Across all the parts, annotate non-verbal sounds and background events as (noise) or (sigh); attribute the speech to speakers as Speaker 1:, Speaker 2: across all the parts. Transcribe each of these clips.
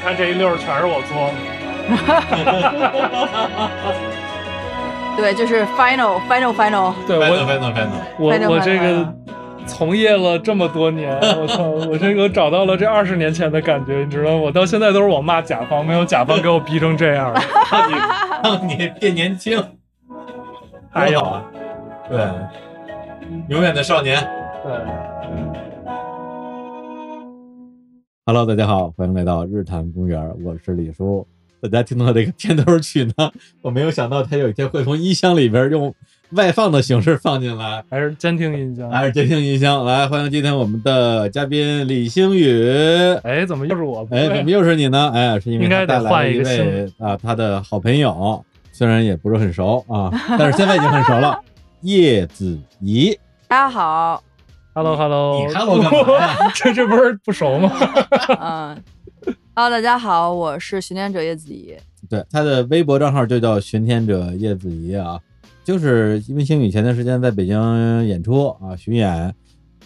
Speaker 1: 看这一溜儿全是我搓的。
Speaker 2: 对，就是 final final final，
Speaker 3: 对
Speaker 4: 翻腾
Speaker 3: 我
Speaker 4: 翻腾翻腾，
Speaker 3: 我
Speaker 2: 翻着
Speaker 3: 我
Speaker 2: 翻
Speaker 3: 这个
Speaker 2: 着
Speaker 3: 从业了这么多年，我操，我这个找到了这二十年前的感觉，你知道吗，我到现在都是我骂甲方，没有甲方给我逼成这样。
Speaker 4: 让你 (laughs) 让 (laughs) 你变年轻，
Speaker 3: 还
Speaker 4: 多
Speaker 3: 有
Speaker 4: 好啊，对，永远的少年。
Speaker 3: 对，
Speaker 4: Hello，大家好，欢迎来到日坛公园，我是李叔。大家听到这个片头曲呢，我没有想到它有一天会从音箱里边用外放的形式放进来，
Speaker 3: 还是监听音箱。
Speaker 4: 还是监听音箱。来，欢迎今天我们的嘉宾李星宇。
Speaker 3: 哎，怎么又是我？不
Speaker 4: (laughs) 哎，怎么
Speaker 3: 对
Speaker 4: 又是你呢？哎，是因为
Speaker 3: 应
Speaker 4: 他
Speaker 3: 该得
Speaker 4: 带来了
Speaker 3: 换一
Speaker 4: 一
Speaker 3: 个新
Speaker 4: 位啊，他的好朋友，虽然也不是很熟啊，但是现在已经很熟了。叶子怡，
Speaker 2: 大家好，
Speaker 3: ？Hello Hello，
Speaker 4: 你 hello 干嘛呀？
Speaker 3: (laughs) 这这不是不熟吗？
Speaker 4: (laughs)
Speaker 2: 嗯，Hello，大家好，我是巡恋者叶子怡，
Speaker 4: 对，他的微博账号就叫“巡天者叶子怡”啊，就是因为星宇前段时间在北京演出啊巡演，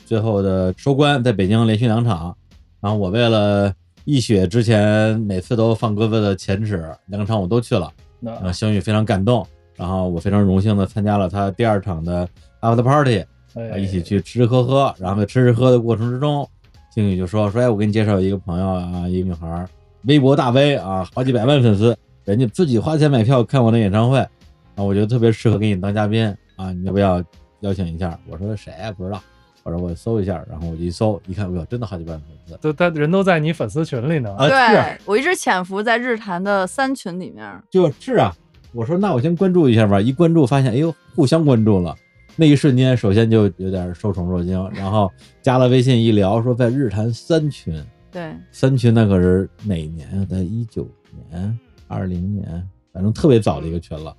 Speaker 4: 最后的收官在北京连续两场，然后我为了一雪之前每次都放鸽子的前耻，两场我都去了，然后星呃宇非常感动，然后我非常荣幸的参加了他第二场的 after party，啊，
Speaker 3: 哎
Speaker 4: 一起去吃吃喝喝，然后在吃吃喝的过程之中，经理就说说，哎，我给你介绍一个朋友啊，一个女孩儿，微博大 V 啊，好几百万粉丝，人家自己花钱买票看我的演唱会，啊，我觉得特别适合给你当嘉宾啊，你要不要邀请一下？我说谁呀、不知道，我说我搜一下，然后我就一搜，一看，我真的好几百万粉丝
Speaker 3: 都但人都在你粉丝群里呢。
Speaker 4: 啊，是
Speaker 2: 对我一直潜伏在日坛的三群里面，
Speaker 4: 就是啊，我说那我先关注一下吧，一关注发现，哎呦，互相关注了。那一瞬间，首先就有点受宠若惊，然后加了微信一聊，说在日坛三群，
Speaker 2: 对，
Speaker 4: 三群那可是哪年啊？在一九年、二零年，反正特别早的一个群了。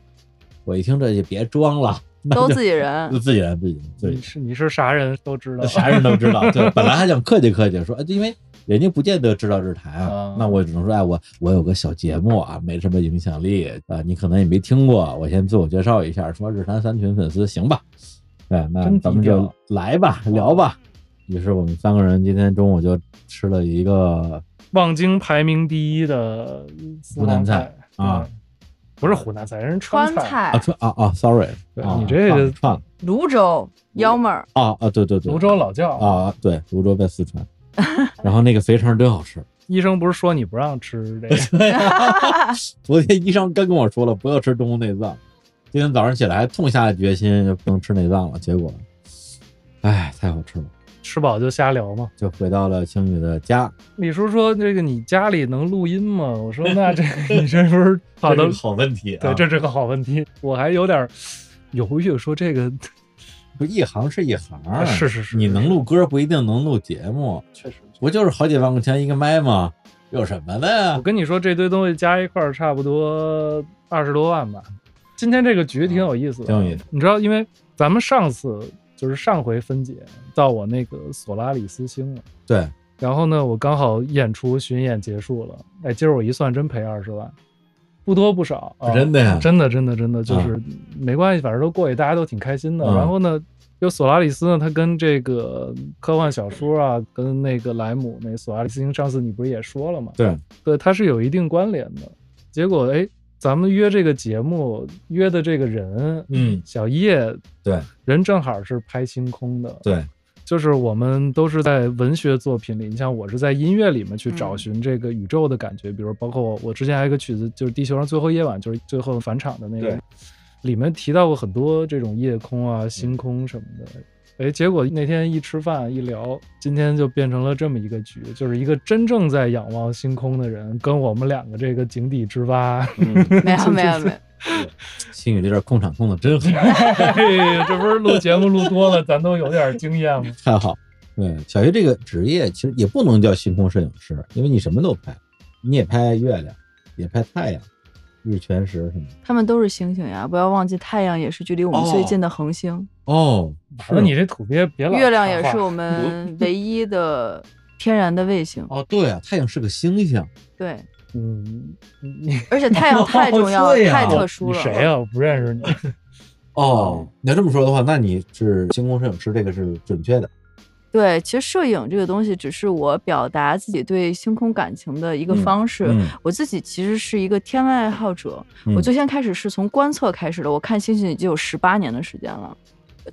Speaker 4: 我一听这就别装了，
Speaker 2: 都自己人，
Speaker 4: 就自己人，自己人，自己
Speaker 3: 你是你是啥人都知道
Speaker 4: 人，。呃啥人都知道。
Speaker 3: (laughs)
Speaker 4: 对，本来还想客气客气，说，哎，因为人家不见得知道日坛啊
Speaker 3: 啊，
Speaker 4: 那我只能说，哎，我我有个小节目啊，没什么影响力啊，你可能也没听过，我先自我介绍一下，说日坛三群粉丝，行吧？对，那
Speaker 3: 真低
Speaker 4: 咱们就
Speaker 3: 调
Speaker 4: 来吧，聊吧。于是我们三个人今天中午就吃了一个
Speaker 3: 望京排名第一的私
Speaker 4: 湖南
Speaker 3: 房
Speaker 4: 菜啊
Speaker 3: 对不是湖南菜，人是川
Speaker 2: 川
Speaker 3: 菜。
Speaker 2: 菜
Speaker 4: 啊，川啊啊，sorry，
Speaker 3: 对
Speaker 4: 啊
Speaker 3: 你这
Speaker 4: 串
Speaker 3: 个
Speaker 4: 了串了
Speaker 2: 泸州幺妹儿，
Speaker 4: 啊啊，对对对，
Speaker 3: 泸州老窖，
Speaker 4: 啊，对，泸州在
Speaker 3: (laughs)
Speaker 4: 四川，然后那个肥肠真好吃。
Speaker 3: 医生不是说你不让吃这个？
Speaker 4: (laughs) 昨天医生刚跟我说了，不要吃动物内脏，今天早上起来还痛下决心就不能吃内脏了，结果，哎，太好吃了，
Speaker 3: 吃饱就瞎聊嘛。
Speaker 4: 就回到了青宇的家，
Speaker 3: 李叔说：“这个你家里能录音吗？”我说：“那
Speaker 4: (laughs)
Speaker 3: 这你这不是跑到
Speaker 4: 这是好问题啊
Speaker 3: 对，这是个好问题。”我还有点儿犹豫，说这个
Speaker 4: 不一行是一行，
Speaker 3: 啊 (laughs) 是是是，
Speaker 4: 你能录歌不一定能录节目，
Speaker 3: 确实。
Speaker 4: 不就是好几万块钱一个麦吗？有什么的呀
Speaker 3: 我？跟你说，这堆东西加一块儿差不多二十多万吧。今天这个局挺有意思的，
Speaker 4: 嗯挺有意思
Speaker 3: 你知道，因为咱们上次就是上回分解到我那个索拉里斯星了，
Speaker 4: 对，
Speaker 3: 然后呢，我刚好演出巡演结束了，哎，今儿我一算真赔二十万，不多不少，啊、
Speaker 4: 真的呀啊
Speaker 3: 真的真的真的就是、没关系，反正都过去，大家都挺开心的。
Speaker 4: 嗯
Speaker 3: 然后呢，有索拉里斯呢，他跟这个科幻小说啊，跟那个莱姆那索拉里斯星，上次你不是也说了吗？
Speaker 4: 对，
Speaker 3: 对，它是有一定关联的。结果哎，咱们约这个节目约的这个人，
Speaker 4: 嗯，
Speaker 3: 小叶，
Speaker 4: 对，
Speaker 3: 人正好是拍星空的，
Speaker 4: 对，
Speaker 3: 就是我们都是在文学作品里，你像我是在音乐里面去
Speaker 2: 嗯
Speaker 3: 找寻这个宇宙的感觉，比如包括我之前还有一个曲子，就是《地球上最后夜晚》，就是最后返场的那个
Speaker 4: 对，
Speaker 3: 里面提到过很多这种夜空啊、星空什么的。哎，结果那天一吃饭一聊，今天就变成了这么一个局，就是一个真正在仰望星空的人，跟我们两个这个井底之蛙，
Speaker 2: (laughs)
Speaker 3: (laughs)
Speaker 4: 嗯 (laughs)
Speaker 2: 没有没有没有，
Speaker 4: 星宇这段控场控的真好。
Speaker 3: 哎这不是录节目录多了，咱都有点经验吗？
Speaker 4: 太好。对，小学这个职业其实也不能叫星空摄影师，因为你什么都拍，你也拍月亮，也拍太阳、日全食什么的。
Speaker 2: 他们都是星星呀，不要忘记太阳也是距离我们最近的恒星，
Speaker 4: 哦，
Speaker 3: 那你这土鳖别老
Speaker 2: 月亮也
Speaker 3: 插话
Speaker 2: 是我们唯一的天然的卫星，
Speaker 4: 哦，对啊，太阳是个星星。
Speaker 2: 对，
Speaker 3: 嗯，你
Speaker 2: 而且太阳太重要
Speaker 4: (laughs) 哦
Speaker 2: 了，
Speaker 4: 这样啊
Speaker 2: 太特殊
Speaker 3: 你
Speaker 2: 了，嗯
Speaker 3: 谁呀、我不认识你。
Speaker 4: 哦哦，你要这么说的话，那你是星空摄影师，这个是准确的。
Speaker 2: 对，其实摄影这个东西只是我表达自己对星空感情的一个
Speaker 4: 嗯
Speaker 2: 方式。
Speaker 4: 嗯
Speaker 2: 我自己其实是一个天文爱好者，
Speaker 4: 嗯
Speaker 2: 我最先开始是从观测开始的，我看星星已经有十八年的时间了，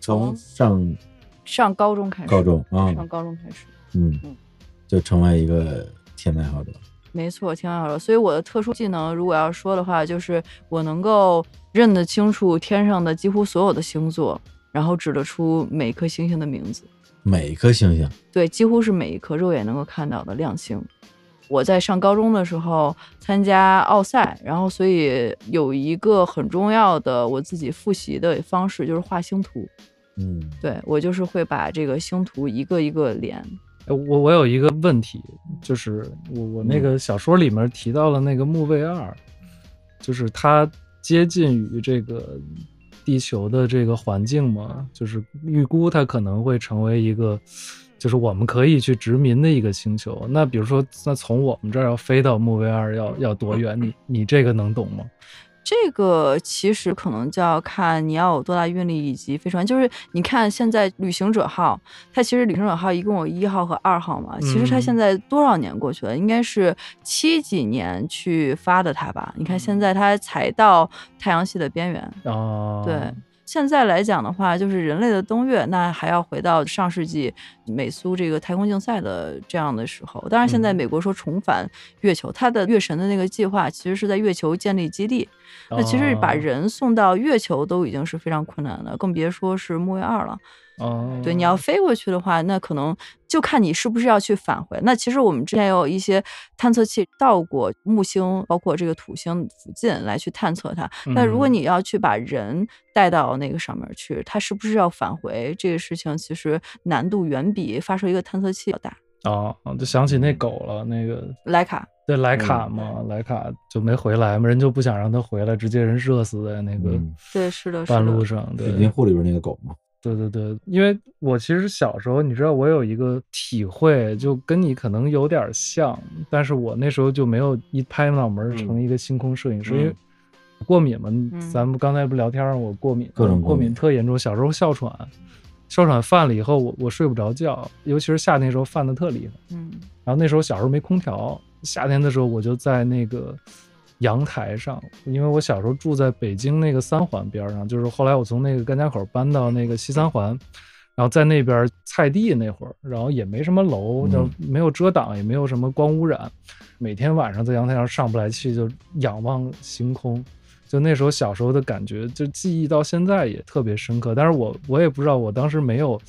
Speaker 4: 从上
Speaker 2: 上高中开始，
Speaker 4: 高中啊，
Speaker 2: 上高中开始，
Speaker 4: 嗯
Speaker 2: 嗯，
Speaker 4: 就成为一个天文爱好者。
Speaker 2: 没错，天文爱好者。所以我的特殊技能，如果要说的话，就是我能够认得清楚天上的几乎所有的星座，然后指得出每颗星星的名字。
Speaker 4: 每一颗星星，
Speaker 2: 对，几乎是每一颗肉眼能够看到的亮星。我在上高中的时候参加奥赛，然后所以有一个很重要的我自己复习的方式就是画星图。
Speaker 4: 嗯，
Speaker 2: 对我就是会把这个星图一个一个连。
Speaker 3: (laughs) 哎我我有一个问题，就是我我那个小说里面提到了那个木卫二，就是它接近于这个地球的这个环境嘛，就是预估它可能会成为一个，就是我们可以去殖民的一个星球。那比如说，那从我们这儿要飞到木卫二要要多远？你你这个能懂吗？
Speaker 2: 这个其实可能就要看你要有多大运力以及飞船。就是你看现在旅行者号，它其实旅行者号一共有一号和二号嘛，其实它
Speaker 3: 嗯
Speaker 2: 现在多少年过去了？应该是七几年去发的它吧？你看
Speaker 3: 嗯
Speaker 2: 现在它才到太阳系的边缘，
Speaker 3: 啊，
Speaker 2: 对。现在来讲的话，就是人类的登月，那还要回到上世纪美苏这个太空竞赛的这样的时候。当然，现在
Speaker 3: 嗯
Speaker 2: 美国说重返月球，它的月神的那个计划其实是在月球建立基地。那其实把
Speaker 3: 啊
Speaker 2: 人送到月球都已经是非常困难的，更别说是木卫二了。
Speaker 3: 哦，
Speaker 2: 对，你要飞过去的话，那可能就看你是不是要去返回。那其实我们之前也有一些探测器到过木星，包括这个土星附近来去探测它。但如果
Speaker 3: 嗯
Speaker 2: 你要去把人带到那个上面去，它是不是要返回这个事情，其实难度远比发射一个探测器要大。
Speaker 3: 啊，就想起那狗了，那个
Speaker 2: 莱卡，
Speaker 3: 对莱卡
Speaker 4: 嗯
Speaker 3: 嘛，莱卡就没回来嘛，人就不想让他回来，直接人热死在那个
Speaker 4: 嗯
Speaker 2: 对，是的，是
Speaker 3: 半路
Speaker 2: 的，
Speaker 3: 上。
Speaker 4: 水晶
Speaker 3: 对
Speaker 4: 户里边那个狗嘛，
Speaker 3: 对对对，因为我其实小时候，你知道我有一个体会，就跟你可能有点像，但是我那时候就没有一拍脑门儿成一个星空摄影师，因为
Speaker 4: 嗯
Speaker 3: 过敏嘛，
Speaker 2: 嗯
Speaker 3: 咱们刚才不聊天儿，我过敏，
Speaker 4: 各种过
Speaker 3: 过
Speaker 4: 敏
Speaker 3: 敏特严重，小时候哮喘。哮喘犯了以后，我我睡不着觉，尤其是夏天时候犯的特厉害。
Speaker 2: 嗯
Speaker 3: 然后那时候小时候没空调，夏天的时候我就在那个阳台上，因为我小时候住在北京那个三环边上，就是后来我从那个甘家口搬到那个西三环，然后在那边菜地那会儿，然后也没什么楼，
Speaker 4: 嗯
Speaker 3: 就没有遮挡，也没有什么光污染，每天晚上在阳台上上不来气，就仰望星空。就那时候小时候的感觉，就记忆到现在也特别深刻。但是我我也不知道，我当时没有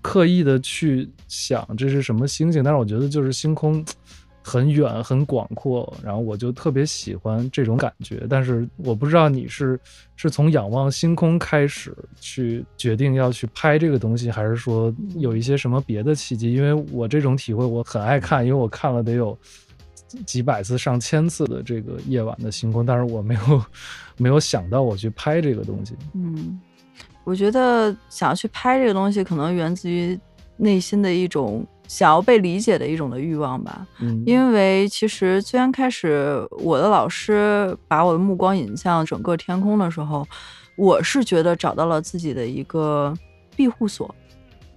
Speaker 3: 刻意的去想这是什么星星，但是我觉得就是星空很远很广阔，然后我就特别喜欢这种感觉。但是我不知道你是是从仰望星空开始去决定要去拍这个东西，还是说有一些什么别的契机？因为我这种体会我很爱看，因为我看了得有。几百次、上千次的这个夜晚的星空，但是我没有没有想到我去拍这个东西。
Speaker 2: 嗯，我觉得想要去拍这个东西，可能源自于内心的一种想要被理解的一种的欲望吧。
Speaker 3: 嗯，
Speaker 2: 因为其实最先开始，我的老师把我的目光引向整个天空的时候，我是觉得找到了自己的一个庇护所。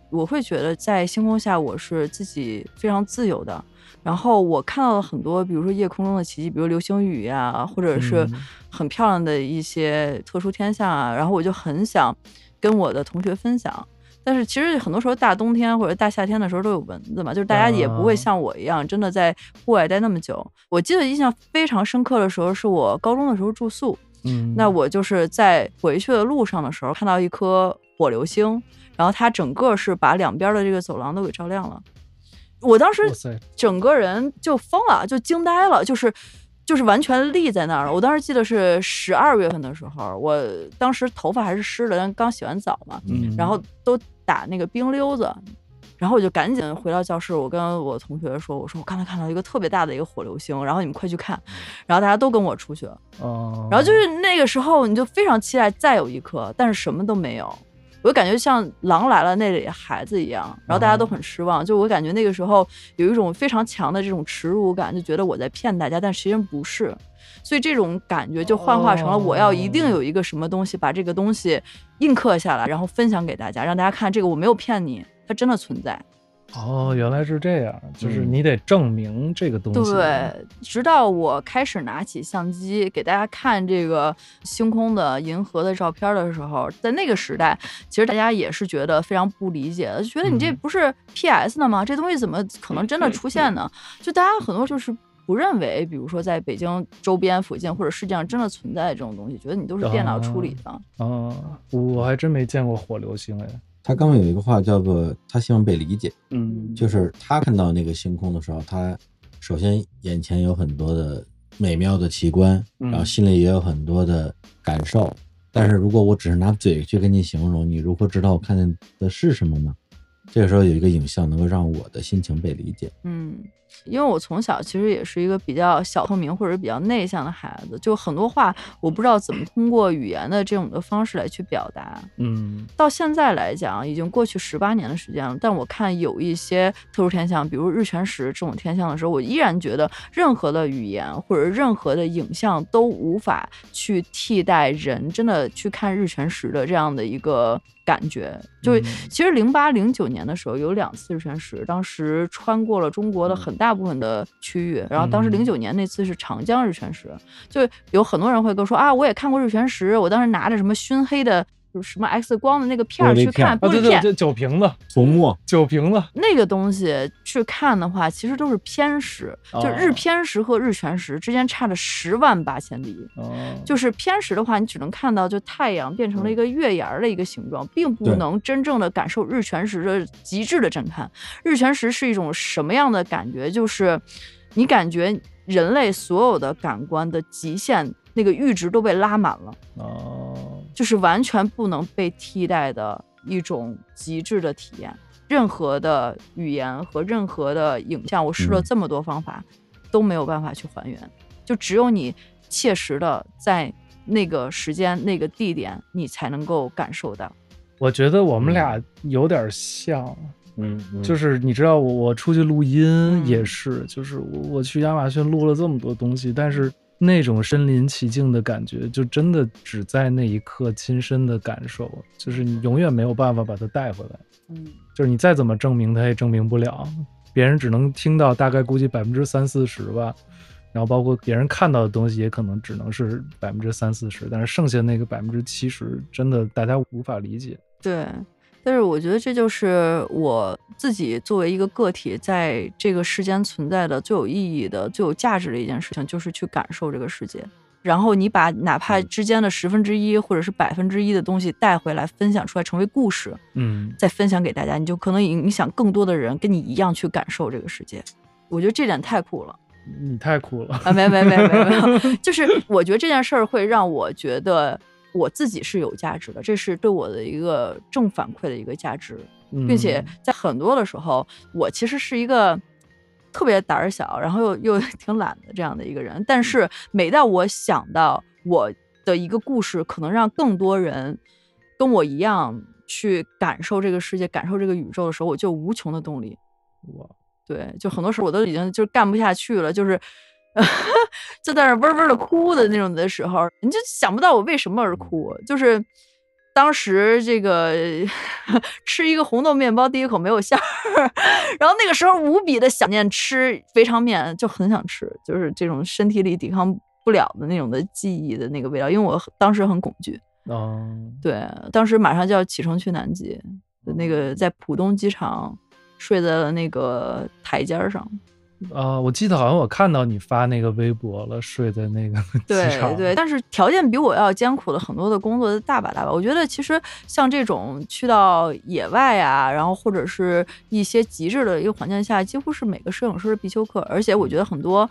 Speaker 2: 我会觉得在星空下，我是自己非常自由的。然后我看到了很多，比如说夜空中的奇迹，比如流星雨呀、或者是
Speaker 3: 嗯
Speaker 2: 很漂亮的一些特殊天象啊。然后我就很想跟我的同学分享。但是其实很多时候大冬天或者大夏天的时候都有蚊子嘛，就是大家也不会
Speaker 3: 啊
Speaker 2: 像我一样真的在户外待那么久。我记得印象非常深刻的时候是我高中的时候住宿，
Speaker 3: 嗯，
Speaker 2: 那我就是在回去的路上的时候看到一颗火流星，然后它整个是把两边的这个走廊都给照亮了。我当时
Speaker 3: 哇塞，
Speaker 2: 整个人就疯了，就惊呆了，就是就是完全立在那儿了。我当时记得是十二月份的时候，我当时头发还是湿的，但刚洗完澡嘛，
Speaker 3: 嗯，
Speaker 2: 然后都打那个冰溜子，然后我就赶紧回到教室，我跟我同学说，我说我刚才看到一个特别大的一个火流星，然后你们快去看，然后大家都跟我出去了，
Speaker 3: 哦，
Speaker 2: 然后就是那个时候你就非常期待再有一颗，但是什么都没有。我就感觉像《狼来了》那里的孩子一样，然后大家都很失望。就我感觉那个时候有一种非常强的这种耻辱感，就觉得我在骗大家，但实际上不是。所以这种感觉就幻化成了我要一定有一个什么东西，把这个东西印刻下来，然后分享给大家，让大家看这个我没有骗你，它真的存在。
Speaker 3: 哦，原来是这样，就是
Speaker 4: 嗯
Speaker 3: 你得证明这个东西。啊
Speaker 2: 对，直到我开始拿起相机给大家看这个星空的银河的照片的时候，在那个时代，其实大家也是觉得非常不理解的，就觉得你这
Speaker 3: 嗯
Speaker 2: 不是 PS 的吗？这东西怎么可能真的出现呢？就大家很多就是。不认为，比如说在北京周边附近或者世界上真的存在这种东西，觉得你都是电脑处理的。
Speaker 3: 啊，我还真没见过火流星哎。
Speaker 4: 他刚刚有一个话叫做他希望被理解，
Speaker 3: 嗯
Speaker 4: 就是他看到那个星空的时候，他首先眼前有很多的美妙的奇观，
Speaker 3: 嗯
Speaker 4: 然后心里也有很多的感受。但是如果我只是拿嘴去跟你形容，你如何知道我看见的是什么呢？这个时候有一个影像能够让我的心情被理解。
Speaker 2: 嗯，因为我从小其实也是一个比较小透明或者比较内向的孩子，就很多话我不知道怎么通过语言的这种的方式来去表达。
Speaker 3: 嗯
Speaker 2: 到现在来讲，已经过去十八年的时间了。但我看有一些特殊天象，比如日全食这种天象的时候，我依然觉得任何的语言或者任何的影像都无法去替代人真的去看日全食的这样的一个感觉。就是
Speaker 3: 嗯
Speaker 2: 其实零八零九年的时候有两次日全食，当时穿过了中国的很大部分的区域，然后当时
Speaker 3: 嗯
Speaker 2: 零九年那次是长江日全食，就有很多人会跟我说啊，我也看过日全食，我当时拿着什么熏黑的。就是什么 X 光的那个片儿
Speaker 4: 玻璃
Speaker 2: 去看
Speaker 3: 啊，
Speaker 2: 玻
Speaker 3: 对
Speaker 2: 璃
Speaker 3: 对，
Speaker 2: 片，
Speaker 3: 这酒瓶子，
Speaker 4: 涂墨，
Speaker 3: 酒瓶子。
Speaker 2: 那个东西去看的话，其实都是偏食，就
Speaker 3: 哦
Speaker 2: 日偏食和日全食之间差了十万八千里。
Speaker 3: 哦，
Speaker 2: 就是偏食的话，你只能看到就太阳变成了一个月牙儿的一个形状，并不
Speaker 4: 对
Speaker 2: 能真正的感受日全食的极致的震撼。日全食是一种什么样的感觉？就是你感觉人类所有的感官的极限那个阈值都被拉满了，
Speaker 3: 哦，
Speaker 2: 就是完全不能被替代的一种极致的体验。任何的语言和任何的影像，我试了
Speaker 4: 嗯
Speaker 2: 这么多方法，都没有办法去还原。就只有你切实的在那个时间、那个地点，你才能够感受到。
Speaker 3: 我觉得我们俩有点像，
Speaker 4: 嗯
Speaker 3: 就是你知道我我出去录音
Speaker 2: 嗯
Speaker 3: 也是，就是我我去亚马逊录了这么多东西，但是那种身临其境的感觉，就真的只在那一刻亲身的感受，就是你永远没有办法把它带回来，
Speaker 2: 嗯，
Speaker 3: 就是你再怎么证明它也证明不了，别人只能听到大概估计百分之三四十吧。然后包括别人看到的东西，也可能只能是百分之三四十，但是剩下那个百分之七十，真的大家无法理解。
Speaker 2: 对。但是我觉得这就是我自己作为一个个体，在这个世间存在的最有意义的、最有价值的一件事情，就是去感受这个世界。然后你把哪怕之间的十分之一或者是百分之一的东西带回来，分享出来成为故事，
Speaker 3: 嗯，
Speaker 2: 再分享给大家，你就可能影响更多的人跟你一样去感受这个世界。我觉得这点太酷了。
Speaker 3: 你太酷了。
Speaker 2: 啊，没没没没没有，就是我觉得这件事儿会让我觉得我自己是有价值的，这是对我的一个正反馈的一个价值，
Speaker 3: 嗯
Speaker 2: 并且在很多的时候，我其实是一个。特别胆儿小，然后又又 (laughs) 挺懒的这样的一个人，但是每当我想到我的一个故事，可能让更多人跟我一样去感受这个世界、感受这个宇宙的时候，我就有无穷的动力。
Speaker 3: 哇，
Speaker 2: 对，就很多时候我都已经就是干不下去了，就是 (laughs) 就在那儿嗡嗡的哭的那种的时候，你就想不到我为什么而哭，就是。当时这个 (laughs) 吃一个红豆面包，第一口没有馅儿， (laughs) 然后那个时候无比的想念吃肥肠面，就很想吃，就是这种身体里抵抗不了的那种的记忆的那个味道，因为我很当时很恐惧。
Speaker 3: 嗯，
Speaker 2: 对，当时马上就要启程去南极，那个在浦东机场睡在了那个台阶儿上。
Speaker 3: 啊、我记得好像我看到你发那个微博了，睡在那个机
Speaker 2: 对
Speaker 3: 场
Speaker 2: 对，，但是条件比我要艰苦的很多的工作大把大把。我觉得其实像这种去到野外啊，然后或者是一些极致的一个环境下，几乎是每个摄影师的必修课。而且我觉得很多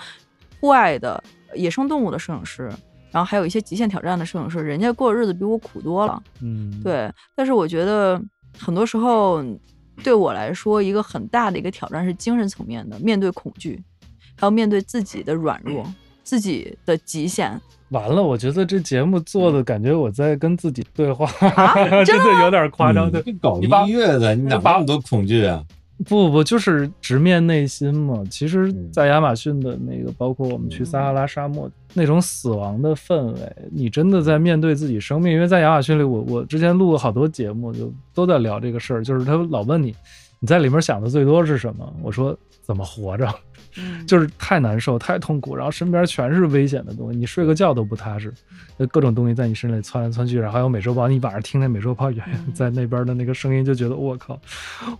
Speaker 2: 户外的野生动物的摄影师，然后还有一些极限挑战的摄影师，人家过的日子比我苦多了。
Speaker 3: 嗯，，
Speaker 2: 对，但是我觉得很多时候对我来说，一个很大的一个挑战是精神层面的，面对恐惧，还有面对自己的软弱、
Speaker 3: 嗯
Speaker 2: 自己的极限。
Speaker 3: 完了，我觉得这节目做的感觉我在跟自己对话，
Speaker 2: 嗯啊
Speaker 3: (laughs) 真的有点夸张。对，
Speaker 4: 你嗯搞
Speaker 3: 你把
Speaker 4: 音乐的，你哪
Speaker 3: 你把
Speaker 4: 那么多恐惧啊？
Speaker 3: 不不，就是直面内心嘛。其实
Speaker 4: 嗯，
Speaker 3: 在亚马逊的那个，包括我们去撒哈拉沙漠那种死亡的氛围，你真的在面对自己生命。因为在亚马逊里，我我之前录过好多节目，就都在聊这个事儿，就是他老问你。你在里面想的最多是什么？我说怎么活着，
Speaker 2: 嗯
Speaker 3: 就是太难受、太痛苦，然后身边全是危险的东西，你睡个觉都不踏实，呃各种东西在你身里窜来窜去，然后还有美洲豹，你晚上听那美洲豹远远在那边的那个声音，就觉得我靠，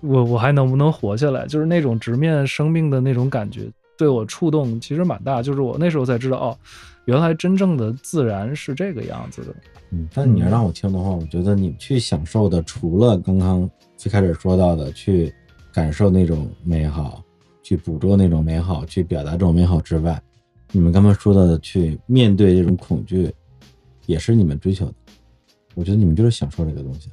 Speaker 3: 我我还能不能活下来？就是那种直面生命的那种感觉，对我触动其实蛮大。就是我那时候才知道，哦，原来真正的自然是这个样子的。
Speaker 4: 嗯，但你要让我听的话，我觉得你去享受的，除了刚刚最开始说到的，去感受那种美好，去捕捉那种美好，去表达这种美好之外，你们刚刚说到的去面对这种恐惧，也是你们追求的。我觉得你们就是享受这个东西。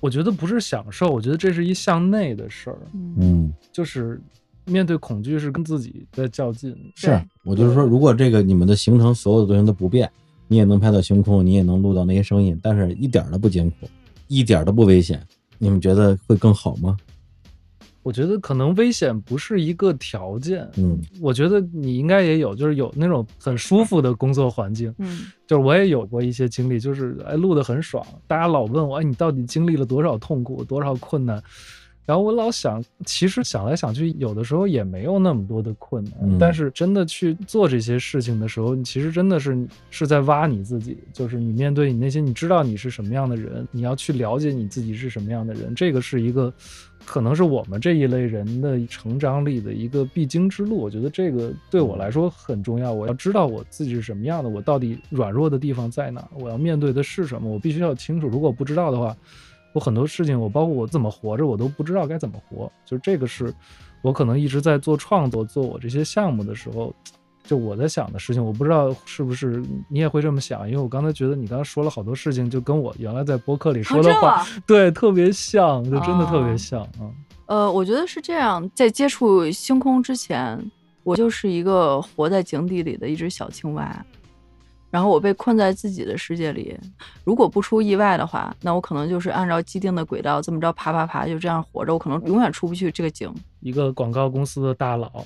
Speaker 3: 我觉得不是享受，我觉得这是一向内的事儿，
Speaker 2: 嗯
Speaker 4: 嗯，
Speaker 3: 就是面对恐惧是跟自己在较劲。
Speaker 4: 是
Speaker 2: 对
Speaker 4: 我就是说，如果这个你们的行程所有的东西都不变，你也能拍到星空，你也能录到那些声音，但是一点儿都不艰苦，一点儿都不危险，你们觉得会更好吗？
Speaker 3: 我觉得可能危险不是一个条件，
Speaker 4: 嗯
Speaker 3: 我觉得你应该也有，就是有那种很舒服的工作环境。
Speaker 2: 嗯
Speaker 3: 就是我也有过一些经历，就是哎录的很爽，大家老问我哎你到底经历了多少痛苦，多少困难。然后我老想，其实想来想去，有的时候也没有那么多的困难，
Speaker 4: 嗯
Speaker 3: 但是真的去做这些事情的时候，你其实真的是是在挖你自己，就是你面对你那些你知道你是什么样的人，你要去了解你自己是什么样的人，这个是一个可能是我们这一类人的成长里的一个必经之路。我觉得这个对我来说很重要，我要知道我自己是什么样的，我到底软弱的地方在哪，我要面对的是什么，我必须要清楚。如果不知道的话，我很多事情，我包括我怎么活着，我都不知道该怎么活。就这个是我可能一直在做创作、做我这些项目的时候，就我在想的事情，我不知道是不是你也会这么想，因为我刚才觉得你刚才说了好多事情，就跟我原来在播客里说的
Speaker 2: 这
Speaker 3: 话，
Speaker 2: 样啊
Speaker 3: 对，特别像，就真的特别
Speaker 2: 哦
Speaker 3: 像啊。嗯
Speaker 2: 呃，我觉得是这样，在接触星空之前，我就是一个活在井底里的一只小青蛙，然后我被困在自己的世界里。如果不出意外的话，那我可能就是按照既定的轨道这么着爬爬爬，就这样活着，我可能永远出不去这个井。
Speaker 3: 一个广告公司的大佬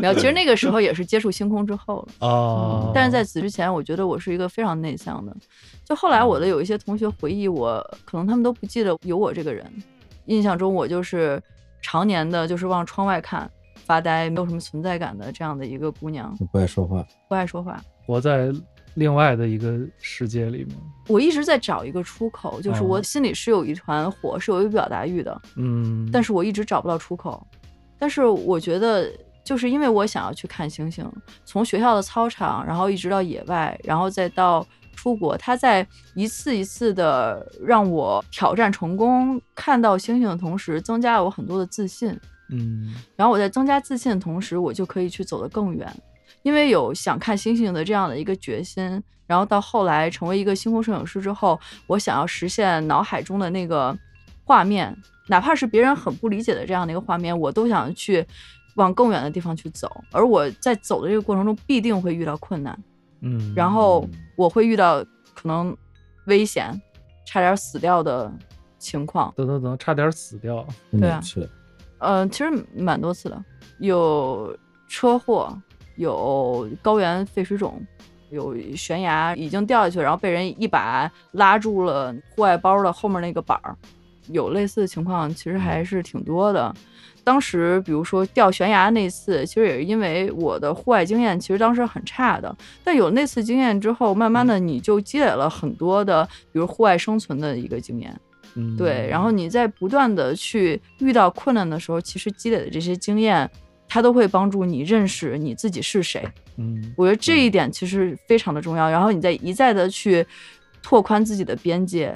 Speaker 2: 没有，其实那个时候也是接触星空之后了。
Speaker 3: 啊
Speaker 2: 嗯但是在此之前，我觉得我是一个非常内向的。就后来我的有一些同学回忆我，可能他们都不记得有我这个人。印象中我就是常年的就是往窗外看，发呆，没有什么存在感的这样的一个姑娘，
Speaker 4: 不爱说话，
Speaker 2: 不爱说话。
Speaker 3: 活在另外的一个世界里面，
Speaker 2: 我一直在找一个出口，就是
Speaker 3: 哦
Speaker 2: 我心里是有一团火，是有一个表达欲的，
Speaker 3: 嗯，
Speaker 2: 但
Speaker 3: 是
Speaker 2: 是我一直找不到出口。但是我觉得，就是因为我想要去看星星，从学校的操场，然后一直到野外，然后再到出国，他在一次一次的让我挑战成功，看到星星的同时，增加了我很多的自信。
Speaker 3: 嗯
Speaker 2: 然后我在增加自信的同时，我就可以去走得更远，因为有想看星星的这样的一个决心。然后到后来成为一个星空摄影师之后，我想要实现脑海中的那个画面，哪怕是别人很不理解的这样的一个画面，我都想去往更远的地方去走。而我在走的这个过程中，必定会遇到困难，
Speaker 3: 嗯，
Speaker 2: 然后我会遇到可能危险，差点死掉的情况。
Speaker 3: 等等等，差点死掉，
Speaker 4: 真
Speaker 2: 对啊
Speaker 4: 的嗯是
Speaker 2: 呃，其实蛮多次的，有车祸，有高原肺水肿，有悬崖已经掉下去，然后被人一把拉住了户外包的后面那个板儿，有类似的情况，其实还是挺多的。当时比如说掉悬崖那次，其实也是因为我的户外经验其实当时很差的，但有那次经验之后，慢慢的你就积累了很多的，比如户外生存的一个经验。
Speaker 3: 嗯，
Speaker 2: 对，然后你在不断的去遇到困难的时候，其实积累的这些经验，它都会帮助你认识你自己是谁。
Speaker 3: 嗯
Speaker 2: 我觉得这一点其实非常的重要。然后你再一再的去拓宽自己的边界，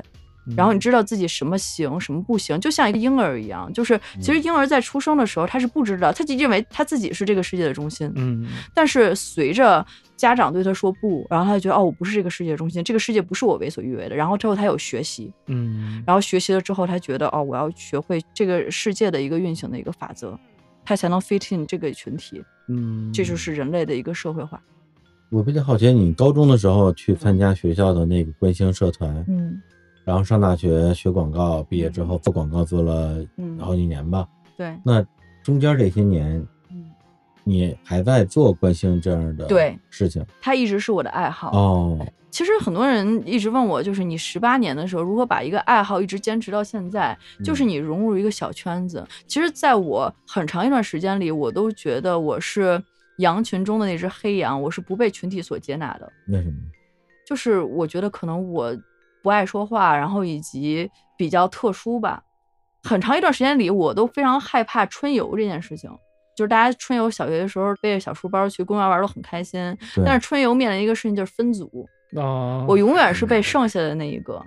Speaker 3: 嗯
Speaker 2: 然后你知道自己什么行，什么不行，就像一个婴儿一样，就是
Speaker 3: 嗯
Speaker 2: 其实婴儿在出生的时候他是不知道，他就认为他自己是这个世界的中心，
Speaker 3: 嗯
Speaker 2: 但是随着家长对他说不，然后他就觉得哦，我不是这个世界的中心，这个世界不是我为所欲为的。然后之后他有学习，
Speaker 3: 嗯，
Speaker 2: 然后学习了之后，他觉得哦，我要学会这个世界的一个运行的一个法则，他才能 fit in 这个群体。
Speaker 3: 嗯，
Speaker 2: 这就是人类的一个社会化。
Speaker 4: 我比较好奇，你高中的时候去参加学校的那个观星社团，
Speaker 2: 嗯
Speaker 4: 然后上大学学广告，毕业之后做广告做了
Speaker 2: 嗯
Speaker 4: 好几年吧。
Speaker 2: 对，
Speaker 4: 那中间这些年，
Speaker 2: 嗯
Speaker 4: 你还在做观星这样的
Speaker 2: 对
Speaker 4: 事情
Speaker 2: 它一直是我的爱好。
Speaker 4: 哦，
Speaker 2: 其实很多人一直问我，就是你十八年的时候如何把一个爱好一直坚持到现在，就是你融入一个小圈子。其实，在我很长一段时间里，我都觉得我是羊群中的那只黑羊，我是不被群体所接纳的。
Speaker 4: 为什么？
Speaker 2: 就是我觉得可能我不爱说话，然后以及比较特殊吧。很长一段时间里，我都非常害怕春游这件事情。就是大家春游小学的时候背着小书包去公园玩都很开心，
Speaker 4: 对
Speaker 2: 但是春游面临一个事情就是分组，
Speaker 3: 啊，
Speaker 2: 我永远是被剩下的那一个。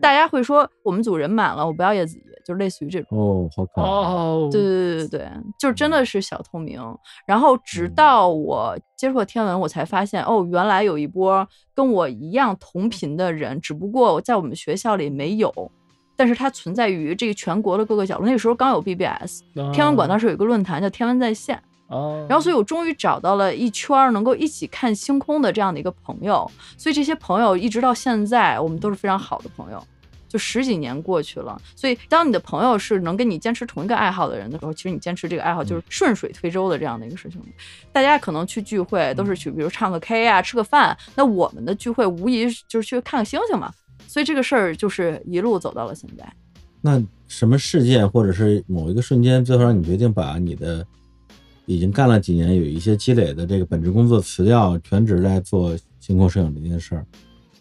Speaker 2: 大家会说我们组人满了，我不要叶子怡，就类似于这种。
Speaker 4: 哦，好可爱，
Speaker 3: 哦，
Speaker 2: 对对对对对，就真的是小透明。然后直到我接触了天文，我才发现哦，原来有一波跟我一样同频的人，只不过在我们学校里没有，但是它存在于这个全国的各个角落。那个时候刚有 BBS，天
Speaker 3: 哦
Speaker 2: 文馆当
Speaker 3: 时，
Speaker 2: 时有一个论坛叫“天文在线”，
Speaker 3: 啊、
Speaker 2: 然后，所以我终于找到了一圈儿能够一起看星空的这样的一个朋友，所以这些朋友一直到现在，我们都是非常好的朋友。就十几年过去了，所以当你的朋友是能跟你坚持同一个爱好的人的时候，其实你坚持这个爱好就是顺水推舟的这样的一个事情。大家可能去聚会都是去，比如唱个 K 啊，吃个饭。那我们的聚会无疑就是去看个星星嘛，所以这个事儿就是一路走到了现在。
Speaker 4: 那什么事件或者是某一个瞬间，最后让你决定把你的已经干了几年有一些积累的这个本职工作辞掉，全职来做星空摄影这件事儿，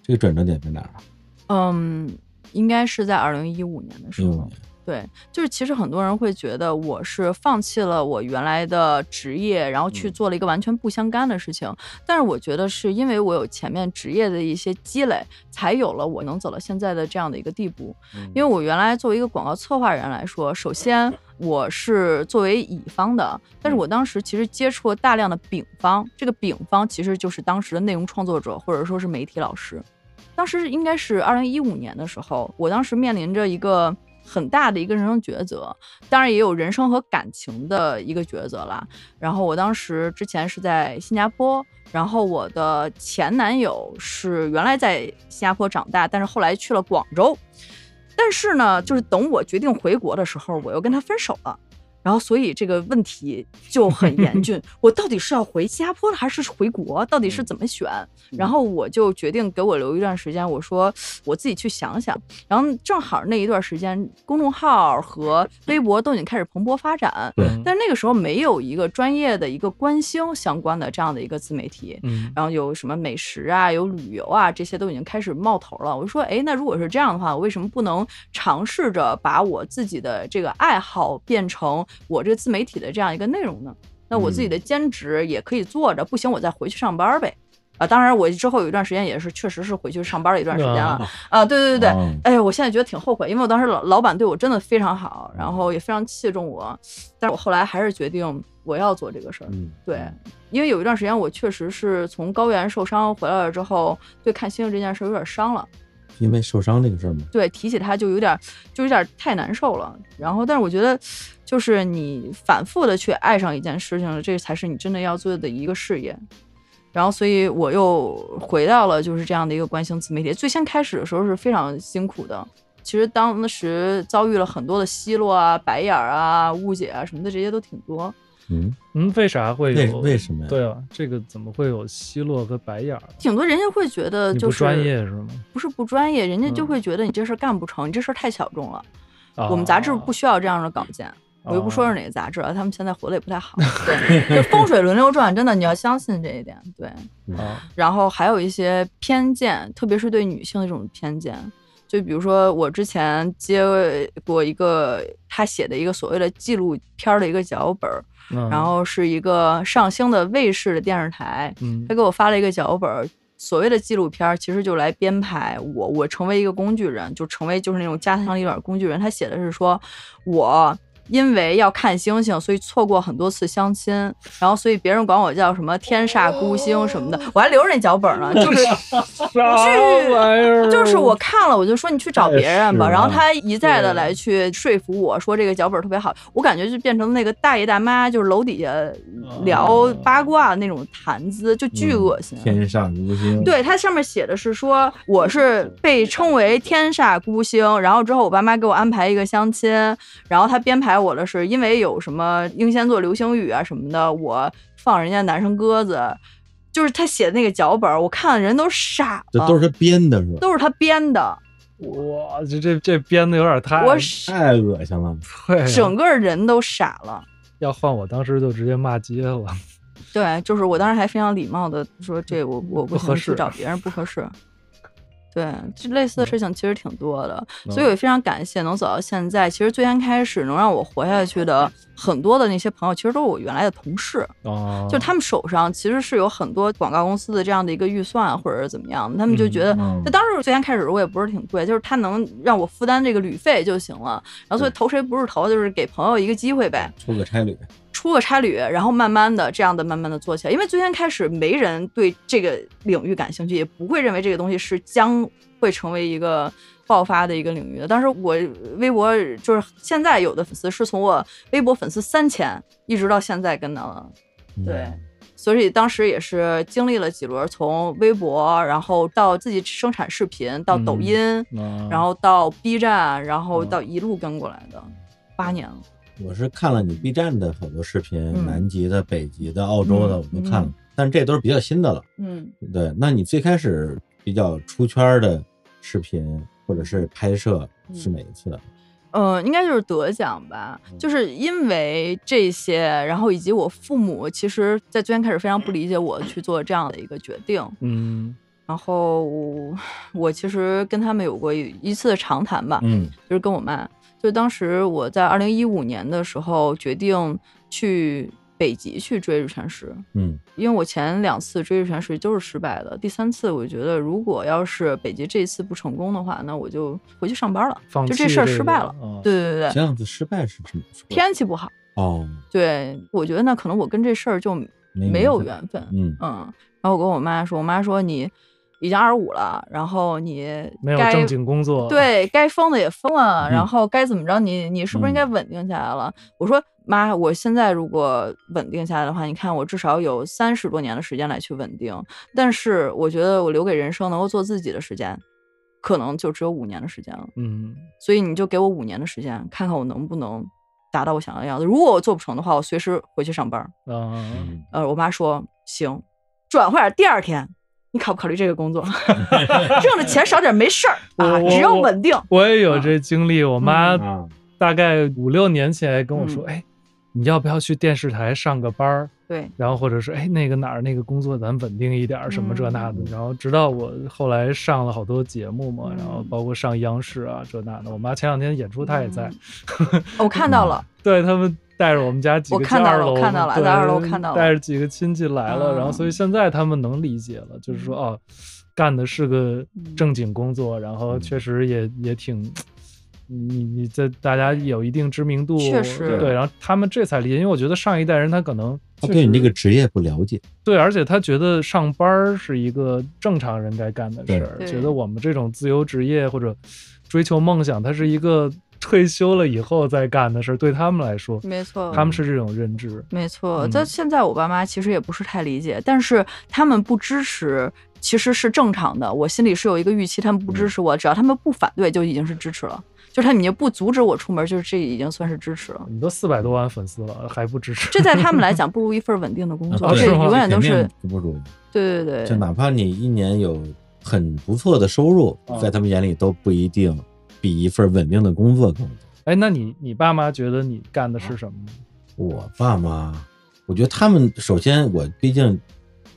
Speaker 4: 这个转折点在哪儿啊？
Speaker 2: 嗯，应该是在二零一五年的时
Speaker 4: 一
Speaker 2: 候。
Speaker 4: 五年，
Speaker 2: 对，就是其实很多人会觉得我是放弃了我原来的职业，然后去
Speaker 4: 嗯
Speaker 2: 做了一个完全不相干的事情。但是我觉得是因为我有前面职业的一些积累，才有了我能走到现在的这样的一个地步。
Speaker 4: 嗯
Speaker 2: 因为我原来作为一个广告策划人来说，首先我是作为乙方的，但是我当时其实接触了大量的丙方，这个丙方其实就是当时的内容创作者或者说是媒体老师。当时应该是二零一五年的时候，我当时面临着一个很大的一个人生抉择，当然也有人生和感情的一个抉择啦。然后我当时之前是在新加坡，然后我的前男友是原来在新加坡长大，但是后来去了广州。但是呢，就是等我决定回国的时候，我又跟他分手了。然后，所以这个问题就很严峻。我到底是要回新加坡呢还是回国？到底是怎么选？然后我就决定给我留一段时间，我说我自己去想想。然后正好那一段时间，公众号和微博都已经开始蓬勃发展，
Speaker 4: 对
Speaker 2: 但是那个时候没有一个专业的一个观星相关的这样的一个自媒体，
Speaker 3: 嗯，
Speaker 2: 然后有什么美食啊，有旅游啊，这些都已经开始冒头了。我就说，哎，那如果是这样的话，我为什么不能尝试着把我自己的这个爱好变成我这个自媒体的这样一个内容呢？那我自己的兼职也可以做着，不行我再回去上班呗。啊，当然，我之后有一段时间也是，确实是回去上班了一段时间了。啊，对对对对，
Speaker 4: 哦
Speaker 2: 哎呀，我现在觉得挺后悔，因为我当时老老板对我真的非常好，然后也非常器重我，但是我后来还是决定我要做这个事儿。
Speaker 4: 嗯，
Speaker 2: 对，因为有一段时间我确实是从高原受伤回来了之后，对看星星这件事儿有点伤了，
Speaker 4: 因为受伤这个事儿嘛，
Speaker 2: 对提起它就有点就有点太难受了。然后，但是我觉得，就是你反复的去爱上一件事情，这才是你真的要做的一个事业。然后，所以我又回到了就是这样的一个观星自媒体。最先开始的时候是非常辛苦的，其实当时遭遇了很多的奚落啊、白眼儿啊、误解啊什么的，这些都挺多。
Speaker 4: 嗯，
Speaker 3: 嗯，为啥会
Speaker 4: 为
Speaker 3: 有？
Speaker 4: 为什么呀？
Speaker 3: 对啊，这个怎么会有奚落和白眼儿？
Speaker 2: 挺多人家会觉
Speaker 3: 你
Speaker 2: 得呃就
Speaker 3: 不
Speaker 2: 是
Speaker 3: 专业是吗？
Speaker 2: 不是不专业，人家就
Speaker 3: 嗯
Speaker 2: 会觉得你这事儿干不成，你这事儿太小众了。
Speaker 3: 啊
Speaker 2: 我们杂志不需要这样的稿件，我又不说是
Speaker 3: 啊
Speaker 2: 哪个杂志了，他们现在活得也不太好。对，就风水轮流转，真的你要相信这一点。对，
Speaker 3: 啊，
Speaker 2: 然后还有一些偏见，特别是对女性的这种偏见。就比如说，我之前接过一个他写的一个所谓的纪录片儿的一个脚本儿，
Speaker 3: 嗯
Speaker 2: 然后是一个上星的卫视的电视台，
Speaker 3: 嗯
Speaker 2: 他给我发了一个脚本儿，所谓的纪录片，儿，其实就来编排我，我成为一个工具人，就成为就是那种家长里短儿工具人。他写的是说，我因为要看星星，所以错过很多次相亲，然后所以别人管我叫什么天煞孤星什么的，我还留着那脚本儿呢，
Speaker 4: (laughs)
Speaker 2: 就是
Speaker 3: 啥玩意儿？
Speaker 2: 就是我看了，我就说你去找别人吧。
Speaker 4: 哎是啊
Speaker 2: 然后他一再的
Speaker 3: 对
Speaker 2: 来去说服我说这个脚本特别好，我感觉就变成那个大爷大妈就是楼底下
Speaker 4: 嗯
Speaker 2: 聊
Speaker 3: 哦
Speaker 2: 八卦那种谈资，就巨恶心。
Speaker 4: 天上无星，
Speaker 2: 嗯对，它上面写的是说我是被称为天煞孤星，然后之后我爸妈给我安排一个相亲，然后他编排我的是因为有什么英仙座流星雨啊什么的，我放人家男生鸽子，就是他写的那个脚本儿，我看人都傻
Speaker 4: 这
Speaker 2: 了，
Speaker 4: 都是他编的，是吧？
Speaker 2: 都是他编的，
Speaker 3: 哇，这这这编的有点太
Speaker 2: 我是
Speaker 4: 太恶心了，
Speaker 3: 会了
Speaker 2: 整个人都傻了。
Speaker 3: 要换我当时就直接骂街
Speaker 2: (laughs)
Speaker 3: 了。
Speaker 2: 对，就是我当时还非常礼貌的说，这我我
Speaker 3: 嗯不
Speaker 2: 我
Speaker 3: 合
Speaker 2: 想去
Speaker 3: 适
Speaker 2: 找别人不
Speaker 3: (laughs)
Speaker 2: 合适。对，这类似的事情其实挺多的，
Speaker 3: 嗯
Speaker 2: 所以我也非常感谢能走到现在。其实最先开始能让我活下去的很多的那些朋友，其实都是我原来的同事，
Speaker 3: 啊，
Speaker 2: 就他们手上其实是有很多广告公司的这样的一个预算或者是怎么样的，他们就觉得
Speaker 4: 嗯
Speaker 2: 那当时最先开始的时候我也不是挺贵，就是他能让我负担这个旅费就行了。然后所以
Speaker 4: 对
Speaker 2: 投谁不是投，就是给朋友一个机会呗。
Speaker 4: 出个差旅，
Speaker 2: 出个差旅，然后慢慢的这样的慢慢的做起来。因为最先开始没人对这个领域感兴趣，也不会认为这个东西是将会成为一个爆发的一个领域的。当时我微博就是现在有的粉丝是从我微博粉丝三千一直到现在跟到
Speaker 4: 嗯
Speaker 2: 对。所以当时也是经历了几轮，从微博，然后到自己生产视频，到抖音，
Speaker 3: 啊，
Speaker 2: 然后到 B 站，然后
Speaker 3: 嗯
Speaker 2: 到一路跟过来的，八年了。
Speaker 4: 我是看了你 B 站的好多视频，
Speaker 2: 嗯
Speaker 4: 南极的、北极的、澳洲的，
Speaker 2: 嗯
Speaker 4: 我都看了，但这都是比较新的了。
Speaker 2: 嗯，
Speaker 4: 对，那你最开始比较出圈的视频或者是拍摄是哪一次的？
Speaker 2: 呃，应该就是得奖吧，就是因为这些，然后以及我父母，其实在最先开始非常不理解我去做这样的一个决定，
Speaker 3: 嗯
Speaker 2: 然后我我其实跟他们有过一一次的长谈吧，
Speaker 4: 嗯
Speaker 2: 就是跟我妈，就是当时我在二零一五年的时候决定去北极去追日全食，
Speaker 4: 嗯
Speaker 2: 因为我前两次追日全食都是失败的，第三次我觉得如果要是北极这一次不成功的话，那我就回去上班了，
Speaker 3: 放
Speaker 2: 就
Speaker 3: 弃
Speaker 2: 这事儿
Speaker 3: 这
Speaker 2: 失
Speaker 3: 个
Speaker 2: 败了，
Speaker 3: 啊
Speaker 2: 对对对对
Speaker 4: 前。两次失败是什么？
Speaker 2: 哦天气不好，
Speaker 4: 哦，
Speaker 2: 对我觉得那可能我跟这事儿就没
Speaker 4: 没
Speaker 2: 有
Speaker 4: 分
Speaker 2: 缘分，
Speaker 4: 嗯
Speaker 2: 嗯。然后我跟我妈说，我妈说你已经二十五了，然后你
Speaker 3: 没有
Speaker 2: 该
Speaker 3: 正经工作，，
Speaker 2: 对该疯的也疯了，
Speaker 4: 嗯
Speaker 2: 然后该怎么着你你是不是
Speaker 3: 嗯
Speaker 2: 应该稳定下来了？我说妈，我现在如果稳定下来的话，你看我至少有三十多年的时间来去稳定，但是我觉得我留给人生能够做自己的时间，可能就只有五年的时间了。
Speaker 3: 嗯，
Speaker 2: 所以你就给我五年的时间，看看我能不能达到我想要的样子。如果我做不成的话，我随时回去上班。
Speaker 3: 啊，
Speaker 4: 嗯，
Speaker 2: 呃，我妈说行，转会儿第二天，你考不考虑这个工作？ (laughs) 挣的钱少点没事儿啊，
Speaker 3: 我
Speaker 2: 只要稳定。
Speaker 3: 我也有这经历，我妈
Speaker 4: 嗯啊
Speaker 3: 大概五六年前跟我
Speaker 2: 嗯
Speaker 3: 说，哎，你要不要去电视台上个班儿？
Speaker 2: 对，
Speaker 3: 然后或者是哎那个哪儿那个工作咱稳定一点儿什么这那的，
Speaker 4: 嗯
Speaker 3: 然后直到我后来上了好多节目嘛，
Speaker 2: 嗯
Speaker 3: 然后包括上央视啊这那的，我妈前两天演出她也在，
Speaker 2: 哦我看到了，
Speaker 3: (laughs) 对他们带着我们家几个
Speaker 2: 我看
Speaker 3: 去
Speaker 2: 到
Speaker 3: 二
Speaker 2: 了
Speaker 3: 楼
Speaker 2: 我
Speaker 3: 嘛，
Speaker 2: 看到了
Speaker 3: 对
Speaker 2: 在二楼看到了
Speaker 3: 带着几个亲戚来了，
Speaker 2: 嗯
Speaker 3: 然后所以现在他们能理解了，就是说啊，干的是个
Speaker 2: 嗯
Speaker 3: 正经工作，然后确实也也挺。你你在大家有一定知名度，
Speaker 2: 确实
Speaker 3: 对，然后他们这才理解，因为我觉得上一代人他可能
Speaker 4: 他
Speaker 3: 确
Speaker 4: 对你
Speaker 3: 实
Speaker 4: 这个职业不了解，
Speaker 3: 对，而且他觉得上班儿是一个正常人该干的事儿，
Speaker 2: 对
Speaker 3: 觉得我们这种自由职业或者追求梦想，它是一个退休了以后再干的事儿。对他们来说，
Speaker 2: 没错
Speaker 3: 他们是这种认知。
Speaker 2: 没错。
Speaker 3: 嗯
Speaker 2: 但现在我爸妈其实也不是太理解，但是他们不支持。其实是正常的，我心里是有一个预期，他们不
Speaker 3: 嗯
Speaker 2: 支持我，只要他们不反对，就已经是支持了。就是他们已经不阻止我出门，就是这已经算是支持了。
Speaker 3: 你都四百多万粉丝了，还不支持？
Speaker 2: 这在他们来讲，不如一份稳定的工
Speaker 4: 啊
Speaker 2: 作，这
Speaker 4: 对
Speaker 2: 永远都是
Speaker 4: 肯定不如。
Speaker 2: 对对
Speaker 4: 就
Speaker 2: 对，
Speaker 4: 哪怕你一年有很不错的收入
Speaker 3: 嗯，
Speaker 4: 在他们眼里都不一定比一份稳定的工作更多。
Speaker 3: (laughs) 哎，那你你爸妈觉得你干的是什么呢？
Speaker 4: 我爸妈，我觉得他们首先，我毕竟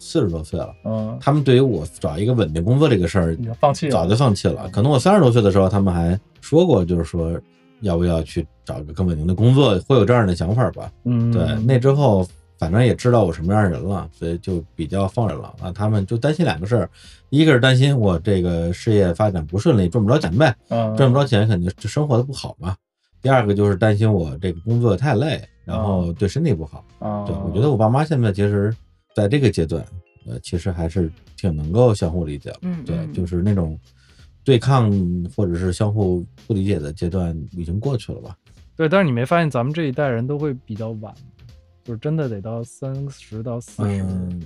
Speaker 4: 四十多岁了，
Speaker 3: 嗯，
Speaker 4: 他们对于我找一个稳定工作这个事儿
Speaker 3: 已，经放弃了
Speaker 4: 早就放弃了。可能我三十多岁的时候，他们还说过，就是说要不要去找一个更稳定的工作，会有这样的想法吧。
Speaker 3: 嗯，
Speaker 4: 对，那之后反正也知道我什么样的人了，所以就比较放任了啊。他们就担心两个事儿，一个是担心我这个事业发展不顺利，赚不着钱呗，
Speaker 3: 嗯
Speaker 4: 赚不着钱肯定就生活的不好嘛。第二个就是担心我这个工作太累，然后对身体不好。
Speaker 3: 啊，
Speaker 4: 对，我觉得我爸妈现在其实在这个阶段，呃，其实还是挺能够相互理解了。
Speaker 2: 嗯
Speaker 4: 对，
Speaker 2: 嗯
Speaker 4: 就是那种对抗或者是相互不理解的阶段已经过去了吧？
Speaker 3: 对，但是你没发现咱们这一代人都会比较晚，就是真的得到三十到四十，
Speaker 4: 嗯，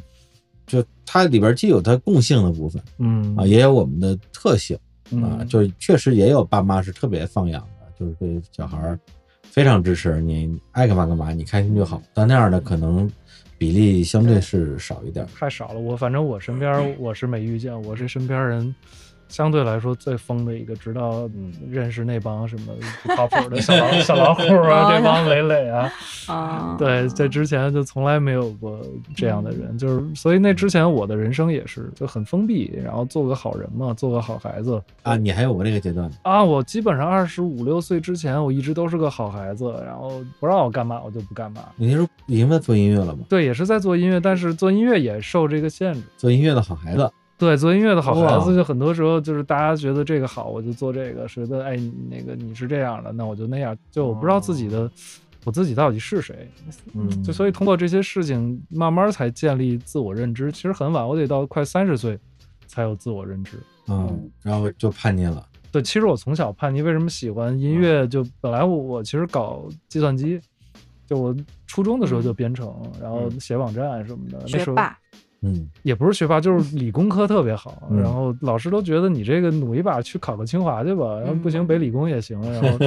Speaker 4: 就它里边既有它共性的部分
Speaker 3: 嗯
Speaker 4: 啊，也有我们的特性啊，
Speaker 3: 嗯
Speaker 4: 就是确实也有爸妈是特别放养的，就是对小孩儿非常支持你，爱干嘛干嘛，你开心就好。但那样的可能比例相对是少一点儿。
Speaker 3: 太少了。我反正我身边
Speaker 4: (laughs)
Speaker 3: 儿我是没遇见，我是身边儿人相对来说最疯的一个，直到
Speaker 4: 嗯
Speaker 3: 认识那帮什么不靠谱的小老小老虎
Speaker 2: (laughs) 哦
Speaker 3: 啊，这帮磊磊啊，
Speaker 2: 啊，
Speaker 3: 对，在之前就从来没有过这样的人，就是所以那之前我的人生也是就很封闭，然后做个好人嘛，做个好孩子
Speaker 4: 啊，你还有我这个阶段呢，
Speaker 3: 啊。我基本上二十五六岁之前，我一直都是个好孩子，然后不让我干嘛我就不干嘛。
Speaker 4: 你那时候已经在做音乐了吗？
Speaker 3: 对，也是在做音乐，但是做音乐也受这个限制。
Speaker 4: 做音乐的好孩子，
Speaker 3: 对，做音乐的好孩
Speaker 4: 哇
Speaker 3: 子，就很多时候就是大家觉得这个好，我就做这个；觉得哎，你那个你是这样的，那我就那样。就我不知道自己的，我自己到底是谁。
Speaker 4: 嗯
Speaker 3: 就所以通过这些事情，慢慢才建立自我认知。其实很晚，我得到快三十岁才有自我认知。
Speaker 4: 嗯，然后就叛逆了。
Speaker 3: 对，其实我从小叛逆，为什么喜欢音乐？
Speaker 2: 嗯
Speaker 3: 就本来我我其实搞计算机，就我初中的时候就编程，然后写网站什么的。那
Speaker 2: 嗯学
Speaker 3: 时候
Speaker 2: 霸，
Speaker 4: 嗯，
Speaker 3: 也不是学霸，就是理工科特别好，
Speaker 4: 嗯
Speaker 3: 然后老师都觉得你这个努一把去考个清华去吧，然后不行
Speaker 2: 嗯
Speaker 3: 北理工也行，然后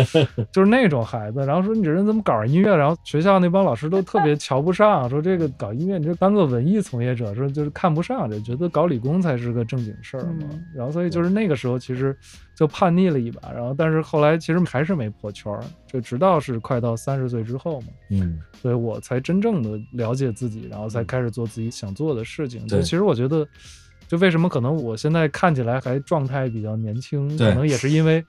Speaker 3: 就是那种孩子，然后说你这人怎么搞音乐？然后学校那帮老师都特别瞧不上，说这个搞音乐你就当个文艺从业者，说就是看不上，就觉得搞理工才是个正经事儿嘛
Speaker 2: 嗯。
Speaker 3: 然后所以就是那个时候其实就叛逆了一把，然后但是后来其实还是没破圈儿，就直到是快到三十岁之后嘛，
Speaker 4: 嗯，
Speaker 3: 所以我才真正的了解自己，然后才开始做自己想做的事情。
Speaker 4: 对
Speaker 3: 就其实我觉得，就为什么可能我现在看起来还状态比较年轻，
Speaker 4: 对
Speaker 3: 可能也是因为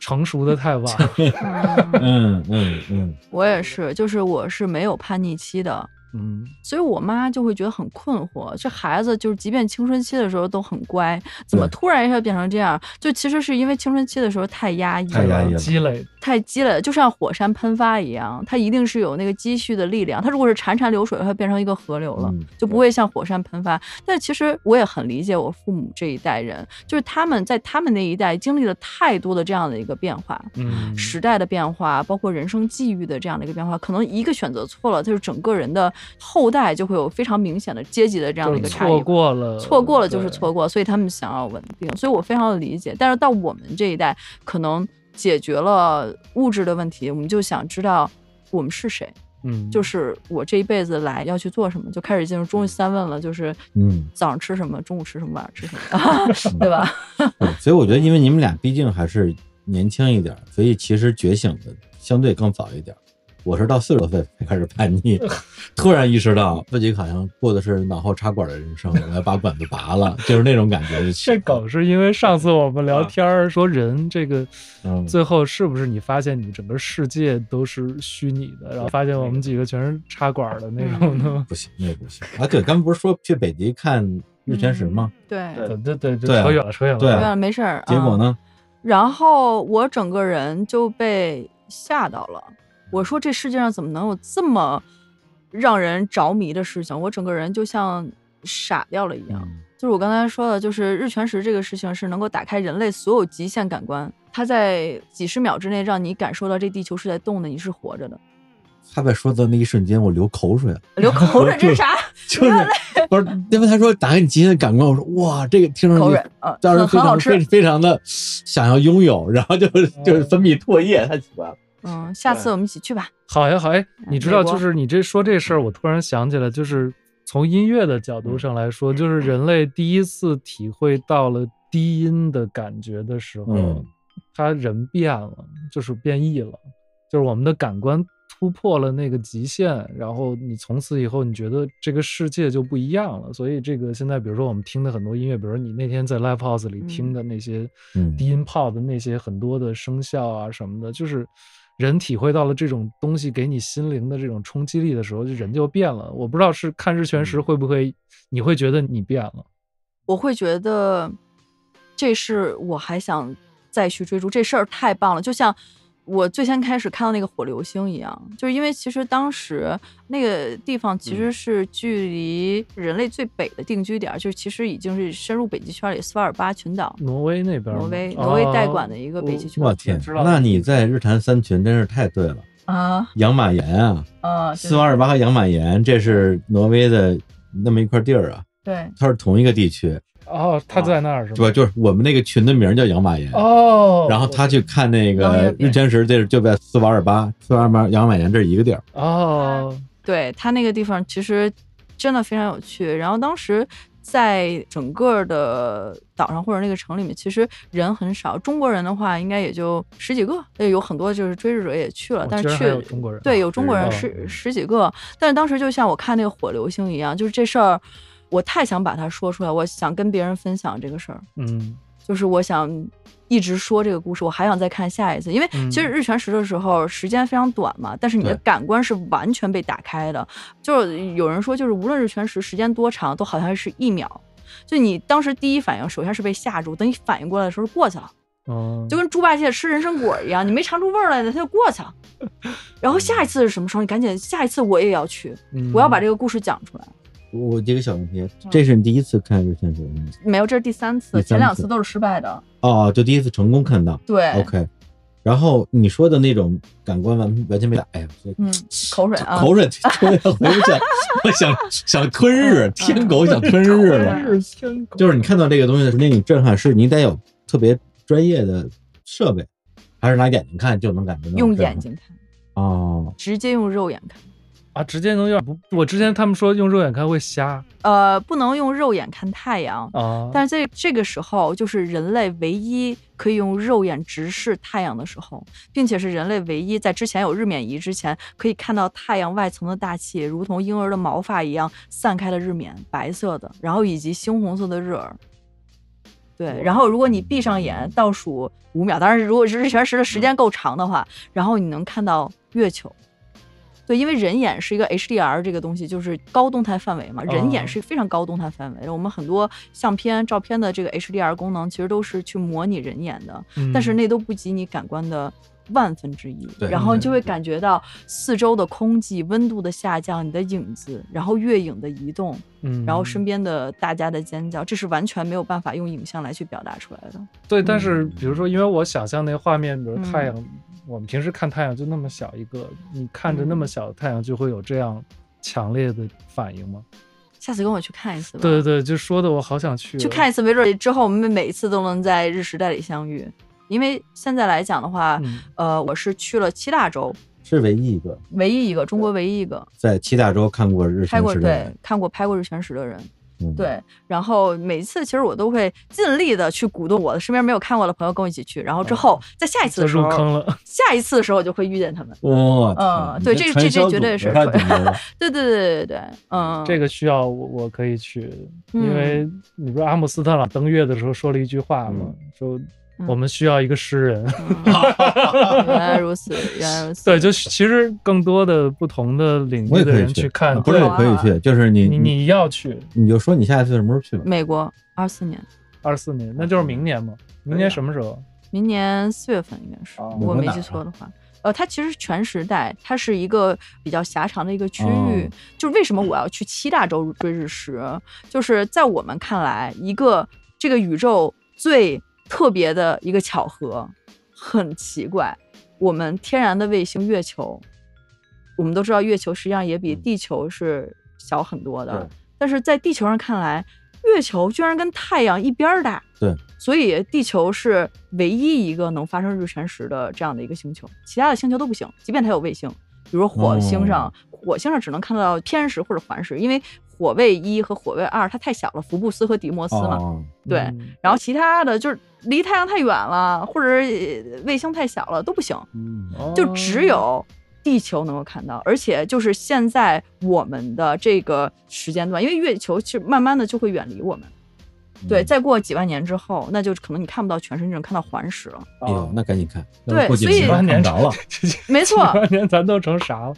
Speaker 3: 成熟的太晚。
Speaker 2: 嗯
Speaker 4: 嗯嗯嗯，
Speaker 2: 我也是，就是我是没有叛逆期的，
Speaker 3: 嗯，
Speaker 2: 所以我妈就会觉得很困惑，这孩子就是即便青春期的时候都很乖，怎么
Speaker 4: 对
Speaker 2: 突然一下变成这样？就其实是因为青春期的时候太压抑
Speaker 4: 太压抑
Speaker 2: 了，
Speaker 4: 了
Speaker 3: 积累
Speaker 2: 太积累了，就像火山喷发一样，它一定是有那个积蓄的力量。它如果是潺潺流水，它变成一个河流了，
Speaker 4: 嗯
Speaker 2: 就不会像火山喷发。但其实我也很理解我父母这一代人，就是他们在他们那一代经历了太多的这样的一个变化，
Speaker 3: 嗯
Speaker 2: 时代的变化，包括人生际遇的这样的一个变化，可能一个选择错了，他就整个人的后代就会有非常明显的阶级的这样
Speaker 3: 就
Speaker 2: 的
Speaker 3: 是
Speaker 2: 一个差异。
Speaker 3: 错过
Speaker 4: 呃
Speaker 3: 了，
Speaker 2: 错过了就是
Speaker 3: 对
Speaker 2: 错过，所以他们想要稳定，所以我非常的理解。但是到我们这一代，可能解决了物质的问题，我们就想知道我们是谁，
Speaker 3: 嗯，
Speaker 2: 就是我这一辈子来要去做什么，就开始进入中日三问了，就是
Speaker 4: 嗯
Speaker 2: 早上吃什么，中午吃什么，晚上吃什么，
Speaker 4: (laughs)
Speaker 2: 对吧？
Speaker 4: 对嗯所以我觉得，因为你们俩毕竟还是年轻一点儿，所以其实觉醒的相对更早一点儿。我是到四十多岁才开始叛逆，突然意识到自己好像过的是脑后插管的人生，我要把管子拔了，就是那种感觉就起
Speaker 3: 这
Speaker 4: 来了。
Speaker 3: 梗是因为上次我们聊天儿说人这个
Speaker 4: 啊嗯，
Speaker 3: 最后是不是你发现你整个世界都是虚拟的，然后发现我们几个全是插管儿的那
Speaker 2: 嗯
Speaker 3: 种的吗，
Speaker 4: 不行，那不行啊！对，刚不是说去北极看日全食吗？
Speaker 2: 嗯对
Speaker 1: 对
Speaker 3: 对对对，
Speaker 4: 对啊
Speaker 3: 扯远了，扯远了。
Speaker 4: 对
Speaker 2: 对
Speaker 4: 啊
Speaker 2: 了，没事儿。
Speaker 4: 结果
Speaker 2: 嗯
Speaker 4: 呢？
Speaker 2: 然后我整个人就被吓到了。我说这世界上怎么能有这么让人着迷的事情？我整个人就像傻掉了一样。
Speaker 4: 嗯
Speaker 2: 就是我刚才说的，就是日全食这个事情是能够打开人类所有极限感官，它在几十秒之内让你感受到这地球是在动的，你是活着的。
Speaker 4: 他在说的那一瞬间，我流口水了，
Speaker 2: 流
Speaker 4: (laughs)
Speaker 2: 口水这是啥？
Speaker 4: 就是不是因为他说打开你极限的感官，我说哇，这个听上去
Speaker 2: 口水啊，
Speaker 4: 嗯当时
Speaker 2: 很
Speaker 4: 非
Speaker 2: 很
Speaker 4: 常
Speaker 2: 好
Speaker 4: 非
Speaker 2: 吃。哦
Speaker 4: 非常的想要拥有，然后就是 (laughs) 就是分泌唾液，太奇怪了。
Speaker 2: 嗯，下次我们一起去吧。
Speaker 3: 好呀，好哎，你知道，
Speaker 2: 嗯美国
Speaker 3: 就是你这说这事儿，我突然想起来，就是从音乐的角
Speaker 2: 嗯
Speaker 3: 度上来说，就是人类第一次体会到了低音的感觉的时候，
Speaker 4: 嗯
Speaker 3: 他人变了，就是变异了，就是我们的感官突破了那个极限，然后你从此以后，你觉得这个世界就不一样了。所以这个现在，比如说我们听的很多音乐，比如说你那天在 live house 里听的那些
Speaker 4: 嗯
Speaker 3: 低音炮的那些很多的声效啊什么的，就是人体会到了这种东西给你心灵的这种冲击力的时候，就人就变了。我不知道是看日
Speaker 4: 嗯
Speaker 3: 全食会不会，你会觉得你变了。
Speaker 2: 我会觉得这是我还想再去追逐这事儿太棒了，就像我最先开始看到那个火流星一样，就是因为其实当时那个地方其
Speaker 4: 嗯
Speaker 2: 实是距离人类最北的定居点，就是其实已经是深入北极圈里斯瓦尔巴群岛，
Speaker 3: 挪威那边吗，
Speaker 2: 挪威
Speaker 3: 啊
Speaker 2: 挪威代管的一个北极圈
Speaker 4: 我天
Speaker 3: 知，道
Speaker 4: 嗯哦那你在日坛三群真是太对了。
Speaker 2: 啊
Speaker 4: 养马岩啊，
Speaker 2: 啊
Speaker 4: 斯瓦尔巴和养马岩，这是挪威的那么一块地儿啊，
Speaker 2: 对
Speaker 4: 它是同一个地区。
Speaker 3: 哦，他在那儿是
Speaker 4: 是吧？
Speaker 3: 吧？
Speaker 4: 就是我们那个群的名儿叫养马岩，
Speaker 3: 哦，
Speaker 4: 然后他去看那
Speaker 2: 当
Speaker 4: 个
Speaker 2: 然别
Speaker 4: 日全食，这就在斯瓦尔巴、斯瓦尔巴养马岩这是一个地儿。
Speaker 3: 哦，
Speaker 2: 对它那个地方其实真的非常有趣。然后当时在整个的岛上或者那个城里面，其实人很少，中国人的话应该也就十几个，呃有很多就是追日者也去了，
Speaker 3: 哦
Speaker 2: 但
Speaker 3: 居
Speaker 2: 是
Speaker 3: 然
Speaker 2: 去
Speaker 3: 还有中国人
Speaker 2: 对有中国人
Speaker 3: 哦
Speaker 2: 十十几个，但是当时就像我看那个火流星一样，就是这事儿。我太想把它说出来，我想跟别人分享这个事儿，
Speaker 3: 嗯
Speaker 2: 就是我想一直说这个故事，我还想再看下一次，因为
Speaker 3: 嗯
Speaker 2: 其实日全食的时候时间非常短嘛，但是你的
Speaker 4: 对
Speaker 2: 感官是完全被打开的。就是有人说，就是无论日全食时间多长，都好像是一秒。就你当时第一反应，首先是被吓住，等你反应过来的时候过去了，
Speaker 3: 哦，
Speaker 2: 就跟猪八戒吃人参果一样，你没尝出味儿来呢，它就过去了。然后下一次是什么时候？你赶紧，下一次我也要去，
Speaker 3: 嗯
Speaker 2: 我
Speaker 4: 嗯
Speaker 2: 要把这个故事讲出来。
Speaker 4: 我这个小问
Speaker 2: 嗯
Speaker 4: 题，这是你第一次看日全食吗？
Speaker 2: 没有，这是第三
Speaker 4: 第
Speaker 2: 次，
Speaker 4: 三
Speaker 2: 前两
Speaker 4: 次
Speaker 2: 次都是失败的。
Speaker 4: 哦，就第一次成功看到。
Speaker 2: 对
Speaker 4: OK，然后你说的那种感官完完全没打，哎呀，这
Speaker 2: 嗯，口水啊，
Speaker 4: 口水吞回不去，我想想
Speaker 2: (laughs)
Speaker 4: 吞日，天狗想吞日
Speaker 2: 啊
Speaker 4: 了。
Speaker 3: (laughs) 是天狗，
Speaker 4: 就是你看到这个东西的时候，那你震撼是你得有特别专业的设备，还是拿眼睛看就能感觉到？
Speaker 2: 用眼睛看，
Speaker 4: 哦，
Speaker 2: 直接用肉眼看。
Speaker 3: 啊，直接能有点不，我之前他们说用肉眼看会瞎
Speaker 2: 呃，不能用肉眼看太阳，
Speaker 3: 啊，
Speaker 2: 但是在这个时候，就是人类唯一可以用肉眼直视太阳的时候，并且是人类唯一在之前有日冕仪之前，可以看到太阳外层的大气如同婴儿的毛发一样散开了日冕，白色的，然后以及猩红色的日耳。对，然后如果你闭上眼倒数五秒，当然如果是日全食的时间够长的话，然后你能看到月球。对，因为人眼是一个 HDR 这个东西，就是高动态范围嘛，人眼
Speaker 3: 哦
Speaker 2: 是非常高动态范围的。我们很多相片、照片的这个 HDR 功能，其实都是去模拟人眼的，
Speaker 3: 嗯
Speaker 2: 但是那都不及你感官的万分之一。
Speaker 4: 对
Speaker 2: 然
Speaker 3: 嗯
Speaker 2: 后你就会
Speaker 4: 对
Speaker 2: 感觉到四周的空气温度的下降，你的影子，然后月影的移动，
Speaker 3: 嗯
Speaker 2: 然后身边的大家的尖叫，这是完全没有办法用影像来去表达出来的。
Speaker 3: 对，但是
Speaker 4: 嗯
Speaker 3: 比如说，因为我想象那个画面，比如
Speaker 2: 嗯
Speaker 3: 太阳，我们平时看太阳就那么小一个，你看着那
Speaker 2: 嗯
Speaker 3: 么小的太阳，就会有这样强烈的反应吗？
Speaker 2: 下次跟我去看一次吧。
Speaker 3: 对对对，就说的我好想去哦
Speaker 2: 去看一次，没准儿之后我们每一次都能在日食代理相遇。因为现在来讲的话，
Speaker 3: 嗯
Speaker 2: 呃，我是去了七大洲，
Speaker 4: 是唯一一个
Speaker 2: 唯一一个中国唯一一个
Speaker 4: 在七大洲看过日
Speaker 2: 拍
Speaker 4: 全
Speaker 2: 过
Speaker 4: 食的
Speaker 2: 对
Speaker 4: 人。
Speaker 2: 看过拍过日全食的人。
Speaker 4: 嗯，
Speaker 2: 对，然后每一次其实我都会尽力的去鼓动我的身边没有看过的朋友跟我一起去，然后之后在下一次
Speaker 3: 哦就
Speaker 2: 的时
Speaker 3: 入
Speaker 2: 候，
Speaker 3: 坑了，
Speaker 2: 下一次的时候我就会遇见他们。
Speaker 4: 哇，
Speaker 2: 嗯
Speaker 4: 你
Speaker 2: 对这
Speaker 4: 传
Speaker 2: 这这
Speaker 4: 销
Speaker 2: 绝
Speaker 4: 组
Speaker 2: 对
Speaker 4: 织
Speaker 2: 是
Speaker 4: 太
Speaker 2: 会
Speaker 4: 懂
Speaker 2: (laughs)
Speaker 4: 了
Speaker 2: 对对对对对，嗯，
Speaker 3: 这个需要我我可以去，
Speaker 2: 嗯
Speaker 3: 因为你不是阿姆斯特朗登月的时候说了一句话吗？说
Speaker 2: 嗯
Speaker 3: 我们需要一个诗人。
Speaker 2: 嗯
Speaker 3: (laughs)
Speaker 2: 原来如此，原来如此。
Speaker 3: 对，就其实更多的不同的领域
Speaker 4: 我也
Speaker 3: 的
Speaker 4: 可
Speaker 3: 人
Speaker 4: 以啊
Speaker 3: 去看，
Speaker 4: 不是
Speaker 3: 对啊
Speaker 2: 啊
Speaker 4: 我可以去，就是你
Speaker 3: 你你要去
Speaker 4: 你就说你下一次什么时候去吧。
Speaker 2: 美国二四年，
Speaker 3: 二四年，
Speaker 2: 嗯
Speaker 3: 那就是明年嘛。明年什么时候？
Speaker 2: 明年四月份应该是，
Speaker 3: 哦
Speaker 2: 我
Speaker 4: 美国
Speaker 2: 没
Speaker 4: 哪
Speaker 2: 记
Speaker 4: 儿
Speaker 2: 错的话。呃，它其实是全时代，它是一个比较狭长的一个区域。
Speaker 4: 哦
Speaker 2: 就是为什么我要去七大洲追日食？就是在我们看来，一个这个宇宙最特别的一个巧合，很奇怪。我们天然的卫星月球，我们都知道月球实际上也比
Speaker 4: 嗯
Speaker 2: 地球是小很多的，
Speaker 4: 对
Speaker 2: 但是在地球上看来，月球居然跟太阳一边儿大。
Speaker 4: 对，
Speaker 2: 所以地球是唯一一个能发生日全食的这样的一个星球，其他的星球都不行，即便它有卫星，比如火星上，
Speaker 4: 哦
Speaker 2: 火星上只能看到偏食或者环食，因为火卫一和火卫二它太小了，福布斯和迪莫斯嘛。
Speaker 4: 哦，
Speaker 2: 对
Speaker 3: 嗯
Speaker 2: 然后其他的就是离太阳太远了，或者是呃卫星太小了都不行。
Speaker 4: 嗯
Speaker 2: 就只有地球能够看到，而且就是现在我们的这个时间段，因为月球其实慢慢的就会远离我们。对，
Speaker 4: 嗯
Speaker 2: 再过几万年之后，那就可能你看不到全身，你只能看到环食了。
Speaker 3: 哦
Speaker 4: 哎呦，那赶紧看，要不
Speaker 2: 对
Speaker 4: 过几
Speaker 2: 所以
Speaker 4: 年
Speaker 3: 八
Speaker 4: 看
Speaker 3: 年
Speaker 4: 不着
Speaker 3: (laughs)
Speaker 4: 了。
Speaker 2: 没错
Speaker 3: 八年咱都成啥了？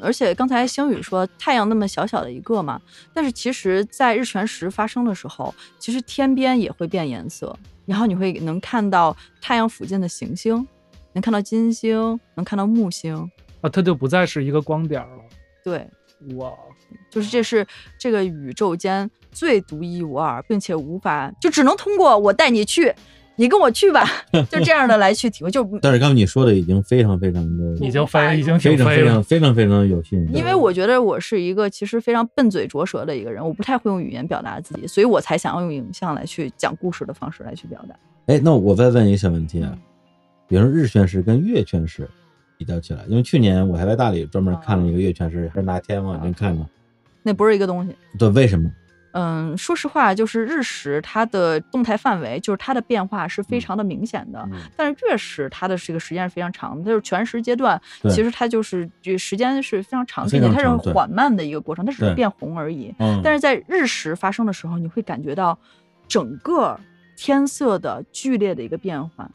Speaker 2: 而且刚才星宇说太阳那么小小的一个嘛，但是其实，在日全食发生的时候，其实天边也会变颜色，然后你会能看到太阳附近的行星，能看到金星，能看到木星。
Speaker 3: 啊，它就不再是一个光点儿了。
Speaker 2: 对，
Speaker 3: 哇，
Speaker 2: 就是这是这个宇宙间最独一无二，并且无法就只能通过我带你去你跟我去吧，就这样的来去体会，就
Speaker 4: 但是刚才你说的已经非常非常的，
Speaker 3: 已经飞，已经
Speaker 4: 非
Speaker 3: 挺
Speaker 4: 常
Speaker 3: 飞
Speaker 4: 非
Speaker 3: 了
Speaker 4: 常。非常非常有吸引力。
Speaker 2: 因为我觉得我是一个其实非常笨嘴拙舌的一个人，我不太会用语言表达自己，所以我才想要用影像来去讲故事的方式来去表达。
Speaker 4: 哎，那我再问一个小问题
Speaker 2: 嗯
Speaker 4: 啊，比如说日全食跟月全食比较起来，因为去年我还在大理专门看了一个月全食，还是哪天往前看的。
Speaker 2: 那不是一个东西。
Speaker 4: 对，为什么？
Speaker 2: 嗯，说实话，就是日食它的动态范围，就是它的变化是非常的明显的，但是月食它的这个时间是非常长的，就是全食阶段，
Speaker 4: 对
Speaker 2: 其实它就是这个时间是非常长，
Speaker 4: 非
Speaker 2: 并且
Speaker 4: 常
Speaker 2: 它是
Speaker 4: 长对
Speaker 2: 缓慢的一个过程，它只
Speaker 4: 对
Speaker 2: 是变红而已。
Speaker 4: 嗯
Speaker 2: 但
Speaker 4: 是
Speaker 2: 是在日食发生的时候，你会感觉到整个天色的剧烈的一个变换。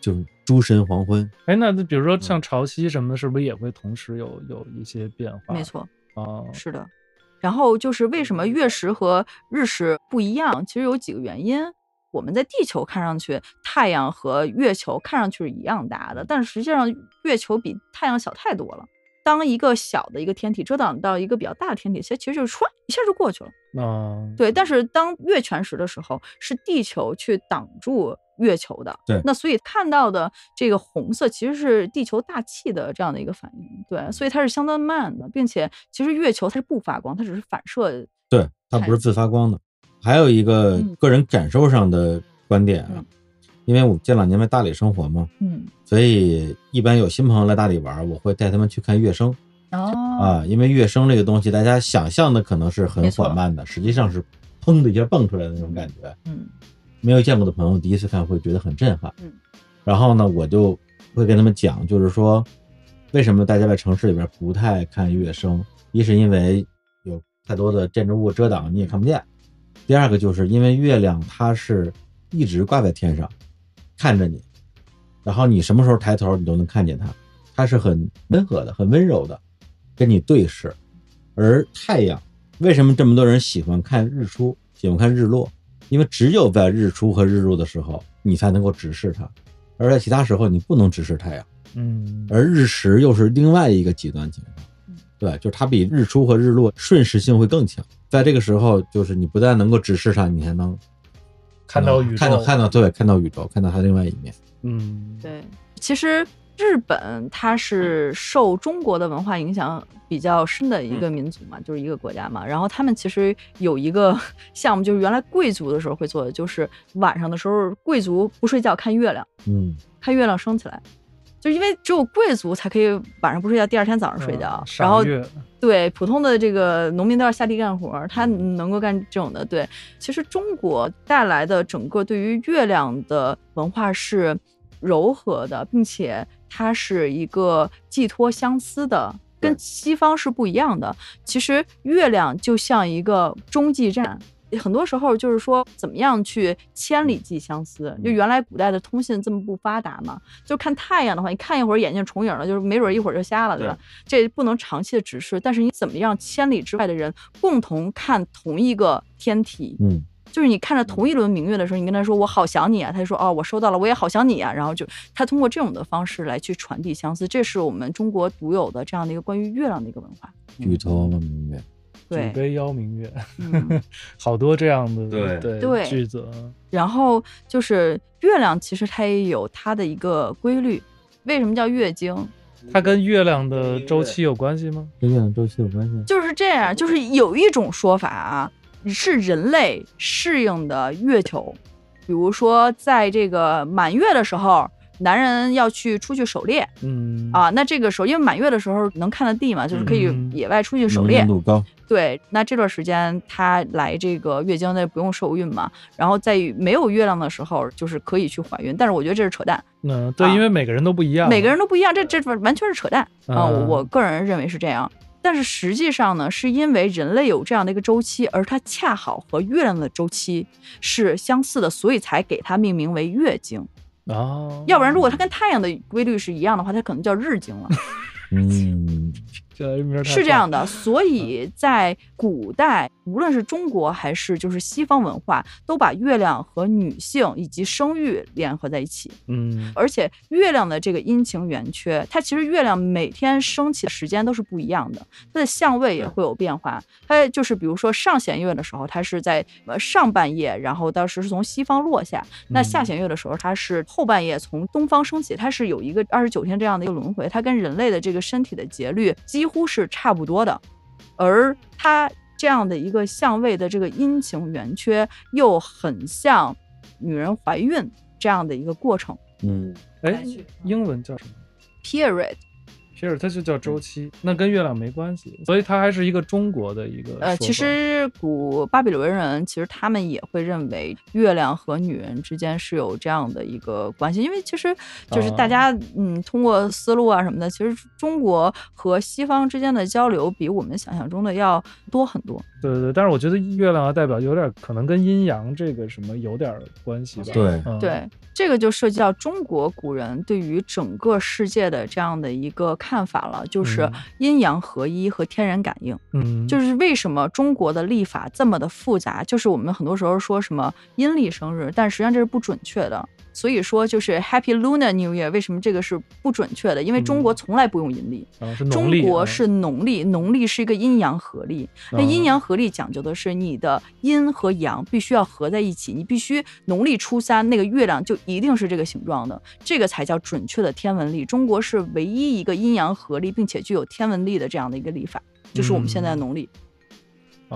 Speaker 4: 就是诸神黄昏，
Speaker 3: 哎，那就比如说像
Speaker 4: 嗯
Speaker 3: 潮汐什么的，是不是也会同时有有一些变化？
Speaker 2: 没错，
Speaker 3: 啊，
Speaker 2: 是的。然后就是为什么月食和日食不一样？其实有几个原因。我们在地球看上去，太阳和月球看上去是一样大的，但实际上月球比太阳小太多了。当一个小的一个天体遮挡到一个比较大的天体，其实其实就是唰一下就过去了。
Speaker 3: 那
Speaker 2: 对，但是当月全食的时候，是地球去挡住月球的。
Speaker 4: 对
Speaker 2: 那所以看到的这个红色其实是地球大气的这样的一个反应。对，所以它是相当慢的，并且其实月球它是不发光，它只是反射。
Speaker 4: 对，它不是自发光的。还有一个
Speaker 2: 嗯
Speaker 4: 个人感受上的观点啊
Speaker 2: 嗯，
Speaker 4: 因为我这两年在大理生活嘛，
Speaker 2: 嗯，
Speaker 4: 所以一般有新朋友来大理玩，我会带他们去看月升
Speaker 2: 哦，
Speaker 4: 啊，因为月升这个东西，大家想象的可能是很
Speaker 2: 没错
Speaker 4: 缓慢的，实际上是砰的一下蹦出来的那种感觉。
Speaker 2: 嗯，
Speaker 4: 没有见过的朋友第一次看会觉得很震撼。
Speaker 2: 嗯，
Speaker 4: 然后呢，我就会跟他们讲，就是说为什么大家在城市里边不太看月升，一是因为有太多的建筑物遮挡，你也看不见；第二个就是因为月亮它是一直挂在天上，看着你，然后你什么时候抬头你都能看见它，它是很温和的、很温柔的跟你对视，而太阳。为什么这么多人喜欢看日出，喜欢看日落？因为只有在日出和日落的时候，你才能够直视它，而在其他时候你不能直视太阳。
Speaker 3: 嗯，
Speaker 4: 而日食又是另外一个极端情况
Speaker 2: 嗯，
Speaker 4: 对，就是它比日出和日落瞬时性会更强。在这个时候，就是你不但能够直视它，你还能
Speaker 3: 看到宇宙，
Speaker 4: 看到看到对，看到宇宙，看到它另外一面。
Speaker 3: 嗯，
Speaker 2: 对，其实。日本它是受中国的文化影响比较深的一个
Speaker 3: 嗯
Speaker 2: 民族嘛，就是一个国家嘛。然后他们其实有一个 (laughs) 项目，就是原来贵族的时候会做的，就是晚上的时候贵族不睡觉看月亮。
Speaker 4: 嗯，
Speaker 2: 看月亮升起来，就因为只有贵族才可以晚上不睡觉，第二天早上睡觉
Speaker 3: 嗯。
Speaker 2: 然后
Speaker 3: 赏月
Speaker 2: 对普通的这个农民都要下地干活，他能够干这种的。对，其实中国带来的整个对于月亮的文化是柔和的，并且它是一个寄托相思的。跟西方是不一样的。其实月亮就像一个中继站，很多时候就是说怎么样去千里寄相思。就原来古代的通信这么不发达嘛，就看太阳的话，你看一会儿眼睛重影了，就是没准一会儿就瞎了，对吧？这不能长期的直视，但是你怎么让千里之外的人共同看同一个天体？
Speaker 4: 嗯，
Speaker 2: 就是你看着同一轮明月的时候，你跟他说“我好想你啊”，他就说“哦，我收到了，我也好想你啊”，然后就他通过这种的方式来去传递相思，这是我们中国独有的这样的一个关于月亮的一个文化。
Speaker 4: 举头望明月。
Speaker 2: 对
Speaker 3: 举，杯邀明月，
Speaker 2: 嗯
Speaker 3: 好多这样的
Speaker 4: 对
Speaker 3: 对
Speaker 2: 对
Speaker 3: 句子啊，
Speaker 2: 然后就是月亮，其实它也有它的一个规律。为什么叫月经？
Speaker 3: 它跟月亮的周期有关系吗？
Speaker 4: 跟月亮周期有关系？
Speaker 2: 就是这样，就是有一种说法啊，
Speaker 3: 嗯
Speaker 2: 是人类适应的月球。比如说，在这个满月的时候，男人要去出去狩猎
Speaker 3: 嗯，
Speaker 2: 啊。那这个时候，因为满月的时候能看得地嘛，就是可以
Speaker 3: 嗯
Speaker 2: 野外出去狩
Speaker 4: 能
Speaker 2: 猎。
Speaker 4: 见度 (laughs) 高，
Speaker 2: 对，那这段时间她来这个月经，那不用受孕嘛。然后在没有月亮的时候，就是可以去怀孕。但是我觉得这是扯淡，
Speaker 3: 那对，
Speaker 2: 啊
Speaker 3: 因为每个人都不一样，
Speaker 2: 每个人都不一样，这这完全是扯淡啊！我
Speaker 3: 嗯
Speaker 2: 我个人认为是这样。但是实际上呢，是因为人类有这样的一个周期，而它恰好和月亮的周期是相似的，所以才给它命名为月经。
Speaker 3: 啊，
Speaker 2: 要不然，如果它跟太阳的规律是一样的话，它可能叫日经了。
Speaker 4: 嗯，
Speaker 3: 现在这名儿太
Speaker 2: 是这
Speaker 3: 棒
Speaker 2: 样的，所以在古代，无论是中国还是就是西方文化，都把月亮和女性以及生育联合在一起。
Speaker 3: 嗯
Speaker 2: 而且月亮的这个阴晴圆缺，它其实月亮每天升起的时间都是不一样的，它的相位也会有变化。它就是比如说上弦月的时候，它是在呃上半夜，然后当时是从西方落下；那
Speaker 3: 嗯
Speaker 2: 下弦月的时候，它是后半夜从东方升起，它是有一个二十九天这样的一个轮回，它跟人类的这个身体的节律几乎是差不多的，而它。这样的一个相位的这个阴晴圆缺，又很像女人怀孕这样的一个过程。
Speaker 4: 嗯，
Speaker 3: 哎
Speaker 2: 感觉，
Speaker 3: 英文叫什么
Speaker 2: period，
Speaker 3: ？Here 它就叫周
Speaker 4: 嗯
Speaker 3: 期，那跟月亮没关系，所以它还是一个中国的一个
Speaker 2: 呃，
Speaker 3: 说
Speaker 2: 其
Speaker 3: 法
Speaker 2: 实古巴比伦人其实他们也会认为月亮和女人之间是有这样的一个关系，因为其实就是大家、
Speaker 3: 哦
Speaker 2: 嗯通过思路啊什么的，其实中国和西方之间的交流比我们想象中的要多很多。
Speaker 3: 对对对，但是我觉得月亮啊的代表有点可能跟阴阳这个什么有点关系吧，
Speaker 4: 对，
Speaker 3: 嗯、
Speaker 2: 对，这个就涉及到中国古人对于整个世界的这样的一个看法了，就是
Speaker 3: 嗯
Speaker 2: 阴阳合一和天人感应。
Speaker 3: 嗯，
Speaker 2: 就是为什么中国的历法这么的复杂？就是我们很多时候说什么阴历生日，但实际上这是不准确的。所以说，就是 Happy Lunar New Year，为什么这个是不准确的？因为中国从来不用阴历，
Speaker 3: 啊嗯是农
Speaker 2: 中
Speaker 3: 历
Speaker 2: 国
Speaker 3: 啊
Speaker 2: 是农历，农历是一个阴阳合历。那
Speaker 3: 嗯
Speaker 2: 阴阳合历讲究的是你的阴和阳必须要合在一起，你必须农历初三那个月亮就一定是这个形状的，这个才叫准确的天文历。中国是唯一一个阴阳合历并且具有天文历的这样的一个历法，就是我
Speaker 3: 嗯
Speaker 2: 们现在的农历。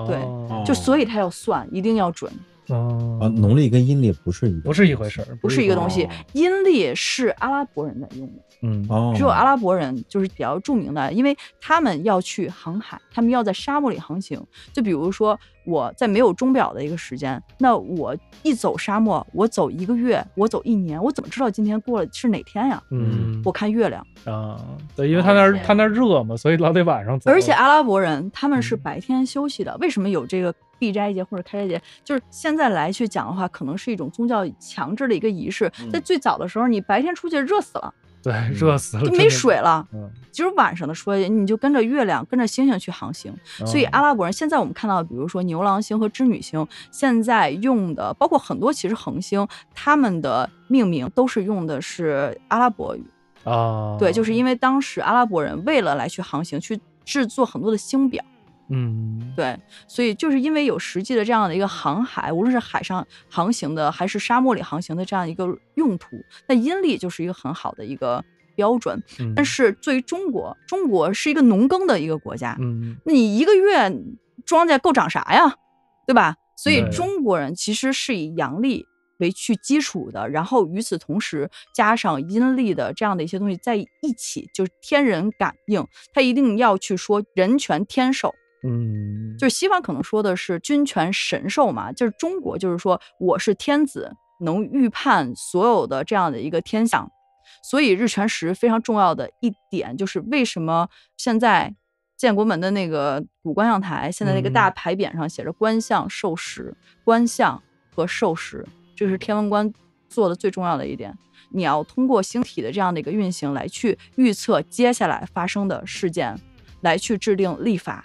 Speaker 2: 对
Speaker 3: 哦
Speaker 2: 就所以它要算，一定要准，
Speaker 3: 哦
Speaker 4: 啊，农历跟阴历不是一个，
Speaker 3: 不是一回事儿，
Speaker 2: 不是一个
Speaker 3: 回
Speaker 2: 东
Speaker 3: 事
Speaker 2: 西
Speaker 4: 哦。
Speaker 2: 阴历是阿拉伯人在用的，
Speaker 3: 儿，嗯，
Speaker 4: 哦，
Speaker 2: 只有阿拉伯人就是比较著名的，因为他们要去航海，他们要在沙漠里航行。就比如说我在没有钟表的一个时间，那我一走沙漠，我走一个月，我走一年，我怎么知道今天过了是哪天呀？
Speaker 3: 嗯，
Speaker 2: 我看月亮。
Speaker 3: 啊，对，因为他那
Speaker 4: 哦
Speaker 3: 儿他那儿热嘛，所以老得晚上走。
Speaker 2: 而且阿拉伯人他们是
Speaker 3: 嗯
Speaker 2: 白天休息的，为什么有这个闭斋节或者开斋节？就是现在来去讲的话，可能是一种宗教强制的一个仪式。
Speaker 3: 嗯
Speaker 2: 在最早的时候，你白天出去热死了，
Speaker 3: (laughs) 对热死了，
Speaker 2: 就
Speaker 3: 哦真
Speaker 2: 没
Speaker 3: 的
Speaker 2: 水。了。
Speaker 3: 嗯，
Speaker 2: 只有晚上的说，你就跟着月亮、跟着星星去航行。所以
Speaker 3: 哦
Speaker 2: 啊阿拉伯人现在我们看到，比如说牛郎星和织女星，现在用的包括很多其实恒星，他们的命名都是用的是阿拉伯语。
Speaker 3: 啊，
Speaker 2: 对，就是因为当时阿拉伯人为了来去航行，去制作很多的星表。
Speaker 3: 嗯，
Speaker 2: 对，所以就是因为有实际的这样的一个航海，无论是海上航行的，还是沙漠里航行的这样一个用途，那阴历就是一个很好的一个标准。
Speaker 3: 嗯
Speaker 2: 但是对于中国，中国是一个农耕的一个国家，
Speaker 3: 嗯
Speaker 2: 那你一个月庄稼够长啥呀？对吧？所以
Speaker 3: 对
Speaker 2: 中国人其实是以阳历为去基础的，然后与此同时加上阴历的这样的一些东西在一起，就是天人感应，他一定要去说人权天授。
Speaker 3: 嗯，
Speaker 2: 就是西方可能说的是君权神授嘛，就是中国就是说我是天子，能预判所有的这样的一个天象。所以日全食非常重要的一点就是为什么现在建国门的那个古观象台，现在那个
Speaker 3: 嗯
Speaker 2: 大牌匾上写着“观象授时”，观象和授时，这是天文观做的最重要的一点。你要通过星体的这样的一个运行来去预测接下来发生的事件，来去制定历法。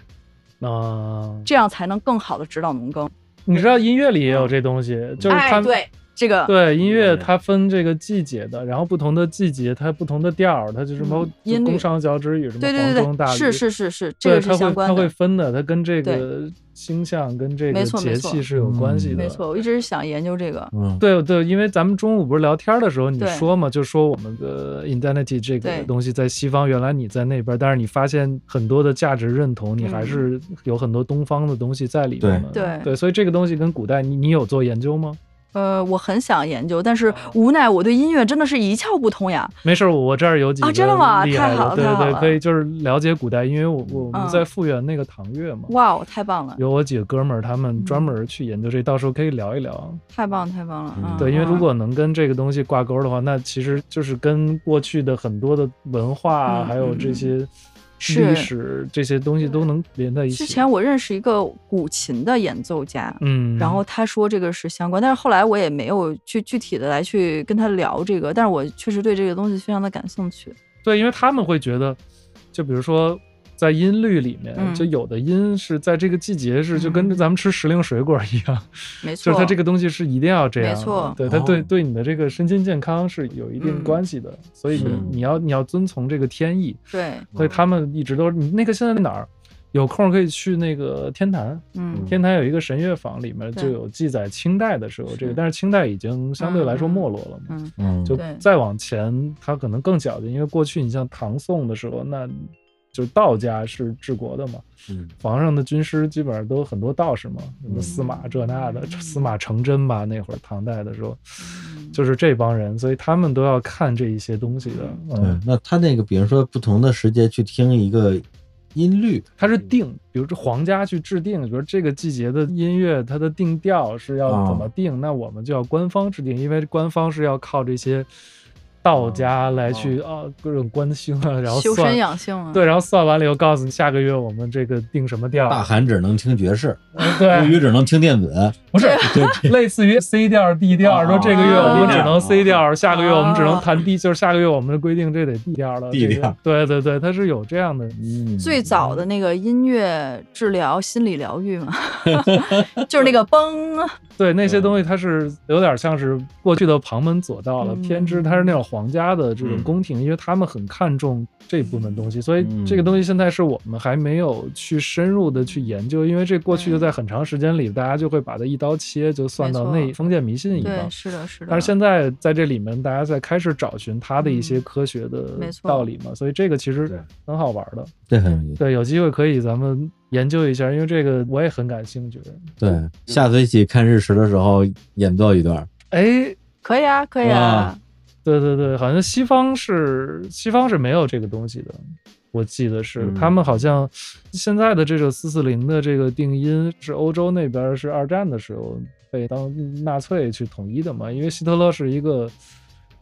Speaker 3: 啊，
Speaker 2: 这样才能更好的指导农耕。
Speaker 3: 你知道音乐里也有这东西，就是它
Speaker 2: 哎，对这个
Speaker 3: 对音乐，
Speaker 4: 嗯
Speaker 3: 它分这个季节的，然后不同的季节它不同的调儿，它就什么
Speaker 2: 嗯音律
Speaker 3: 工商角徵羽，什么
Speaker 2: 对对
Speaker 3: 黄
Speaker 2: 对
Speaker 3: 钟大
Speaker 2: 对，
Speaker 3: 吕，
Speaker 2: 是是是是，这
Speaker 3: 对，它
Speaker 2: 个是
Speaker 3: 会
Speaker 2: 相
Speaker 3: 它
Speaker 2: 关
Speaker 3: 会
Speaker 2: 的。
Speaker 3: 分的，它跟这个
Speaker 2: 对
Speaker 3: 星象跟这个
Speaker 2: 没错没
Speaker 3: 节
Speaker 2: 错
Speaker 3: 气是有关系
Speaker 4: 嗯
Speaker 3: 的，
Speaker 2: 没错，我一直想研究这个。
Speaker 4: 嗯，
Speaker 3: 对对，因为咱们中午不是聊天的时候你
Speaker 2: 对
Speaker 3: 说嘛，就说我们的 identity 这个
Speaker 2: 对
Speaker 3: 东西在西方，原来你在那边，但是你发现很多的价值认同，你还
Speaker 2: 嗯
Speaker 3: 是有很多东方的东西在里面的。
Speaker 2: 对对
Speaker 3: 所以这个东西跟古代，你你有做研究吗？
Speaker 2: 呃，我很想研究，但
Speaker 3: 啊
Speaker 2: 是无奈我对音乐真的是一窍不通呀。
Speaker 3: 没事儿，我这儿有几个
Speaker 2: 啊真的吗
Speaker 3: 厉害
Speaker 2: 太
Speaker 3: 的，
Speaker 2: 好了
Speaker 3: 对
Speaker 2: 太好
Speaker 3: 对，
Speaker 2: 了
Speaker 3: 可以就是了解古代，因为我我我们
Speaker 2: 嗯
Speaker 3: 在复原那个唐乐嘛。
Speaker 2: 哇嗯哦，太棒了，
Speaker 3: 有我几个哥们儿，他们专门去研究这，到时候可以聊一啊聊。
Speaker 2: 太棒了太棒了。嗯、
Speaker 3: 对，因为如
Speaker 2: 嗯
Speaker 3: 果能跟这个东西挂钩的话，那其实就是跟过去的很多的文化啊，
Speaker 2: 嗯
Speaker 3: 还有这些
Speaker 2: 是
Speaker 3: 历史这些东西都能连在一起。
Speaker 2: 之前我认识一个古琴的演奏家。
Speaker 3: 嗯，
Speaker 2: 然后他说这个是相关，但是后来我也没有去具体的来去跟他聊这个，但是我确实对这个东西非常的感兴趣。
Speaker 3: 对，因为他们会觉得，就比如说。在音律里面，
Speaker 2: 嗯
Speaker 3: 就有的音是在这个季节是就跟
Speaker 2: 嗯
Speaker 3: 咱们吃时令水果一样，
Speaker 2: 没
Speaker 3: 就
Speaker 2: 错，
Speaker 3: 是它这个东西是一定要这样的，
Speaker 2: 没错
Speaker 3: 对它对
Speaker 4: 哦
Speaker 3: 对你的这个身心健康是有一定
Speaker 2: 嗯
Speaker 3: 关系的，所以你
Speaker 4: 是
Speaker 3: 你要你要遵从这个天意，
Speaker 2: 对，
Speaker 3: 所以他们一直都你那个现在哪儿有空可以去那个天坛，
Speaker 2: 嗯
Speaker 3: 天坛有一个神乐坊，里面
Speaker 2: 对
Speaker 3: 就有记载清代的时候这个，
Speaker 2: 是
Speaker 3: 但是清代已经相对来说
Speaker 2: 嗯
Speaker 3: 没落了嘛。
Speaker 2: 嗯，
Speaker 4: 嗯，
Speaker 3: 就
Speaker 2: 对
Speaker 3: 再往前，它可能更小的，因为过去你像唐宋的时候，那就道家是治国的嘛，
Speaker 4: 嗯
Speaker 3: 皇上的军师基本上都很多道士嘛，什么
Speaker 4: 嗯
Speaker 3: 司马这那的， (laughs) 司马承祯吧，那会儿唐代的时候，
Speaker 2: 嗯
Speaker 3: 就是这帮人，所以他们都要看这一些东西的。
Speaker 4: 对
Speaker 3: 嗯，，
Speaker 4: 那他那个，比如说不同的时节去听一个音律，
Speaker 3: 它是定，比如说皇家去制定，比如这个季节的音乐，它的定调是要怎么
Speaker 4: 啊
Speaker 3: 定，那我们就要官方制定，因为官方是要靠这些道家来去
Speaker 4: 哦
Speaker 3: 啊、各种观星啊，然后
Speaker 2: 哦嗯修
Speaker 3: 算
Speaker 2: 身养性啊，
Speaker 3: 对，然后算完了以后告诉你下个月我们这个定什么调，嗯
Speaker 4: 大韩只能听爵士，
Speaker 3: 啊对
Speaker 4: 日， (laughs) 语只能听电子，
Speaker 3: 不是，类似于 C 调、D 调，
Speaker 4: 啊
Speaker 3: 说这个月
Speaker 2: 哦
Speaker 3: 我们只能 C
Speaker 4: 哦
Speaker 3: 调，下个月我们只能
Speaker 2: 啊
Speaker 3: 弹 D，就是下个月我们规定这得 D 调了。
Speaker 4: D
Speaker 3: 这个
Speaker 4: 调，
Speaker 3: 对对对，它是有这样的。
Speaker 4: 嗯，
Speaker 2: 最早的那个音乐治疗、心理疗
Speaker 3: (laughs)
Speaker 2: 愈嘛，就是那个嘣，
Speaker 3: 对那些
Speaker 4: 嗯
Speaker 3: 东西，它是有点像是过去的旁门左道了，
Speaker 2: 嗯
Speaker 3: 偏执它是那种皇家的这种
Speaker 4: 嗯
Speaker 3: 宫廷，因为他们很看重这部分东西，所以
Speaker 4: 嗯
Speaker 3: 这个东西现在是我们还没有去深入的去研究，因为这过去就在很长时间里，大家就会把它一刀切，就算到
Speaker 2: 嗯没
Speaker 3: 那
Speaker 2: 错
Speaker 3: 封建迷信一
Speaker 2: 对，
Speaker 3: 方。
Speaker 2: 是的，是的。
Speaker 3: 嗯但是现在在这里面，大家在开始找寻它的一些
Speaker 2: 嗯
Speaker 3: 科学的
Speaker 2: 没错
Speaker 3: 道理嘛，所以这个其
Speaker 4: 对
Speaker 3: 实很好玩的。
Speaker 4: 这很有意思。
Speaker 3: 对，有机会可以咱们研究一下，因为这个我也很感兴趣。
Speaker 4: 对，下次一起看日食的时候演奏一段，
Speaker 3: 哎，
Speaker 2: 可以啊，可以啊，
Speaker 3: 对对对，好像西方是西方是没有这个东西的，我记得是、
Speaker 4: 嗯
Speaker 3: 他们好像现在的这个四四零的这个定音是欧洲那边是二战的时候被当纳粹去统一的嘛，因为希特勒是一个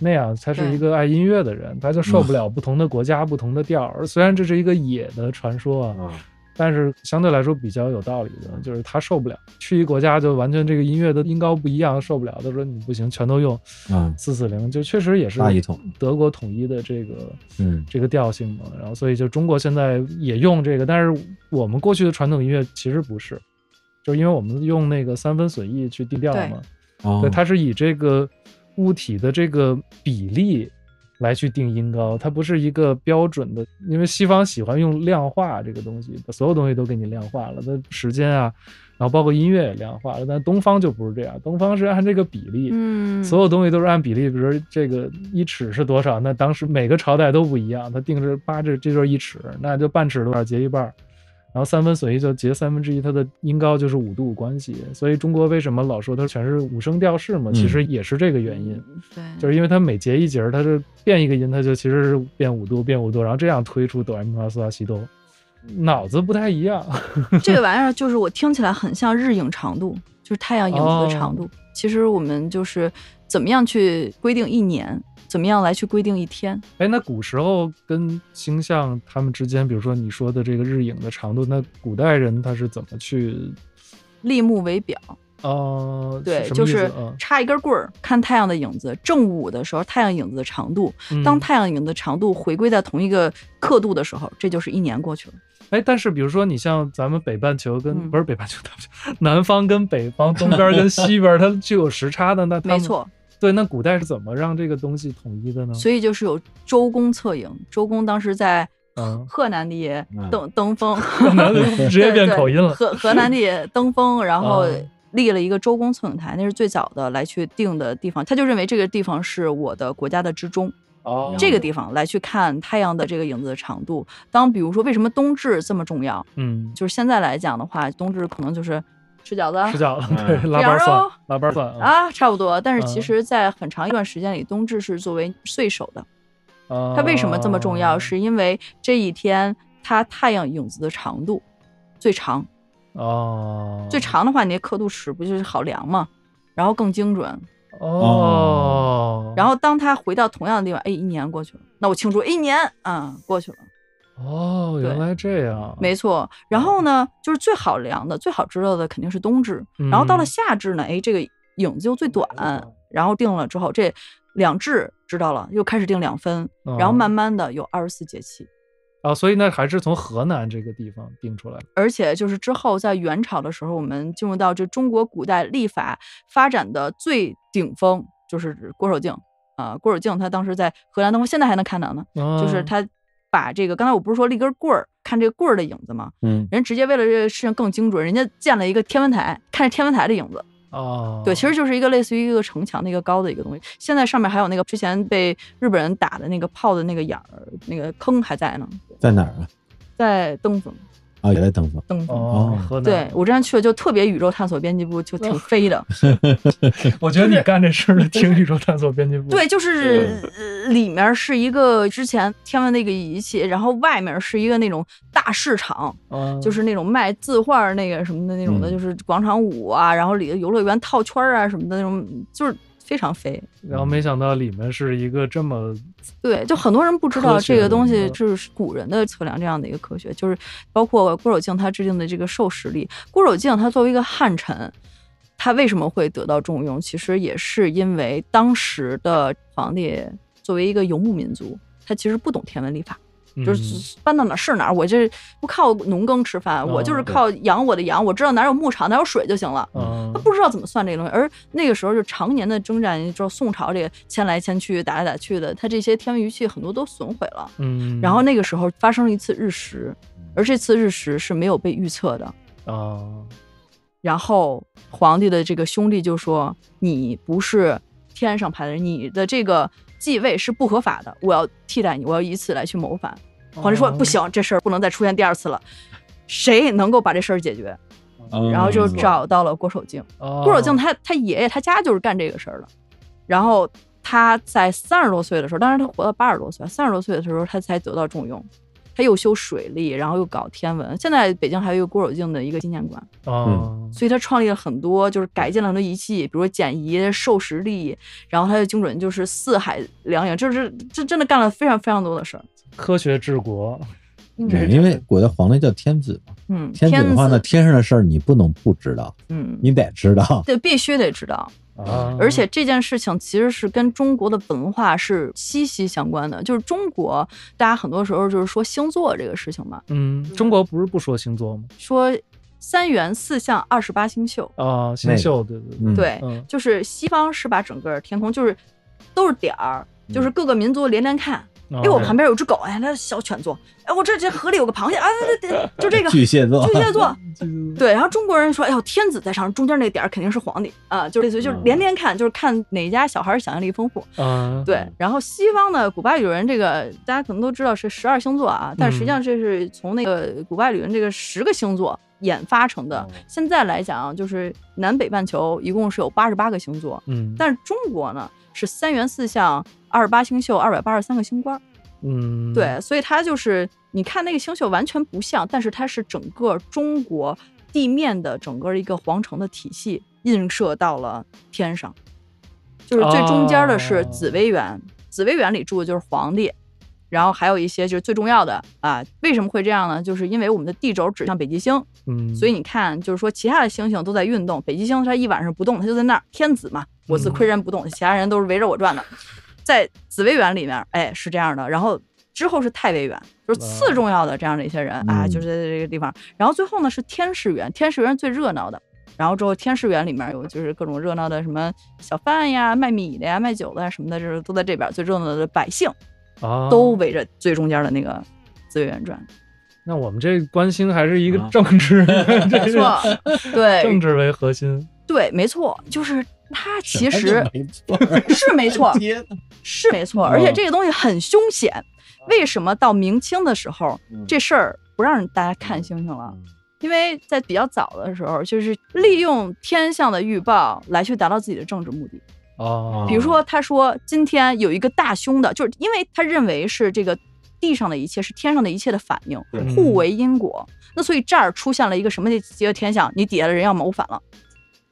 Speaker 3: 那样，他是一个爱音乐的人，他就受不了不同的国家、不同的调儿。虽然这是一个野的传说啊，
Speaker 4: 啊，
Speaker 3: 但是相对来说比较有道理的，就是他受不了去一国家就完全这个音乐的音高不一样，受不了，他说你不行，全都用
Speaker 4: 嗯
Speaker 3: 四四零，就确实也是
Speaker 4: 大一统
Speaker 3: 德国统一的这个
Speaker 4: 嗯
Speaker 3: 这个调性嘛。然后所以就中国现在也用这个，但是我们过去的传统音乐其实不是，就是因为我们用那个三分损益去定调
Speaker 2: 对
Speaker 3: 嘛，
Speaker 4: 哦
Speaker 3: 对，它是以这个物体的这个比例来去定音高，它不是一个标准的，因为西方喜欢用量化这个东西，把所有东西都给你量化了，那时间啊，然后包括音乐也量化了，但东方就不是这样，东方是按这个比例。
Speaker 2: 嗯，
Speaker 3: 所有东西都是按比例，比如说这个一尺是多少，那当时每个朝代都不一样，它定制八这这就是一尺，那就半尺多少截一半儿，然后三分损一就截三分之一，它的音高就是五度关系。所以中国为什么老说它全是五声调式嘛，
Speaker 4: 嗯
Speaker 3: 其实也是这个原因，
Speaker 2: 对，
Speaker 3: 就是因为它每截一节儿，它是变一个音，它就其实是变五度，变五度，然后这样推出哆来咪发嗦拉西哆，脑子不太一样。
Speaker 2: 这个玩意儿就是我听起来很像日影长度，就是太阳影子
Speaker 3: 哦
Speaker 2: 的长度。其实我们就是怎么样去规定一年，怎么样来去规定一天。
Speaker 3: 哎，那古时候跟星象他们之间，比如说你说的这个日影的长度，那古代人他是怎么去？
Speaker 2: 立木为表，
Speaker 3: 呃，
Speaker 2: 对，
Speaker 3: 什么
Speaker 2: 就
Speaker 3: 意思
Speaker 2: 是
Speaker 3: 嗯
Speaker 2: 插一根棍儿看太阳的影子。正午的时候，太阳影子的长度；当
Speaker 3: 嗯
Speaker 2: 太阳影子长度回归到同一个刻度的时候，这就是一年过去了。
Speaker 3: 哎，但是比如说你像咱们北半球跟、
Speaker 2: 嗯
Speaker 3: 不是北半球，对不起 (laughs) 南方跟北方，东边跟西边，它具有时差的。那他
Speaker 2: 没
Speaker 3: 们，
Speaker 2: 错，
Speaker 3: 对，那古代是怎么让这个东西统一的呢？
Speaker 2: 所以就是有周公测影。周公当时在
Speaker 3: 嗯
Speaker 2: 河南的也
Speaker 4: 嗯
Speaker 2: 登登峰，
Speaker 3: 南
Speaker 2: (laughs)
Speaker 3: 方 (laughs) 直接变
Speaker 2: 对对
Speaker 3: 口音了。
Speaker 2: 河河南的也登峰，然后
Speaker 3: 嗯
Speaker 2: 立了一个周公测影台，那是最早的来去定的地方。他就认为这个地方是我的国家的之中，
Speaker 3: 哦
Speaker 2: 这个地方来去看太阳的这个影子的长度。当比如说为什么冬至这么重要，
Speaker 3: 嗯，
Speaker 2: 就是现在来讲的话，冬至可能就是吃饺
Speaker 3: 吃
Speaker 2: 子。
Speaker 3: 饺子，对，
Speaker 4: 嗯
Speaker 3: 拉班
Speaker 2: 羊
Speaker 3: 蒜
Speaker 2: 肉，
Speaker 3: 拉班蒜啊，
Speaker 2: 啊，差不多。但是
Speaker 3: 嗯
Speaker 2: 其实，在很长一段时间里，冬至是作为岁首的。啊它
Speaker 3: 它
Speaker 2: 为什么这么重
Speaker 3: 啊
Speaker 2: 要？是因为这一天它太阳影子的长度最长，
Speaker 3: 哦，
Speaker 2: 最长的话，你那刻度尺不就是好量嘛，然后更精准。
Speaker 3: 哦，
Speaker 2: 然后当他回到同样的地方，哎，一年过去了，那我庆祝一年啊、过去了，
Speaker 3: 哦，原
Speaker 2: 对
Speaker 3: 来这样，
Speaker 2: 没错。然
Speaker 3: 哦
Speaker 2: 后呢，就是最好量的、最好知道的肯定是冬至，
Speaker 3: 嗯，哦
Speaker 2: 然后到了夏至呢，哎，这个影子又最短，然后定了之后，
Speaker 3: 哦
Speaker 2: 这两至知道了，又开始定两分，然后慢慢的有二十四节气，
Speaker 3: 嗯啊，所以那还是从河南这个地方定出来的。
Speaker 2: 而且就是之后在元朝的时候，我们进入到这中国古代历法发展的最顶峰，就是郭守敬啊、郭守敬他当时在河南灯会，现在还能看到呢，就是
Speaker 3: 啊
Speaker 2: 他把这个刚才我不是说立根棍儿看这个棍儿的影子吗？
Speaker 4: 嗯，
Speaker 2: 人直接为了这个事情更精准，人家建了一个天文台，看着天文台的影子。
Speaker 3: 啊，
Speaker 2: 对，其实就是一个类似于一个城墙的一个高的一个东西。现在上面还有那个之前被日本人打的那个炮的那个眼儿，那个坑还在呢，
Speaker 4: 在哪儿啊？
Speaker 2: 在登封
Speaker 4: 啊，也在登封。
Speaker 2: 登封。
Speaker 3: 哦
Speaker 4: 哦，
Speaker 3: 河南。
Speaker 2: 对我之前去了，就特别宇宙探索编辑部就挺飞的，
Speaker 3: 我觉得你干这事儿挺宇宙探索编辑部。
Speaker 2: (laughs) 对，就是呃里面是一个之前天文的一个仪器，然后外面是一个那种大市场，
Speaker 3: 啊，
Speaker 2: 就是那种卖字画儿那个什么的那种的，
Speaker 4: 嗯
Speaker 2: 就是广场舞啊，然后里头游乐园套圈儿啊什么的那种，就是非常飞。
Speaker 3: 然后没想到里面是一个这么
Speaker 2: 对，就很多人不知
Speaker 3: 科
Speaker 2: 道
Speaker 3: 学
Speaker 2: 这个东
Speaker 3: 的嗯
Speaker 2: 西就是古人的测量这样的一个科学，就是包括郭守敬他制定的这个授时历。郭守敬他作为一个汉臣，他为什么会得到重用？其实也是因为当时的皇帝作为一个游牧民族，他其实不懂天文历法，就是
Speaker 3: 嗯
Speaker 2: 搬到哪儿是哪儿。我这不靠农耕吃饭，我就是
Speaker 3: 哦对
Speaker 2: 靠养我的羊，我知道哪儿有牧场，哪儿有水就行了。
Speaker 3: 嗯，
Speaker 2: 他不知道怎么算这个东西，而那个时候就常年的征战，之后宋朝这个迁来迁去、打来打去的，他这些天文仪器很多都损毁了。
Speaker 3: 嗯，
Speaker 2: (laughs) 然后那个时候发生了一次日食，而这次日食是没有被预测的。
Speaker 3: 啊，
Speaker 2: 然后皇帝的这个兄弟就说：“你不是天上派的人，你的这个继位是不合法的，我要替代你，我要以此来去谋反。”皇帝说：“
Speaker 3: 哦
Speaker 2: 不，行，这事儿不能再出现第二次了，谁能够把这事儿解决？”
Speaker 4: 嗯
Speaker 2: 然后就找到了郭守敬。
Speaker 3: 郭
Speaker 4: 哦
Speaker 2: 郭守敬他他爷爷他家就是干这个事儿的，然后他在三十多岁的时候，当然他活到八十多岁，三十多岁的时候他才得到重用，他又修水利，然后又搞天文，现在北京还有一个郭守敬的一个纪念馆，
Speaker 4: 嗯
Speaker 3: 啊，
Speaker 2: 所以他创立了很多就是改进了很多仪器，比如说简仪、授时历，然后他的精准就是四海两影，就是这真的干了非常非常多的事儿。
Speaker 3: 科学治国，
Speaker 4: 对，因为古代皇帝叫天子嘛，
Speaker 2: 嗯，
Speaker 4: 天子的话呢，
Speaker 2: 子，
Speaker 4: 天上的事儿你不能不知道，
Speaker 2: 嗯，
Speaker 4: 你得知道。
Speaker 2: 对，必须得知道。
Speaker 3: 啊，
Speaker 2: 嗯而
Speaker 4: 嗯
Speaker 2: 且这件事情其实是跟中国的文化是息息相关的，就是中国大家很多时候就是说星座这个事情嘛，
Speaker 3: 嗯，中国不是不说星座吗？
Speaker 2: 说三元四象二十八星宿，
Speaker 3: 啊，
Speaker 4: 那
Speaker 3: 星
Speaker 4: 个
Speaker 3: 宿，对对对，
Speaker 4: 嗯，
Speaker 2: 对，
Speaker 3: 嗯
Speaker 2: 就是西方是把整个天空就是都是点儿，
Speaker 4: 嗯
Speaker 2: 就是各个民族连连看，
Speaker 4: 哦
Speaker 2: 哎，
Speaker 3: 哦
Speaker 2: 我旁边有只狗，哎，那小犬座，哎，我这这河里有个螃蟹，啊，对对对，就这个
Speaker 4: (laughs) 巨蟹座
Speaker 2: 巨，蟹
Speaker 4: (laughs)
Speaker 2: 座，
Speaker 3: 边
Speaker 2: 对，然后中国人说，哎呦，天子在上，中间那点儿肯定是皇帝啊，就类似于就是
Speaker 4: 嗯
Speaker 2: 连连看，就是看哪家小孩儿想象力丰富。
Speaker 3: 啊，
Speaker 2: 对，然后西方的古巴比伦这个大家可能都知道是十二星座啊，但实际上这是从那个古巴比伦这个十个星座演发成的。现在来讲，就是南北半球一共是有八十八个星座，
Speaker 3: 嗯，
Speaker 2: 但是中国呢是三元四象、二十八星宿、二百八十三个星官儿。
Speaker 3: 嗯，
Speaker 2: 对，所以它就是你看那个星宿完全不像，但是它是整个中国地面的整个一个皇城的体系映射到了天上，就是最中间的是紫微垣，紫微垣里住的就是皇帝。然后还有一些就是最重要的啊，为什么会这样呢？就是因为我们的地轴指向北极星，
Speaker 3: 嗯，
Speaker 2: 所以你看，就是说其他的星星都在运动，北极星它一晚上不动，它就在那儿。天子嘛，我自岿然不动，其他人都是围着我转的。在紫微垣里面，哎，是这样的。然后之后是太微垣，就是次重要的这样的一些人啊，
Speaker 4: 嗯
Speaker 2: 就是在这个地方。然后最后呢是天士园，天士园是最热闹的。然后之后，天士园里面有就是各种热闹的什么小贩呀、卖米的呀、卖酒的呀什么的，就是都在这边最热闹的百姓
Speaker 3: 啊，
Speaker 2: 都围着最中间的那个紫微垣转。
Speaker 3: 那我们这关心还是一个
Speaker 4: 啊
Speaker 3: 政
Speaker 2: (laughs)
Speaker 3: 治，这
Speaker 2: 没
Speaker 3: 是
Speaker 2: 错，对，
Speaker 3: 政治为核心，
Speaker 2: 对，没错，就是它其
Speaker 4: (laughs) 什么
Speaker 2: 实啊
Speaker 4: 都没错，，
Speaker 2: 是没错
Speaker 4: (laughs) 天哪
Speaker 2: 是没错，而且这个东西很凶险。为什么到明清的时候
Speaker 4: 嗯
Speaker 2: 这事儿不让大家看星星了？
Speaker 3: 嗯
Speaker 2: 因为在比较早的时候，就是利用天象的预报来去达到自己的政治目的。
Speaker 3: 啊，
Speaker 2: 比如说，他说今天有一个大凶的，就是因为他认为是这个地上的一切是天上的一切的反应，
Speaker 3: 嗯
Speaker 2: 互为因果。那所以这儿出现了一个什么结的天象，你底下的人要谋反了。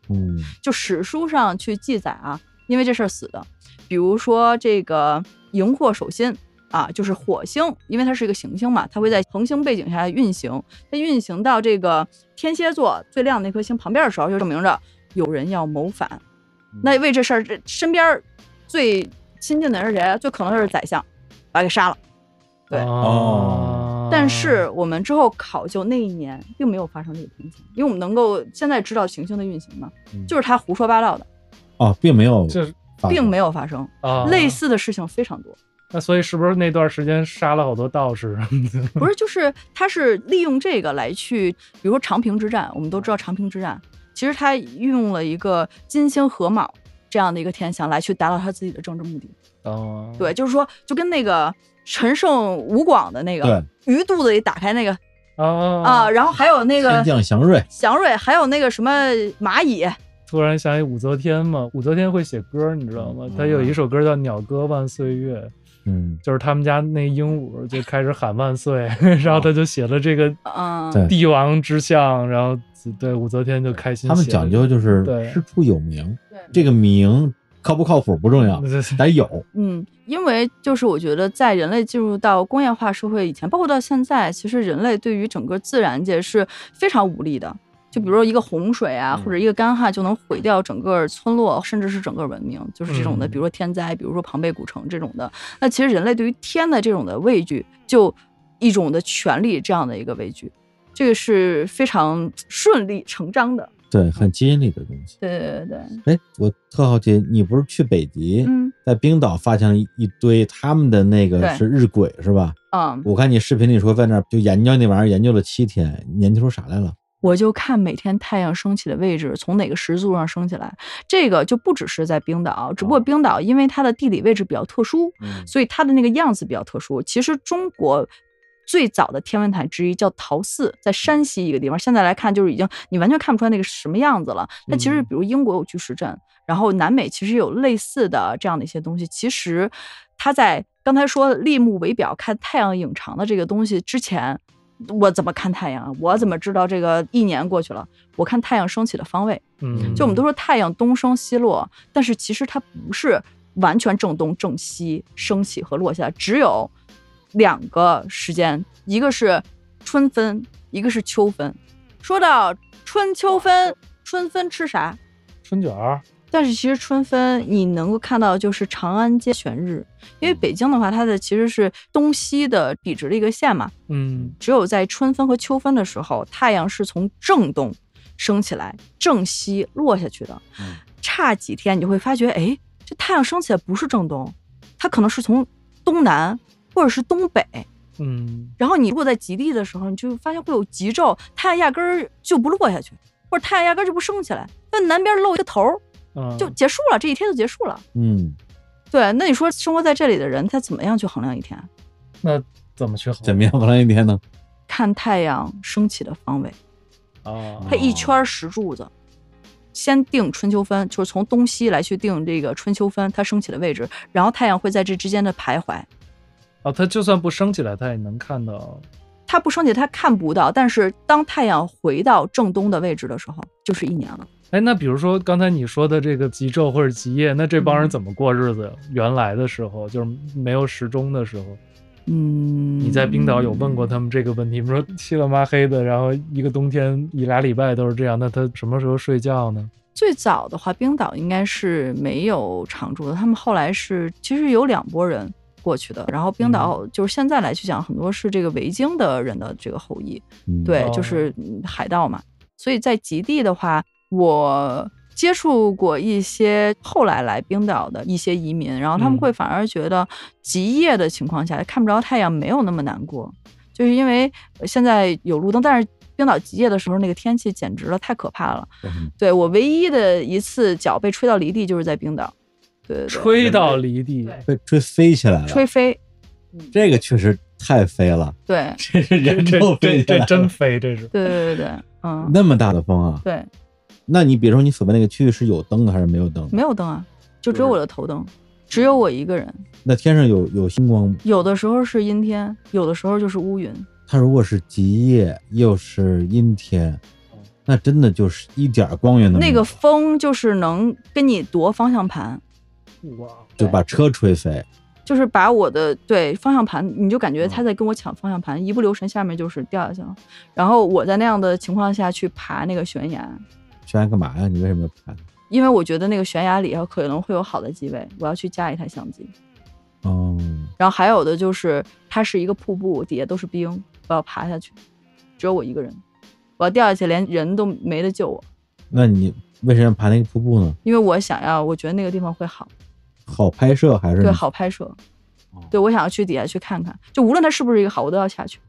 Speaker 4: 嗯，
Speaker 2: 就史书上去记载啊，因为这事儿死的。比如说这个荧惑守心啊，就是火星，因为它是一个行星嘛，它会在恒星背景下运行。它运行到这个天蝎座最亮的那颗星旁边的时候，就证明着有人要谋反。那为这事儿，这身边最亲近的人是谁？最可能就是宰相，把他给杀了。对
Speaker 3: 啊
Speaker 4: 哦
Speaker 2: 但是我们之后考究那一年并没有发生这个天象，因为我们能够现在知道行星的运行嘛，
Speaker 4: 嗯
Speaker 2: 就是他胡说八道的，
Speaker 4: 哦，并没有，
Speaker 3: 就是
Speaker 2: 并没
Speaker 4: 有。
Speaker 2: 有发生。
Speaker 3: 啊，
Speaker 2: 类似的事情非
Speaker 4: (laughs)
Speaker 2: 常多，
Speaker 3: 那所以是不是那段时间杀了好多道士？ (laughs)
Speaker 2: 不是，就是他是利用这个来去，比如说长平之战，我们都知道长平之战，其实他运用了一个金星合卯这样的一个天象来去达到他自己的政治目的。
Speaker 3: 啊，
Speaker 2: 对，就是说，就跟那个陈胜吴广的那个鱼肚子里打开那个啊、
Speaker 3: 啊，
Speaker 2: 然后还有那
Speaker 4: 哦天
Speaker 2: 个
Speaker 4: 降祥瑞，
Speaker 2: 祥瑞，还有那个什么蚂蚁，
Speaker 3: 突然想起武则天嘛，武则天会写歌，你知道吗
Speaker 4: 嗯？
Speaker 3: 她有一首歌叫《鸟歌万岁月》，
Speaker 4: 嗯，
Speaker 3: 就是他们家那鹦鹉就开始喊万岁， (laughs) 然后他就写了这个
Speaker 4: 哦
Speaker 2: 嗯，
Speaker 4: 对
Speaker 3: 帝王之相，然后对武则天就开心写
Speaker 4: 他
Speaker 3: 了。
Speaker 4: 们讲究就是
Speaker 3: 对
Speaker 4: 师出有名，
Speaker 2: 对
Speaker 4: 这个名靠不靠谱不重要，得有。
Speaker 2: 嗯，因为就是我觉得，在人类进入到工业化社会以前，包括到现在，其实人类对于整个自然界是非常无力的。就比如说一个洪水啊，
Speaker 4: 嗯
Speaker 2: 或者一个干旱，就能毁掉整个村落，甚至是整个文明，就是这种的。
Speaker 3: 嗯
Speaker 2: 比如说天灾，比如说庞贝古城这种的。那其实人类对于天的这种的畏惧，就一种的权利这样的一个畏惧，这个是非常顺理成章的。
Speaker 4: 对，很基因里的东西。
Speaker 2: 对对对对，
Speaker 4: 哎，我特好奇，你不是去北极，
Speaker 2: 嗯
Speaker 4: 在冰岛发现了一一堆他们的那个
Speaker 2: 对
Speaker 4: 是日晷是吧？
Speaker 2: 嗯，
Speaker 4: 我看你视频里说在那儿就研究那玩意儿，研究了七天，你研究出啥来了？
Speaker 2: 我就看每天太阳升起的位置，从哪个时速上升起来。这个就不只是在冰岛，只不过
Speaker 4: 哦
Speaker 2: 冰岛因为它的地理位置比较特殊，
Speaker 4: 嗯
Speaker 2: 所以它的那个样子比较特殊。其实中国最早的天文台之一叫陶寺，在山西一个地方，现在来看就是已经你完全看不出来那个是什么样子了。那其实
Speaker 3: 嗯
Speaker 2: 比如英国有巨石阵，然后南美其实有类似的这样的一些东西。其实它在刚才说立木为表看太阳影长的这个东西之前。我怎么看太阳啊？我怎么知道这个一年过去了？我看太阳升起的方位，
Speaker 3: 嗯，
Speaker 2: 就我们都说太阳东升西落，但是其实它不是完全正东正西升起和落下，只有两个时间，一个是春分，一个是秋分。说到春秋分，春分吃啥？
Speaker 3: 春卷儿，
Speaker 2: 但是其实春分你能够看到就是长安街悬日，因为北京的话，它的其实是东西的笔直的一个线嘛，
Speaker 3: 嗯
Speaker 2: 只有在春分和秋分的时候，太阳是从正东升起来，正西落下去的。
Speaker 4: 嗯
Speaker 2: 差几天你就会发觉，哎，这太阳升起来不是正东，它可能是从东南或者是东北。
Speaker 3: 嗯，
Speaker 2: 然后你如果在极地的时候，你就发现会有极昼，太阳压根儿就不落下去，或者太阳压根儿就不升起来，那南边露一个头儿
Speaker 3: 啊
Speaker 2: 就结束了，这一天就结束了。
Speaker 4: 嗯，
Speaker 2: 对，那你说生活在这里的人，他怎么样去衡量一天？
Speaker 3: 那怎么去好
Speaker 4: 怎么样完了一天呢？
Speaker 2: 看太阳升起的方位。
Speaker 3: 啊？
Speaker 2: 它一圈儿石柱子，先定春秋分，就是从东西来去定这个春秋分它升起的位置，然后太阳会在这之间的徘徊。
Speaker 3: 啊，它就算不升起来，它也能看到。
Speaker 2: 它不升起，它看不到，但是当太阳回到正东的位置的时候，就是一年了。
Speaker 3: 哎，那比如说刚才你说的这个极昼或者极夜，那这帮
Speaker 2: 嗯
Speaker 3: 人怎么过日子呀？原来的时候就是没有时钟的时候，
Speaker 2: 嗯，
Speaker 3: 你在冰岛有问过他们这个问题吗？说漆了麻黑的，然后一个冬天一俩礼拜都是这样，那他什么时候睡觉呢？
Speaker 2: 最早的话，冰岛应该是没有常住的，他们后来是其实有两拨人过去的，然后
Speaker 3: 嗯
Speaker 2: 冰岛就是现在来去讲，很多是这个维京的人的这个后裔。
Speaker 4: 嗯
Speaker 2: 对，
Speaker 3: 哦
Speaker 2: 就是嗯海盗嘛。所以在极地的话，我接触过一些后来来冰岛的一些移民，然后他们
Speaker 3: 嗯
Speaker 2: 会反而觉得极夜的情况下看不着太阳没有那么难过，就是因为呃现在有路灯，但是。冰岛极夜的时候，那个天气简直了，太可怕了。对我唯一的一次脚被吹到离地，就是在冰岛，对对对，
Speaker 3: 吹啊到离地，
Speaker 2: 对
Speaker 4: 被吹飞起来了，
Speaker 2: 吹飞，
Speaker 4: 这个确实太飞了，
Speaker 2: 对
Speaker 4: 这是人
Speaker 3: 这
Speaker 4: 都
Speaker 3: 这
Speaker 4: 飞起来
Speaker 3: 这
Speaker 4: 了
Speaker 3: 真飞，这是。
Speaker 2: 对对对对，嗯，
Speaker 4: 那么大的风啊！
Speaker 2: 对，
Speaker 4: 那你比如说你所谓那个区域是有灯的还是没有灯？
Speaker 2: 没有灯啊，就只有
Speaker 4: 就是
Speaker 2: 我的头灯，只有我一个人，
Speaker 4: 那天上有有星光吗？
Speaker 2: 有的时候是阴天，有的时候就是乌云。
Speaker 4: 它如果是极夜又是阴天，那真的就是一点儿光源都没
Speaker 2: 嗯那
Speaker 4: 有，
Speaker 2: 个风就是能跟你夺方向盘，
Speaker 3: 哇，
Speaker 4: 就把车吹飞。
Speaker 2: 就是把我的对方向盘，你就感觉他在跟我抢方向盘，一不留神下面就是掉下去了。然后我在那样的情况下去爬那个悬崖，
Speaker 4: 悬崖干嘛呀？你为什么要爬？
Speaker 2: 因为我觉得那个悬崖里头可能会有好的机位，我要去架一台相机。
Speaker 4: 嗯，
Speaker 2: 然后还有的就是它是一个瀑布，底下都是冰，我要爬下去，只有我一个人，我要掉下去，连人都没得救我，
Speaker 4: 那你为什么要爬那个瀑布呢？
Speaker 2: 因为我想要，我觉得那个地方会好，
Speaker 4: 好拍摄还是
Speaker 2: 对，？好拍摄
Speaker 4: 嗯哦。
Speaker 2: 对，我想要去底下去看看，就无论它是不是一个好，我都要下去。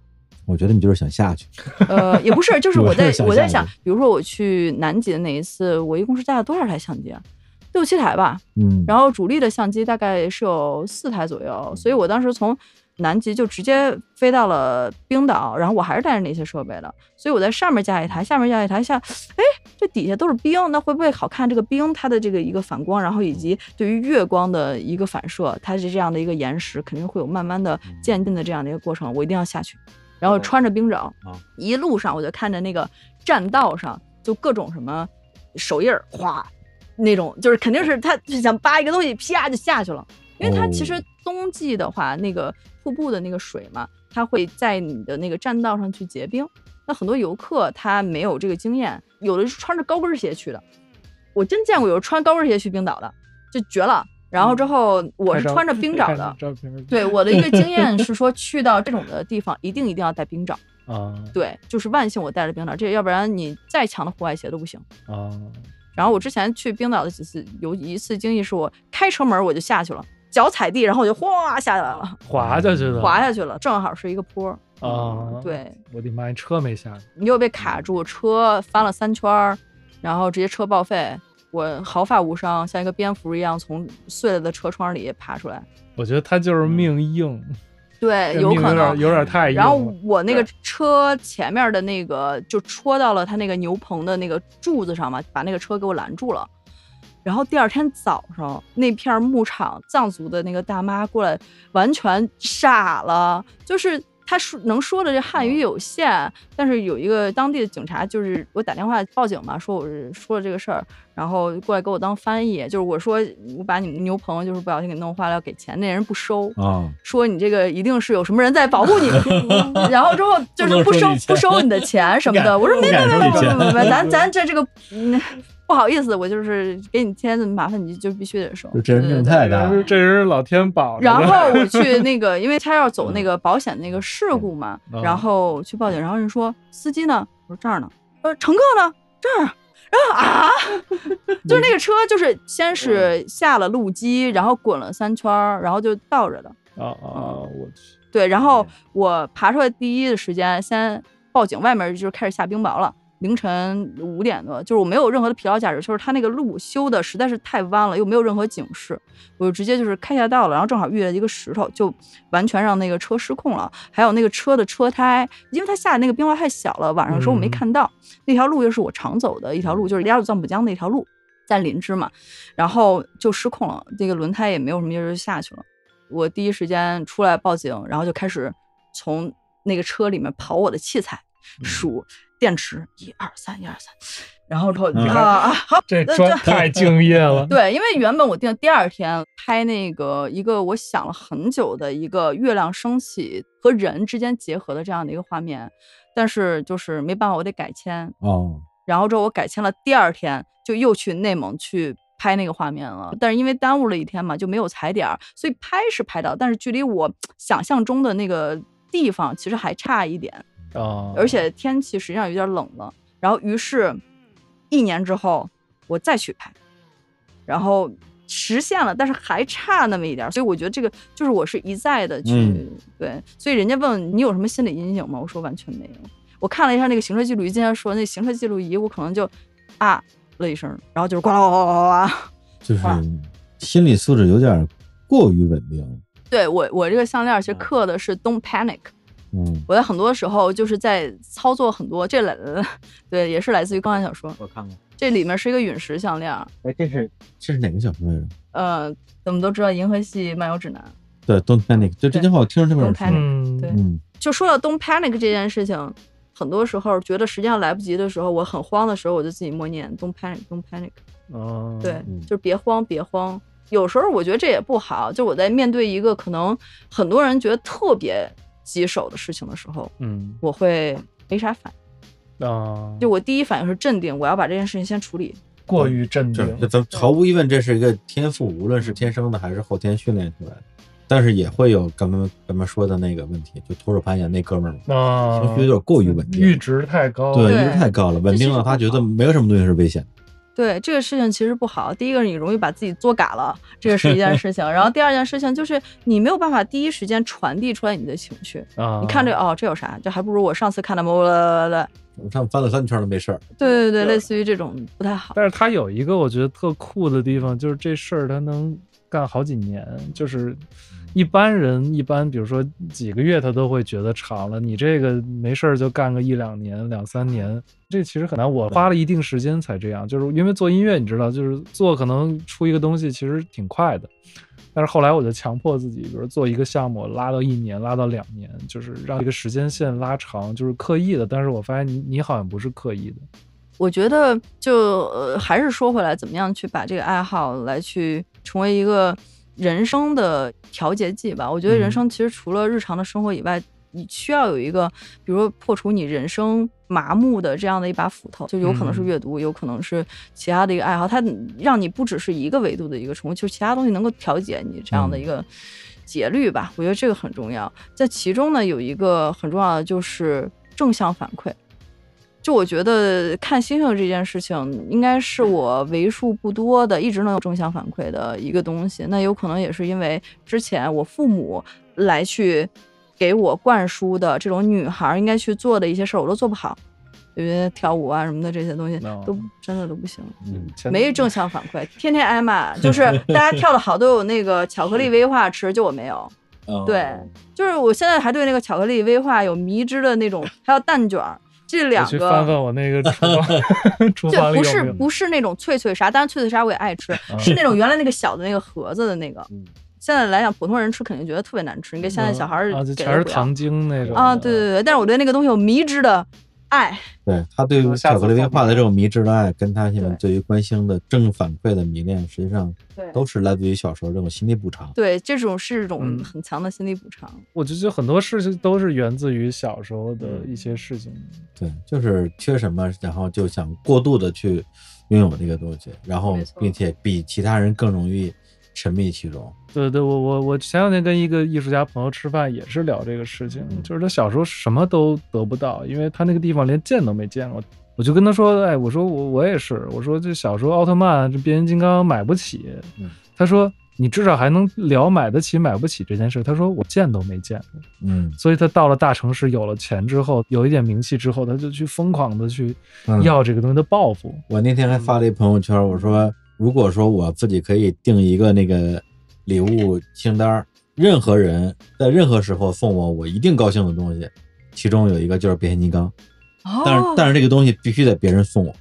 Speaker 4: 我觉得你就是想下去。
Speaker 2: 呃，也不是，就是我
Speaker 4: 我
Speaker 2: 在
Speaker 4: 是想
Speaker 2: 我在
Speaker 4: 象
Speaker 2: 想，比如说我去南极的那一次，我一共是带了多少台相机啊？六七台吧。
Speaker 4: 嗯，
Speaker 2: 然后主力的相机大概是有四台左右，所以我当时从南极就直接飞到了冰岛，然后我还是带着那些设备的，所以我在上面架一台，下面架一台，下，哎，这底下都是冰，那会不会好看？这个冰它的这个一个反光，然后以及对于月光的一个反射，它是这样的一个延时，肯定会有慢慢的渐进的这样的一个过程，我一定要下去，然后穿着冰爪
Speaker 4: 嗯哦，
Speaker 2: 一路上我就看着那个栈道上就各种什么手印儿，哗，那种，就是肯定是他就想扒一个东西，啪就下去了。因为它其
Speaker 4: 哦
Speaker 2: 实冬季的话，那个瀑布的那个水嘛，它会在你的那个栈道上去结冰。那很多游客他没有这个经验，有的是穿着高跟鞋去的，我真见过有穿高跟鞋去冰岛的，就绝了。然后之后我
Speaker 3: 嗯拍
Speaker 2: 是
Speaker 3: 照
Speaker 2: 穿着冰爪
Speaker 3: 看
Speaker 2: 的
Speaker 3: 着，照片儿
Speaker 2: 对我的一个经验是说，去到这种的地方一定一定要带冰爪。
Speaker 3: 啊
Speaker 2: 对，就是万幸我带着冰爪，这要不然你再强的户外鞋都不行。
Speaker 3: 啊，
Speaker 2: 然后我之前去冰岛的几次，有一次经历是我开车门我就下去了，脚踩地，然后我就哗下来了，
Speaker 3: 滑下去的
Speaker 2: 滑下去了，正好是一个坡儿
Speaker 3: 啊，
Speaker 2: 对，
Speaker 3: 我的妈呀，车没下去，
Speaker 2: 你又被卡住，车翻了三圈儿，然后直接车报废，我毫发无伤，像一个蝙蝠一样从碎了的车窗里爬出来，
Speaker 3: 我觉得他就是命硬，
Speaker 2: 对，
Speaker 3: 这
Speaker 2: 呃有
Speaker 3: 命
Speaker 2: 可
Speaker 3: 有点
Speaker 2: 能。
Speaker 3: 有点太硬
Speaker 2: 然
Speaker 3: 了。
Speaker 2: 后我那个车前面的那个就戳到了他那个牛棚的那个柱子上嘛，把那个车给我拦住了。然后第二天早上，那片牧场藏族的那个大妈过来，完全傻了，就是她说能说的这汉语有限，但是有一个当地的警察，就是我打电话报警嘛，说我是说了这个事儿，然后过来给我当翻译，就是我说我把你们牛棚就是不小心给弄坏了，要给钱，那人不收，
Speaker 4: 啊，
Speaker 2: 说你这个一定是有什么人在保护你，
Speaker 4: (laughs)
Speaker 2: (laughs) 然后之后就是不收
Speaker 4: 不能收你钱
Speaker 2: 不收你的钱什么的。
Speaker 4: 不
Speaker 2: 我说没没
Speaker 4: 敢
Speaker 2: 没
Speaker 4: 收
Speaker 2: 没
Speaker 4: 你钱
Speaker 2: 没没没，
Speaker 4: (laughs)
Speaker 2: 咱咱这这个嗯不好意思，我就是给你添麻烦，你就必须得收。
Speaker 4: 就这人命
Speaker 2: 对
Speaker 4: 太
Speaker 3: 这
Speaker 4: 大了
Speaker 3: 是。这是老天保着
Speaker 2: 然
Speaker 3: 的
Speaker 2: 后我去那个，因为他要走那个保险那个事故
Speaker 4: (laughs)
Speaker 2: 嘛
Speaker 3: 嗯，
Speaker 2: 然后去报警，然后人说司机呢？我说这儿呢。呃，乘客呢？这儿。 (laughs) 然后啊，就是那个车，就是先是
Speaker 4: 嗯
Speaker 2: 下了路基，然后滚了三圈儿，然后就倒着的。
Speaker 3: 啊啊！我去，
Speaker 2: 对，然后
Speaker 4: 嗯
Speaker 2: 我爬出来第一的时间先报警，外面就开始下冰雹了。凌晨五点多，就是我没有任何的疲劳驾驶，就是它那个路修的实在是太弯了，又没有任何警示，我就直接就是开下道了，然后正好遇到一个石头，就完全让那个车失控了。还有那个车的车胎，因为它下的那个冰雹太小了，晚上的时候我没
Speaker 3: 嗯
Speaker 2: 看到、那条路，又是我常走的一条路，就是雅鲁藏布江那条路，在林芝嘛，然后就失控了，这个轮胎也没有什么劲儿就下去了。我第一时间出来报警，然后就开始从那个车里面刨我的器材，数电池，一二三，一二三，然后之后
Speaker 4: 嗯
Speaker 2: 啊啊，好，
Speaker 3: 这
Speaker 2: 那
Speaker 3: 专
Speaker 2: (laughs) 这
Speaker 3: 太敬业了。
Speaker 2: (laughs) 对，因为原本我定第二天拍那个一个我想了很久的一个月亮升起和人之间结合的这样的一个画面，但是就是没办法，我得改签，
Speaker 4: 哦，
Speaker 2: 然后之后我改签了，第二天就又去内蒙去拍那个画面了。但是因为耽误了一天嘛，就没有踩点儿，所以拍是拍到，但是距离我想象中的那个地方其实还差一点，
Speaker 3: 啊，
Speaker 2: 而且天气实际上有点冷了。然后于是，一年之后我再去拍，然后实现了，但是还差那么一点儿。所以我觉得这个就是我是一再的去、
Speaker 4: 嗯
Speaker 2: 对，所以人家问你有什么心理阴影吗？我说完全没有。我看了一下那个行车记录仪，今天说那行车记录仪，我可能就啊了一声，然后就是呱啦呱啦呱啦 (laughs) 呱啦。
Speaker 4: 就是
Speaker 2: 哇
Speaker 4: 心理素质有点过于稳定了。
Speaker 2: 对我我这个项链儿其实刻的是 “Don't panic”，
Speaker 4: 嗯，
Speaker 2: 我在很多时候就是在操作很多这来， (laughs) 对，也是来自于科幻小说。
Speaker 4: 我看看，
Speaker 2: 这里面是一个陨石项链儿，
Speaker 4: 哎，这是这是哪个小说来着？
Speaker 2: 呃，我们都知道《银河系漫游指南
Speaker 4: 对，Don't panic，就这
Speaker 2: 对
Speaker 4: 句话我听着特别耳
Speaker 2: Don't
Speaker 4: 熟。
Speaker 2: panic
Speaker 3: 嗯，
Speaker 2: 对
Speaker 4: 嗯，》。
Speaker 2: 就说到 “Don't panic” 这件事情，很多时候觉得时间上来不及的时候，我很慌的时候，我就自己默念 “Don't panic, Don't panic”。
Speaker 3: 啊，
Speaker 2: 对，
Speaker 4: 嗯
Speaker 2: 就是别慌，别慌。有时候我觉得这也不好，就我在面对一个可能很多人觉得特别棘手的事情的时候，
Speaker 3: 嗯
Speaker 2: 我会没啥反应。
Speaker 3: 啊，
Speaker 2: 就我第一反应是镇定，我要把这件事情先处理。
Speaker 3: 过于镇
Speaker 4: 这
Speaker 3: 定
Speaker 4: 这，咱毫无疑问，这是一个天赋，无论是天生的还是后天训练出来的。但是也会有咱们咱们说的那个问题，就徒手攀岩那哥们儿嘛，
Speaker 3: 那
Speaker 4: 情绪有点过于稳定，
Speaker 3: 啊阈值太高，
Speaker 4: 对，
Speaker 2: 哦对
Speaker 4: 阈值太高了，稳定了，他觉得没有什么东西是危险的。
Speaker 2: 对这个事情其实不好。第一个，你容易把自己作嘎了，这个是一件事情。然后第二件事情就是你没有办法第一时间传递出来你的情绪。
Speaker 3: 啊，
Speaker 2: 你看这哦，这有啥？这还不如我上次看的么啦啦啦。
Speaker 4: 我上翻了三圈都没事儿，
Speaker 2: 对对对，
Speaker 3: 对
Speaker 2: 类似于这种不太好。
Speaker 3: 但是他有一个我觉得特酷的地方，就是这事儿他能干好几年，就是一般人一般，比如说几个月他都会觉得长了，你这个没事儿就干个一两年、两三年，这其实很难。我花了一定时间才这样，就是因为做音乐，你知道，就是做可能出一个东西其实挺快的。但是后来我就强迫自己，比如做一个项目，拉到一年，拉到两年，就是让这个时间线拉长，就是刻意的。但是我发现你你好像不是刻意的，
Speaker 2: 我觉得就呃，还是说回来，怎么样去把这个爱好来去成为一个人生的调节剂吧？我觉得人
Speaker 3: 嗯
Speaker 2: 生其实除了日常的生活以外，你需要有一个，比如说破除你人生麻木的这样的一把斧头，就有可能是
Speaker 3: 嗯
Speaker 2: 阅读，有可能是其他的一个爱好，它让你不只是一个维度的一个重复，就是其他东西能够调节你这
Speaker 3: 嗯
Speaker 2: 样的一个节律吧。我觉得这个很重要。在其中呢，有一个很重要的就是正向反馈。就我觉得看星星这件事情，应该是我为数不多的一直能有正向反馈的一个东西。那有可能也是因为之前我父母来去给我灌输的这种女孩儿应该去做的一些事儿，我都做不好，因为跳舞啊什么的这些东西
Speaker 3: 哦
Speaker 2: 都真的都不行。
Speaker 4: 嗯，
Speaker 3: 前
Speaker 2: 没正向反馈，天天挨骂，就是大家跳的好都有那个巧克力威化吃，就我没有。
Speaker 4: 嗯
Speaker 2: 对，就是我现在还对那个巧克力威化有迷之的那种，还有蛋卷儿，这两
Speaker 3: 我去
Speaker 2: 个
Speaker 3: 翻翻我那
Speaker 2: (laughs)
Speaker 3: 个厨房，厨
Speaker 2: 就
Speaker 3: 房里有
Speaker 2: 不
Speaker 3: 没
Speaker 2: 是
Speaker 3: 有？嗯
Speaker 2: 不是那种脆脆啥，当然脆脆啥我也爱吃，是那种原来那个小的那个盒子的那个
Speaker 4: 嗯。
Speaker 2: 现在来讲，普通人吃肯定觉得特别难吃，你给现在小孩儿
Speaker 3: 啊，就
Speaker 2: 给
Speaker 3: 全是
Speaker 2: 都不要
Speaker 3: 糖精那种
Speaker 2: 啊，对对对，但是我对那个东西有迷之的爱，
Speaker 4: 对他对于
Speaker 3: 下次
Speaker 4: 巧克力威
Speaker 3: 放
Speaker 4: 化的这种迷之的爱，跟他现在
Speaker 2: 对
Speaker 4: 对于观星的正反馈的迷恋，实际上
Speaker 2: 对
Speaker 4: 都是来自于小时候这种心理补偿。
Speaker 2: 对，这种是一种
Speaker 3: 嗯
Speaker 2: 很强的心理补偿。
Speaker 3: 我就觉得很多事情都是源自于小时候的
Speaker 2: 嗯
Speaker 3: 一些事情。
Speaker 4: 对，就是缺什么，然后就想过度的去拥有这个东西，然后
Speaker 2: 没错
Speaker 4: 并且比其他人更容易沉迷其中。
Speaker 3: 对对，我我我前两天跟一个艺术家朋友吃饭，也是聊这个事情，
Speaker 4: 嗯
Speaker 3: 就是他小时候什么都得不到，因为他那个地方连见都没见过。我就跟他说，哎，我说我我也是，我说这小时候奥特曼、这变形金刚买不起，
Speaker 4: 嗯
Speaker 3: 他说你至少还能聊买得起买不起这件事，他说我见都没见过。
Speaker 4: 嗯，
Speaker 3: 所以他到了大城市，有了钱之后，有一点名气之后，他就去疯狂的去
Speaker 4: 嗯
Speaker 3: 要这个东西的报复。
Speaker 4: 我那天还发了一朋友圈，我说如果说我自己可以定一个那个礼物清单儿，任何人在任何时候送我，我一定高兴的东西，其中有一个就是变形金刚。但是
Speaker 2: 哦，
Speaker 4: 但是这个东西必须得别人送我，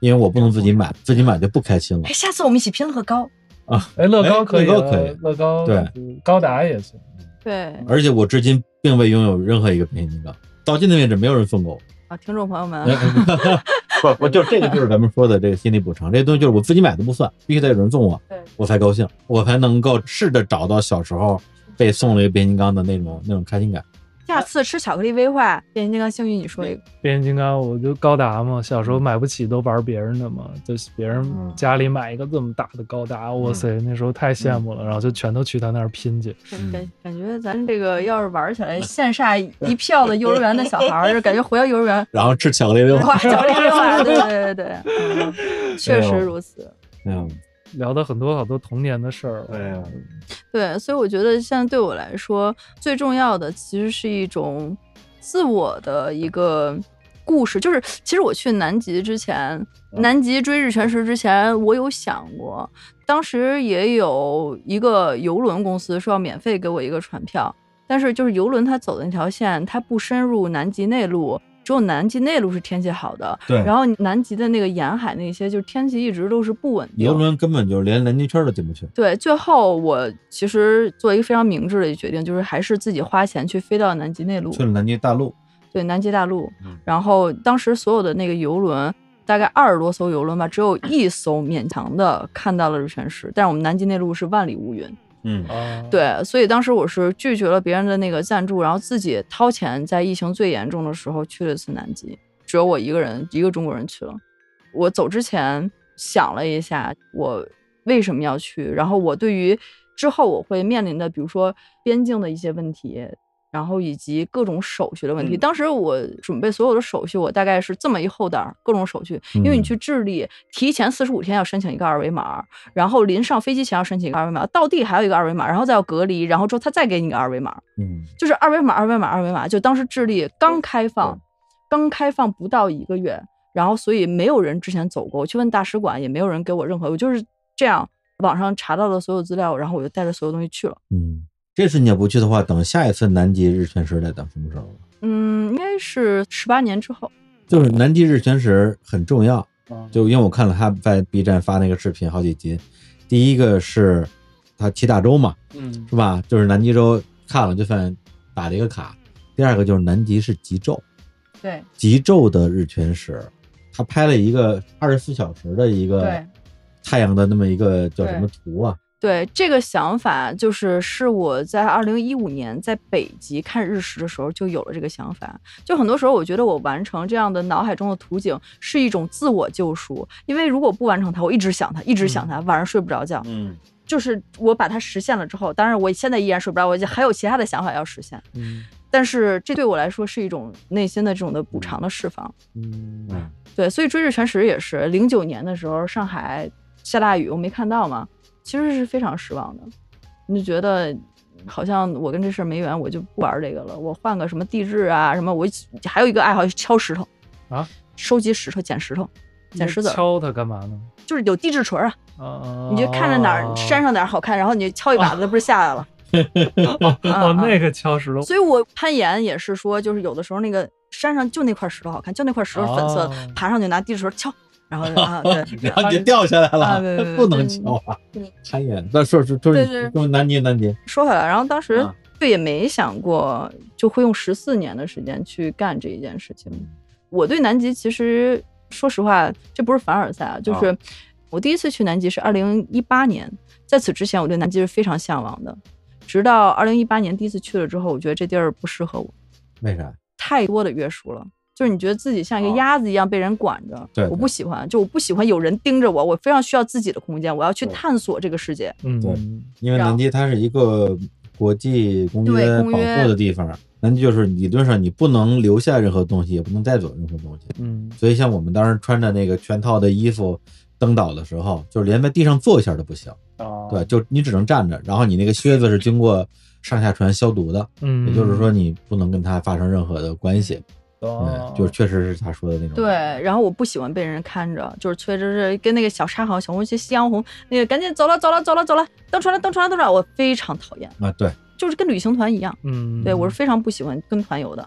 Speaker 4: 因为我不能自己买，自己买就不开心了
Speaker 2: 哎，下次我们一起拼乐高。
Speaker 4: 啊！
Speaker 3: 哎，乐高可以啊，
Speaker 4: 乐高可以
Speaker 3: 乐高
Speaker 4: 对，嗯
Speaker 3: 高达也行。
Speaker 2: 对
Speaker 4: 而且我至今并未拥有任何一个变形金刚，到今天为止没有人送过我。
Speaker 2: 啊，听众朋友
Speaker 3: 呃
Speaker 2: 们，啊
Speaker 4: (laughs) 不，我就这个就是咱们说的这个心理补偿，这东西就是我自己买的不算，必须得有人送我
Speaker 2: 对，
Speaker 4: 我才高兴，我才能够试着找到小时候被送了一个变形金刚的那种那种开心感。
Speaker 2: 下次吃巧克力威化，变形金刚幸运你说一个，
Speaker 3: 变形金刚，我就高达嘛，小时候买不起，都玩别人的嘛，就是别人
Speaker 4: 嗯
Speaker 3: 家里买一个这么大的高达，哇塞，那时候太羡慕了，然后就全都去他那儿拼去。
Speaker 4: 嗯
Speaker 2: 感感觉咱这个要是玩
Speaker 3: 嗯
Speaker 2: 起来，线下一票的幼儿园的小孩儿， (laughs) 就感觉回到幼儿园，
Speaker 4: 然后吃巧克力威化，
Speaker 2: 哇，巧克力威化，对对对对，嗯确实如此。
Speaker 4: (laughs) 嗯，
Speaker 3: 聊到很多好多童年的事儿，
Speaker 1: 对呀
Speaker 2: 对，所以我觉得现在对我来说最重要的其实是一种自我的一个故事，就是其实我去南极之前，南极追日全食之前，我有想过，当时也有一个游轮公司说要免费给我一个船票，但是就是游轮它走的那条线，它不深入南极内陆。只有南极内陆是天气好的，
Speaker 4: 对
Speaker 2: 然后南极的那个沿海那些，就是天气一直都是不稳定。
Speaker 4: 游轮根本就连南极圈都进不去。
Speaker 2: 对，最后我其实做一个非常明智的一个决定，就是还是自己花钱去飞到南极内陆，
Speaker 4: 去了南极大陆，
Speaker 2: 对南极大陆
Speaker 4: 嗯。
Speaker 2: 然后当时所有的那个游轮，大概二十多艘游轮吧，只有一艘勉强的看到了日全食，但是我们南极内陆是万里无云。
Speaker 4: 嗯
Speaker 3: 啊，，
Speaker 2: 对，所以当时我是拒绝了别人的那个赞助，然后自己掏钱在疫情最严重的时候去了一次南极，只有我一个人，一个中国人去了。我走之前想了一下，我为什么要去，然后我对于之后我会面临的，比如说边境的一些问题，然后以及各种手续的问题。
Speaker 1: 嗯
Speaker 2: 当时我准备所有的手续，我大概是这么一厚袋儿，各种手续。因为你
Speaker 4: 嗯
Speaker 2: 去智利，提前四十五天要申请一个二维码，然后临上飞机前要申请一个二维码，到地还有一个二维码，然后再要隔离，然后之后他再给你一个二维码，
Speaker 4: 嗯
Speaker 2: 就是二维码、二维码、二维码。就当时智利刚开放，刚开放不到一个月，然后所以没有人之前走过。我去问大使馆，也没有人给我任何，我就是这样网上查到的所有资料，然后我就带着所有东西去了。
Speaker 4: 嗯，这次你要不去的话，等下一次南极日全食得等什么时候？
Speaker 2: 嗯，应该是十八年之后。
Speaker 4: 就是南极日全食很重要，
Speaker 3: 啊
Speaker 4: 就因为我看了他在 B 站发那个视频好几集，第一个是他骑大洲嘛，
Speaker 3: 嗯
Speaker 4: 是吧？就是南极洲看了就算打了一个卡。第二个就是南极是极昼，
Speaker 2: 对
Speaker 4: 极昼的日全食，他拍了一个二十四小时的一个
Speaker 2: 对
Speaker 4: 太阳的那么一个叫什么图啊？
Speaker 2: 对，这个想法就是是我在二零一五年在北极看日食的时候就有了这个想法。就很多时候，我觉得我完成这样的脑海中的图景是一种自我救赎，因为如果不完成它，我一直想它，一直想它，晚上睡不着觉。
Speaker 4: 嗯
Speaker 2: 就是我把它实现了之后，当然我现在依然睡不着，我就还有其他的想法要实现。
Speaker 3: 嗯
Speaker 2: 但是这对我来说是一种内心的这种的补偿的释放。
Speaker 3: 嗯
Speaker 4: 嗯，
Speaker 2: 对，所以《追日全食》也是零九年的时候，上海下大雨，我没看到嘛，其实是非常失望的。你就觉得好像我跟这事儿没缘，我就不玩这个了，我换个什么地质啊，什么我还有一个爱好就是敲石头
Speaker 3: 啊，
Speaker 2: 收集石头、捡石头，捡石子儿，
Speaker 3: 敲它干嘛呢？
Speaker 2: 就是有地质锤儿啊，
Speaker 3: 啊，
Speaker 2: 你就看着哪儿、山上哪儿好看，然后你就敲一把子，不是下来了。
Speaker 3: (laughs) 哦，
Speaker 2: 啊
Speaker 3: 那个敲石头，
Speaker 2: 所以我攀岩也是说，就是有的时候那个山上就那块石头好看，就那块石头是粉色的，
Speaker 3: 哦
Speaker 2: 爬上去拿地质锤儿敲，然后就
Speaker 3: (laughs)
Speaker 2: 啊对
Speaker 4: (laughs) 然后你就掉下来
Speaker 2: 啊
Speaker 4: 了
Speaker 2: 对对，对
Speaker 4: 不能敲啊
Speaker 2: 嗯！
Speaker 4: 开眼，那说说说
Speaker 2: 对对
Speaker 4: 说南极南极，
Speaker 2: 说回来，然后当时
Speaker 3: 嗯
Speaker 4: 啊
Speaker 2: 就也没想过就会用十四年的时间去干这一件事情。我对南极其实说实话，这不是凡尔赛啊，
Speaker 3: 哦
Speaker 2: 就是我第一次去南极是二零一八年，在此之前我对南极是非常向往的，直到二零一八年第一次去了之后，我觉得这地儿不适合我，
Speaker 4: 为啥？
Speaker 2: 太多的约束了。就是你觉得自己
Speaker 3: 哦
Speaker 2: 像一个
Speaker 4: 啊
Speaker 2: 鸭子一样被人管着，
Speaker 4: 对
Speaker 2: 我
Speaker 4: 对
Speaker 2: 不喜欢，就我不喜欢有人盯着我，我非常需要自己的空间，我要去
Speaker 4: 对
Speaker 2: 探索这个世界。
Speaker 4: 对
Speaker 3: 嗯，
Speaker 4: 因为
Speaker 2: 然后
Speaker 4: 南极它是一个国际公约
Speaker 2: 对
Speaker 4: 保
Speaker 2: 公
Speaker 4: 护
Speaker 2: 约
Speaker 4: 的地方，南极就是理论上你不能留下任何东西，也不能带走任何东西。
Speaker 3: 嗯
Speaker 4: 所以像我们当时穿着那个全套的衣服登岛的时候，就是连在地上坐一下都不行，
Speaker 2: 哦
Speaker 3: 啊，
Speaker 4: 对，，就你只能站着。然后你那个靴子是经过上下船消毒的，
Speaker 3: 嗯，
Speaker 4: 也就是说你不能跟它发生任何的关系。
Speaker 3: 哦，
Speaker 4: 嗯，就是确实是他说的那种。
Speaker 2: 对，然后我不喜欢被人看着，就是催着是跟那个小沙好像小红旗、夕阳红那个赶紧走了走了走了走了，登船了登船了登船了，我非常讨厌，
Speaker 4: 啊，对，
Speaker 2: 就是跟旅行团一样，
Speaker 3: 嗯，
Speaker 2: 对我是非常不喜欢跟团游的。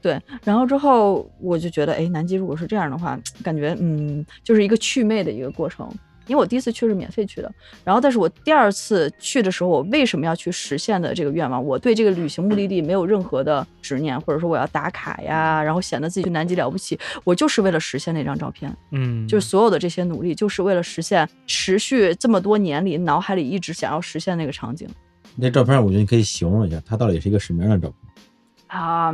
Speaker 2: 对，然后之后我就觉得，哎，南极如果是这样的话，感觉嗯，就是一个祛魅的一个过程。因为我第一次去是免费去的，然后但是我第二次去的时候，我为什么要去实现的这个愿望？我对这个旅行目的地没有任何的执念，或者说我要打卡呀，然后显得自己去南极了不起，我就是为了实现那张照片。
Speaker 3: 嗯，
Speaker 2: 就是所有的这些努力，就是为了实现持续这么多年里脑海里一直想要实现那个场景
Speaker 4: 那照片我觉得你可以形容一下，它到底是一个什么样的照片？
Speaker 2: 啊、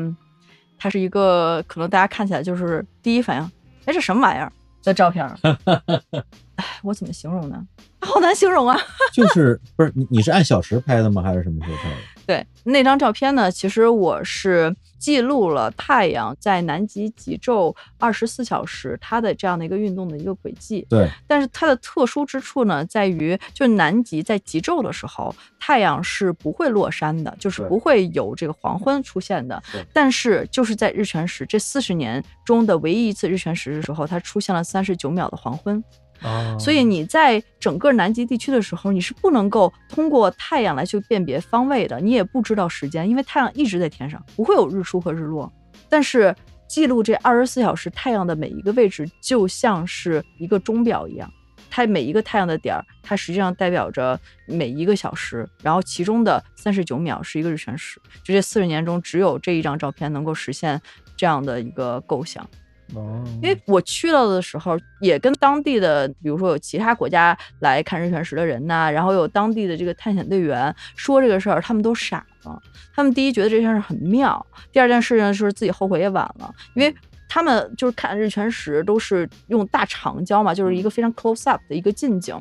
Speaker 2: 它是一个可能大家看起来就是第一反应，哎，这什么玩意儿的照片儿？哎，我怎么形容呢？好难形容啊！ (laughs)
Speaker 4: 就是不是你你是按小时拍的吗？还是什么时候拍的？
Speaker 2: 对，那张照片呢，其实我是记录了太阳在南极极昼二十四小时它的这样的一个运动的一个轨迹。
Speaker 4: 对，
Speaker 2: 但是它的特殊之处呢，在于就是南极在极昼的时候，太阳是不会落山的，就是
Speaker 4: 对
Speaker 2: 不会有这个黄昏出现的
Speaker 4: 对。
Speaker 2: 但是就是在日全食这四十年中的唯一一次日全食的时候，它出现了三十九秒的黄昏。
Speaker 3: 啊，
Speaker 2: 所以你在整个南极地区的时候，你是不能够通过太阳来去辨别方位的，你也不知道时间，因为太阳一直在天上，不会有日出和日落。但是记录这二十四小时太阳的每一个位置，就像是一个钟表一样。它每一个太阳的点儿，它实际上代表着每一个小时，然后其中的三十九秒是一个日全食。就这四十年中，只有这一张照片能够实现这样的一个构想。
Speaker 3: 哦，
Speaker 2: 因为我去到的时候，也跟当地的，比如说有其他国家来看日全食的人呐、然后有当地的这个探险队员说这个事儿，他们都傻了。他们第一觉得这件事很妙，第二件事情就是自己后悔也晚了，因为他们就是看日全食都是用大长焦嘛，就是一个非常 close up 的一个近景。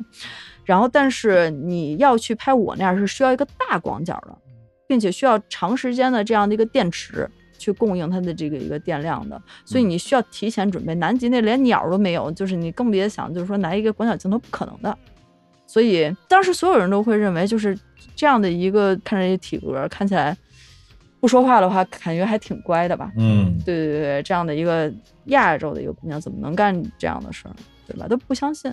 Speaker 2: 然后，但是你要去拍我那样是需要一个大广角的，并且需要长时间的这样的一个电池去供应它的这个一个电量的，所以你需要提前准备。南极那连鸟都没有，就是你更别想就是说拿一个广角镜头不可能的。所以当时所有人都会认为，就是这样的一个看着一体格，看起来不说话的话，感觉还挺乖的吧。
Speaker 4: 嗯，
Speaker 2: 对对对，这样的一个亚洲的一个姑娘怎么能干这样的事儿，对吧？都不相信。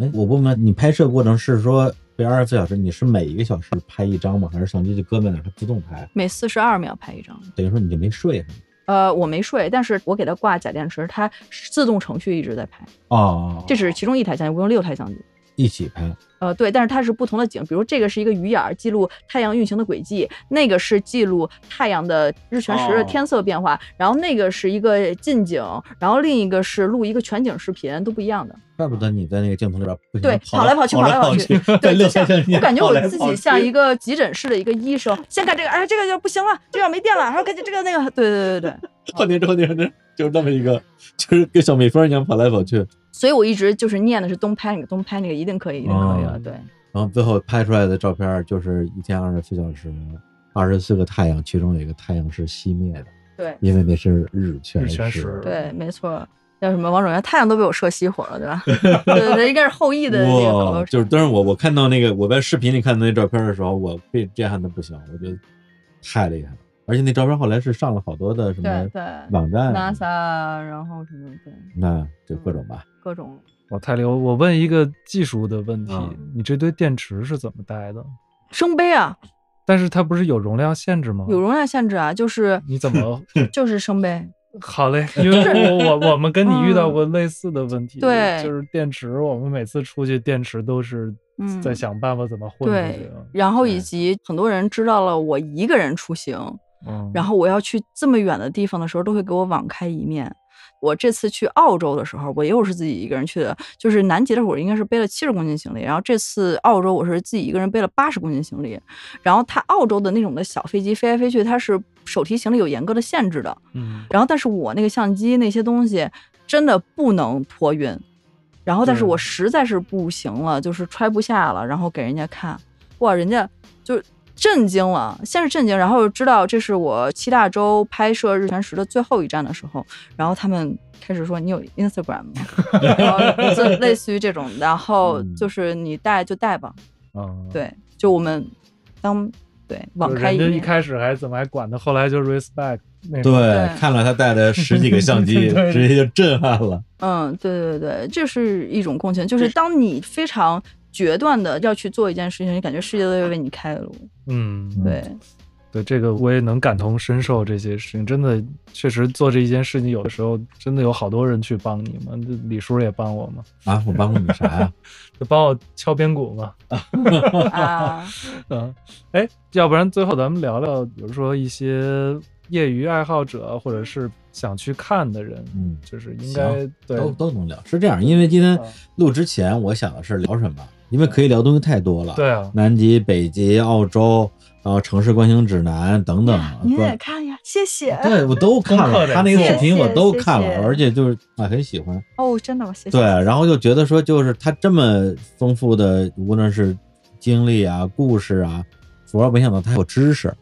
Speaker 4: 哎，我问问你，拍摄过程是说，比如二十四小时，你是每一个小时拍一张吗？还是相机就搁在那儿，它自动拍？
Speaker 2: 每四十二秒拍一张，
Speaker 4: 等于说你就没睡是吗？
Speaker 2: 呃，我没睡，但是我给它挂假电池，它自动程序一直在拍。
Speaker 3: 啊
Speaker 4: 哦，
Speaker 2: 这只是其中一台相机，我用六台相机。
Speaker 4: 一起拍，
Speaker 2: 呃，对，但是它是不同的景，比如这个是一个鱼眼儿记录太阳运行的轨迹，那个是记录太阳的日全食的
Speaker 1: 哦
Speaker 2: 天色变化，然后那个是一个近景，然后另一个是录一个全景视频，都不一样
Speaker 4: (laughs)
Speaker 2: 的。
Speaker 4: 怪不得你在那个镜头里边不停
Speaker 2: 对
Speaker 4: 地
Speaker 2: 跑来
Speaker 4: 跑
Speaker 2: 跑去
Speaker 4: 跑
Speaker 2: 跑来跑
Speaker 4: 跑
Speaker 2: 去
Speaker 4: 去，在
Speaker 2: 对，
Speaker 4: 六
Speaker 2: 就
Speaker 4: 三
Speaker 2: 像
Speaker 4: 三，
Speaker 2: 我感觉
Speaker 1: 跑
Speaker 2: 我
Speaker 1: 来
Speaker 2: 自
Speaker 1: 跑
Speaker 2: 己
Speaker 1: 去
Speaker 2: 像一个急诊室的一个医生，先干这个，哎，这个就不行了，这个没电了，然后赶紧这个那个，对对对对对。 (laughs)
Speaker 4: (laughs) 换停换停停，就是那么一个，就是跟小蜜蜂一样跑来跑去，
Speaker 2: 所以我一直就是念的是 don't panic don't panic，一定可以，一定可以了。
Speaker 4: 哦
Speaker 2: 对，
Speaker 4: 然后最后拍出来的照片就是一天二十四小时，二十四个太阳，其中有一个太阳是熄灭的，
Speaker 2: 对
Speaker 4: 因为那是日全
Speaker 3: 日全
Speaker 4: 食
Speaker 3: 食。
Speaker 2: 对，没错。叫什么？王者荣耀太阳都被我射熄火了，对
Speaker 4: (laughs)
Speaker 2: 吧？对对对，应该是后羿的那个口
Speaker 4: 哇
Speaker 2: 头，
Speaker 4: 就是
Speaker 2: 禅。
Speaker 4: 当时我我看到那个我在视频里看到那照片的时候，我被震撼的不行，我觉得太厉害了。而且那照片后来是上了好多的什
Speaker 2: 对
Speaker 4: 么
Speaker 2: 对
Speaker 4: 网站啊，
Speaker 2: ，NASA，然后什么对
Speaker 4: 那就各种
Speaker 3: 嗯
Speaker 4: 吧。
Speaker 2: 各种
Speaker 3: 我太牛！我问一个技术的问题
Speaker 4: 嗯，
Speaker 3: 你这堆电池是怎么带的？
Speaker 2: 圣杯啊，
Speaker 3: 但是它不是有容量限制吗？
Speaker 2: 有容量限制啊，就是
Speaker 3: 你怎
Speaker 2: (laughs)
Speaker 3: 么？
Speaker 2: 就是圣杯。
Speaker 3: 好嘞，因为我我我们跟你遇到过类似的问题，
Speaker 2: 嗯对
Speaker 3: 就是电池，我们每次出去电池都是
Speaker 2: 嗯
Speaker 3: 在想办法怎么混出去
Speaker 2: 对
Speaker 3: 啊。，
Speaker 2: 然后
Speaker 4: 对
Speaker 2: 以及很多人知道了我一个人出行，
Speaker 3: 嗯，
Speaker 2: 然后我要去这么远的地方的时候，都会给我网开一面。我这次去澳洲的时候，我又是自己一个人去的，就是南极的时候我应该是背了七十公斤行李，然后这次澳洲我是自己一个人背了八十公斤行李。然后它澳洲的那种的小飞机飞来飞去，它是手提行李有严格的限制的，
Speaker 3: 嗯，
Speaker 2: 然后，但是我那个相机那些东西真的不能托运，然后，但是
Speaker 3: 对
Speaker 2: 我实在是不行了，就是揣不下了，然后给人家看，哇，人家就震惊了，先是震惊，然后知道这是我七大洲拍摄日全食的最后一站的时候，然后他们开始说你有 Instagram
Speaker 3: (laughs)
Speaker 2: 吗？然后就类似于这种，然后
Speaker 4: 嗯
Speaker 2: 就是你带就带吧，
Speaker 3: 嗯，
Speaker 2: 对，就我们当对网
Speaker 3: 就
Speaker 2: 开一
Speaker 3: 人家一
Speaker 2: 面。
Speaker 3: 开始还怎么还管他，后来就 respect 那种。
Speaker 4: 对，看了他带的十几
Speaker 3: (laughs)
Speaker 4: 个相机，
Speaker 3: 对
Speaker 4: 直接就震撼了。
Speaker 2: 嗯，对对对，这是一种共情，就是当你非常决断的要去做一件事情，你感觉世界都在为你开路。
Speaker 3: 嗯，
Speaker 4: (laughs)
Speaker 2: 对，
Speaker 3: 对，这个我也能感同身受。这些事情真的确实做这一件事情，有的时候真的有好多人去帮你嘛。这李叔也帮我嘛，
Speaker 4: 啊，我帮过你啥呀？
Speaker 3: 就帮我敲边鼓嘛。
Speaker 2: 啊，
Speaker 4: (laughs)
Speaker 3: 嗯，哎，要不然最后咱们聊聊，比如说一些业余爱好者或者是想去看的人，
Speaker 4: 嗯
Speaker 3: 就是应该 (laughs) 对
Speaker 4: 都都能聊。是这样，因为今天
Speaker 3: 嗯
Speaker 4: 录之前，我想的是聊什么，因为可以聊东西太多了。
Speaker 3: 对啊，
Speaker 4: 南极、北极、澳洲，然后城市观星指南等等。
Speaker 2: 您
Speaker 4: 关
Speaker 2: 也看呀，谢谢。 (laughs)
Speaker 4: 对我都看
Speaker 3: 功课
Speaker 4: 了，
Speaker 3: 得
Speaker 4: 他那个
Speaker 3: 做
Speaker 4: 视频我都看了，
Speaker 2: 谢谢谢谢
Speaker 4: 而且就是啊很喜欢。
Speaker 2: 哦，真的吗？谢谢。
Speaker 4: 对，然后就觉得说，就是他这么丰富的，无论是经历啊、故事啊，主要没想到他还有知识。啊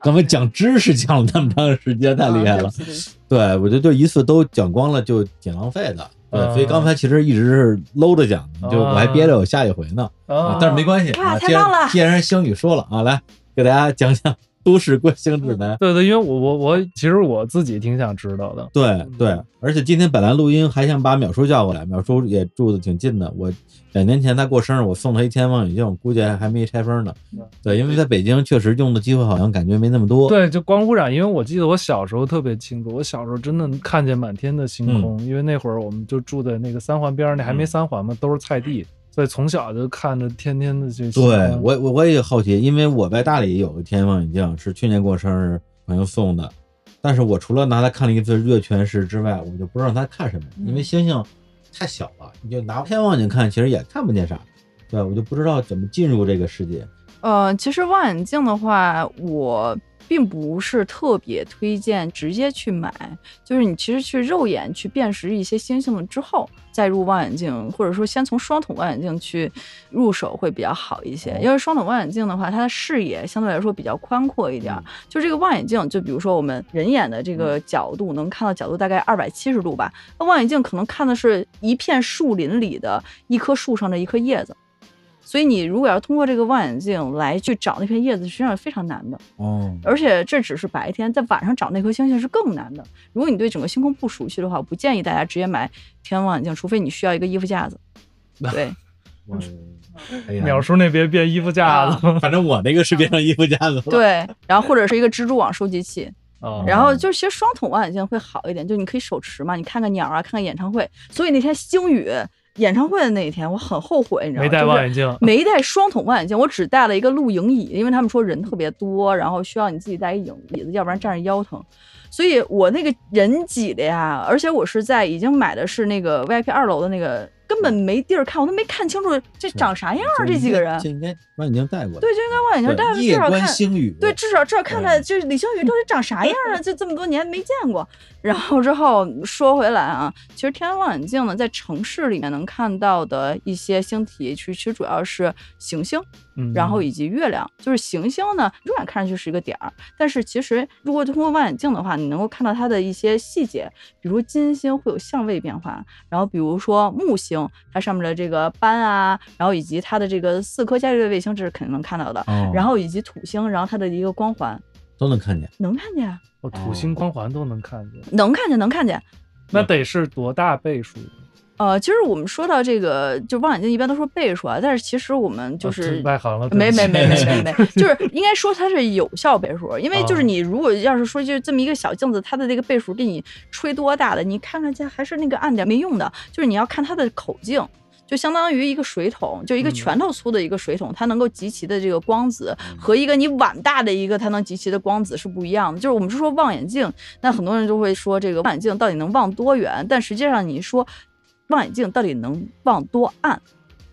Speaker 4: 刚才讲知识讲了那么长时间，太
Speaker 2: 啊
Speaker 4: 厉害
Speaker 2: 对不
Speaker 4: 了。
Speaker 2: 起对不起
Speaker 4: 对，我觉得就一次都讲光了，就挺浪费的。对，所以
Speaker 3: 啊
Speaker 4: 刚才其实一直是搂着讲的，就我还憋着有下一回呢。啊
Speaker 3: 啊，
Speaker 4: 但是没关系
Speaker 2: 啊哇
Speaker 4: 啊，
Speaker 2: 太
Speaker 4: 既
Speaker 2: 棒
Speaker 4: 然
Speaker 2: 了
Speaker 4: 既然星宇说了啊，来给大家讲讲都市观星指南。
Speaker 3: 对对，因为我我我其实我自己挺想知道的，
Speaker 4: 对对，而且今天本来录音还想把淼叔叫过来，淼叔也住的挺近的。我两年前他过生日，我送他一天望远镜，我估计还没拆封呢。对，因为在北京确实用的机会好像感觉没那么多。
Speaker 3: 对，就光污染，因为我记得我小时候特别清楚，我小时候真的看见满天的星空，因为那会儿我们就住在那个三环边儿，那还没
Speaker 4: 嗯
Speaker 3: 三环嘛，都是菜地，所以从小就看着天天的这星空。
Speaker 4: 对我我我也好奇，因为我在大理有一天望远镜是去年过生日朋友送的，但是我除了拿它看了一次月全食之外，我就不知道它看什么，因为星星太小了，你就拿天望远镜看，其实也看不见啥。对，我就不知道怎么进入这个世界。
Speaker 2: 呃，其实望远镜的话，我并不是特别推荐直接去买，就是你其实去肉眼去辨识一些星星了之后，再入望远镜，或者说先从双筒望远镜去入手会比较好一些。因为双筒望远镜的话，它的视野相对来说比较宽阔一点儿，就这个望远镜，就比如说我们人眼的这个角度能看到角度大概二百七十度吧，那望远镜可能看的是一片树林里的一棵树上的一颗叶子。所以你如果要通过这个望远镜来去找那片叶子，实际上是非常难的。
Speaker 4: 哦，
Speaker 2: 而且这只是白天，在晚上找那颗星星是更难的。如果你对整个星空不熟悉的话，我不建议大家直接买天文望远镜，除非你需要一个衣服架子。对，
Speaker 4: 我嗯哎呀
Speaker 3: 淼叔那边变衣服架
Speaker 2: 啊
Speaker 3: 子了 (laughs)
Speaker 4: 反正我那个是变成衣服架子了。，
Speaker 2: 对，然后或者是一个蜘蛛网收集器，
Speaker 3: 啊，
Speaker 2: 然后就是其实双筒望远镜会好一点，就你可以手持嘛，你看看鸟啊，看看演唱会。所以那天星宇演唱会的那一天，我很后悔，你知道
Speaker 3: 没
Speaker 2: 吗？
Speaker 3: 戴
Speaker 2: 就是
Speaker 3: 望远镜，
Speaker 2: 没带双筒望远镜，我只带了一个露营椅，因为他们说人特别多，然后需要你自己带一影椅子，要不然站着腰疼。所以我那个人挤的呀，而且我是在已经买的是那个 VIP 二楼的那个，根本没地儿看，我都没看清楚这长啥样儿，这几个人。
Speaker 4: 这应该把你已经带过了。
Speaker 2: 对，就应该望远镜带着
Speaker 4: 嗯对
Speaker 2: 至
Speaker 4: 夜
Speaker 2: 少
Speaker 4: 观
Speaker 2: 看。
Speaker 4: 星雨。
Speaker 2: 对，至少至少看看
Speaker 4: 嗯
Speaker 2: 就是李星宇到底长啥样啊？就这么多年没见过。然后之后说回来啊，其实天文望远镜呢，在城市里面能看到的一些星体，其实其实主要是行星，
Speaker 3: 嗯
Speaker 2: 然后以及月亮，就是行星呢，肉眼看上去是一个点儿，但是其实如果通过望远镜的话，你能够看到它的一些细节，比如金星会有相位变化，然后比如说木星它上面的这个斑啊，然后以及它的这个四颗伽利略卫星，这是肯定能看到的，
Speaker 4: 哦，
Speaker 2: 然后以及土星，然后它的一个光环
Speaker 4: 都能看见。
Speaker 2: 能看见，啊
Speaker 3: 哦土星光环都能看见，
Speaker 2: 能看见，能看见。
Speaker 3: 那得是多大倍数？
Speaker 2: 呃，其实我们说到这个，就望远镜一般都说倍数啊，但是其实我们就
Speaker 3: 啊
Speaker 2: 是、
Speaker 3: 外行了，对
Speaker 2: 没
Speaker 3: 不
Speaker 2: 没
Speaker 3: 起
Speaker 2: 没没没没，
Speaker 3: (laughs)
Speaker 2: 就是应该说它是有效倍数，因为就是
Speaker 3: 啊
Speaker 2: 你如果要是说就是这么一个小镜子，它的这个倍数给你吹多大的，你看看去还是那个暗点没用的，就是你要看它的口径。就相当于一个水桶，就一个
Speaker 3: 嗯
Speaker 2: 拳头粗的一个水桶，它能够集齐的这个光子和一个你碗大的一个它能集齐的光子是不一样的。就是我们是说望远镜，那很多人就会说这个望远镜到底能望多远，但实际上你说望远镜到底能望多暗，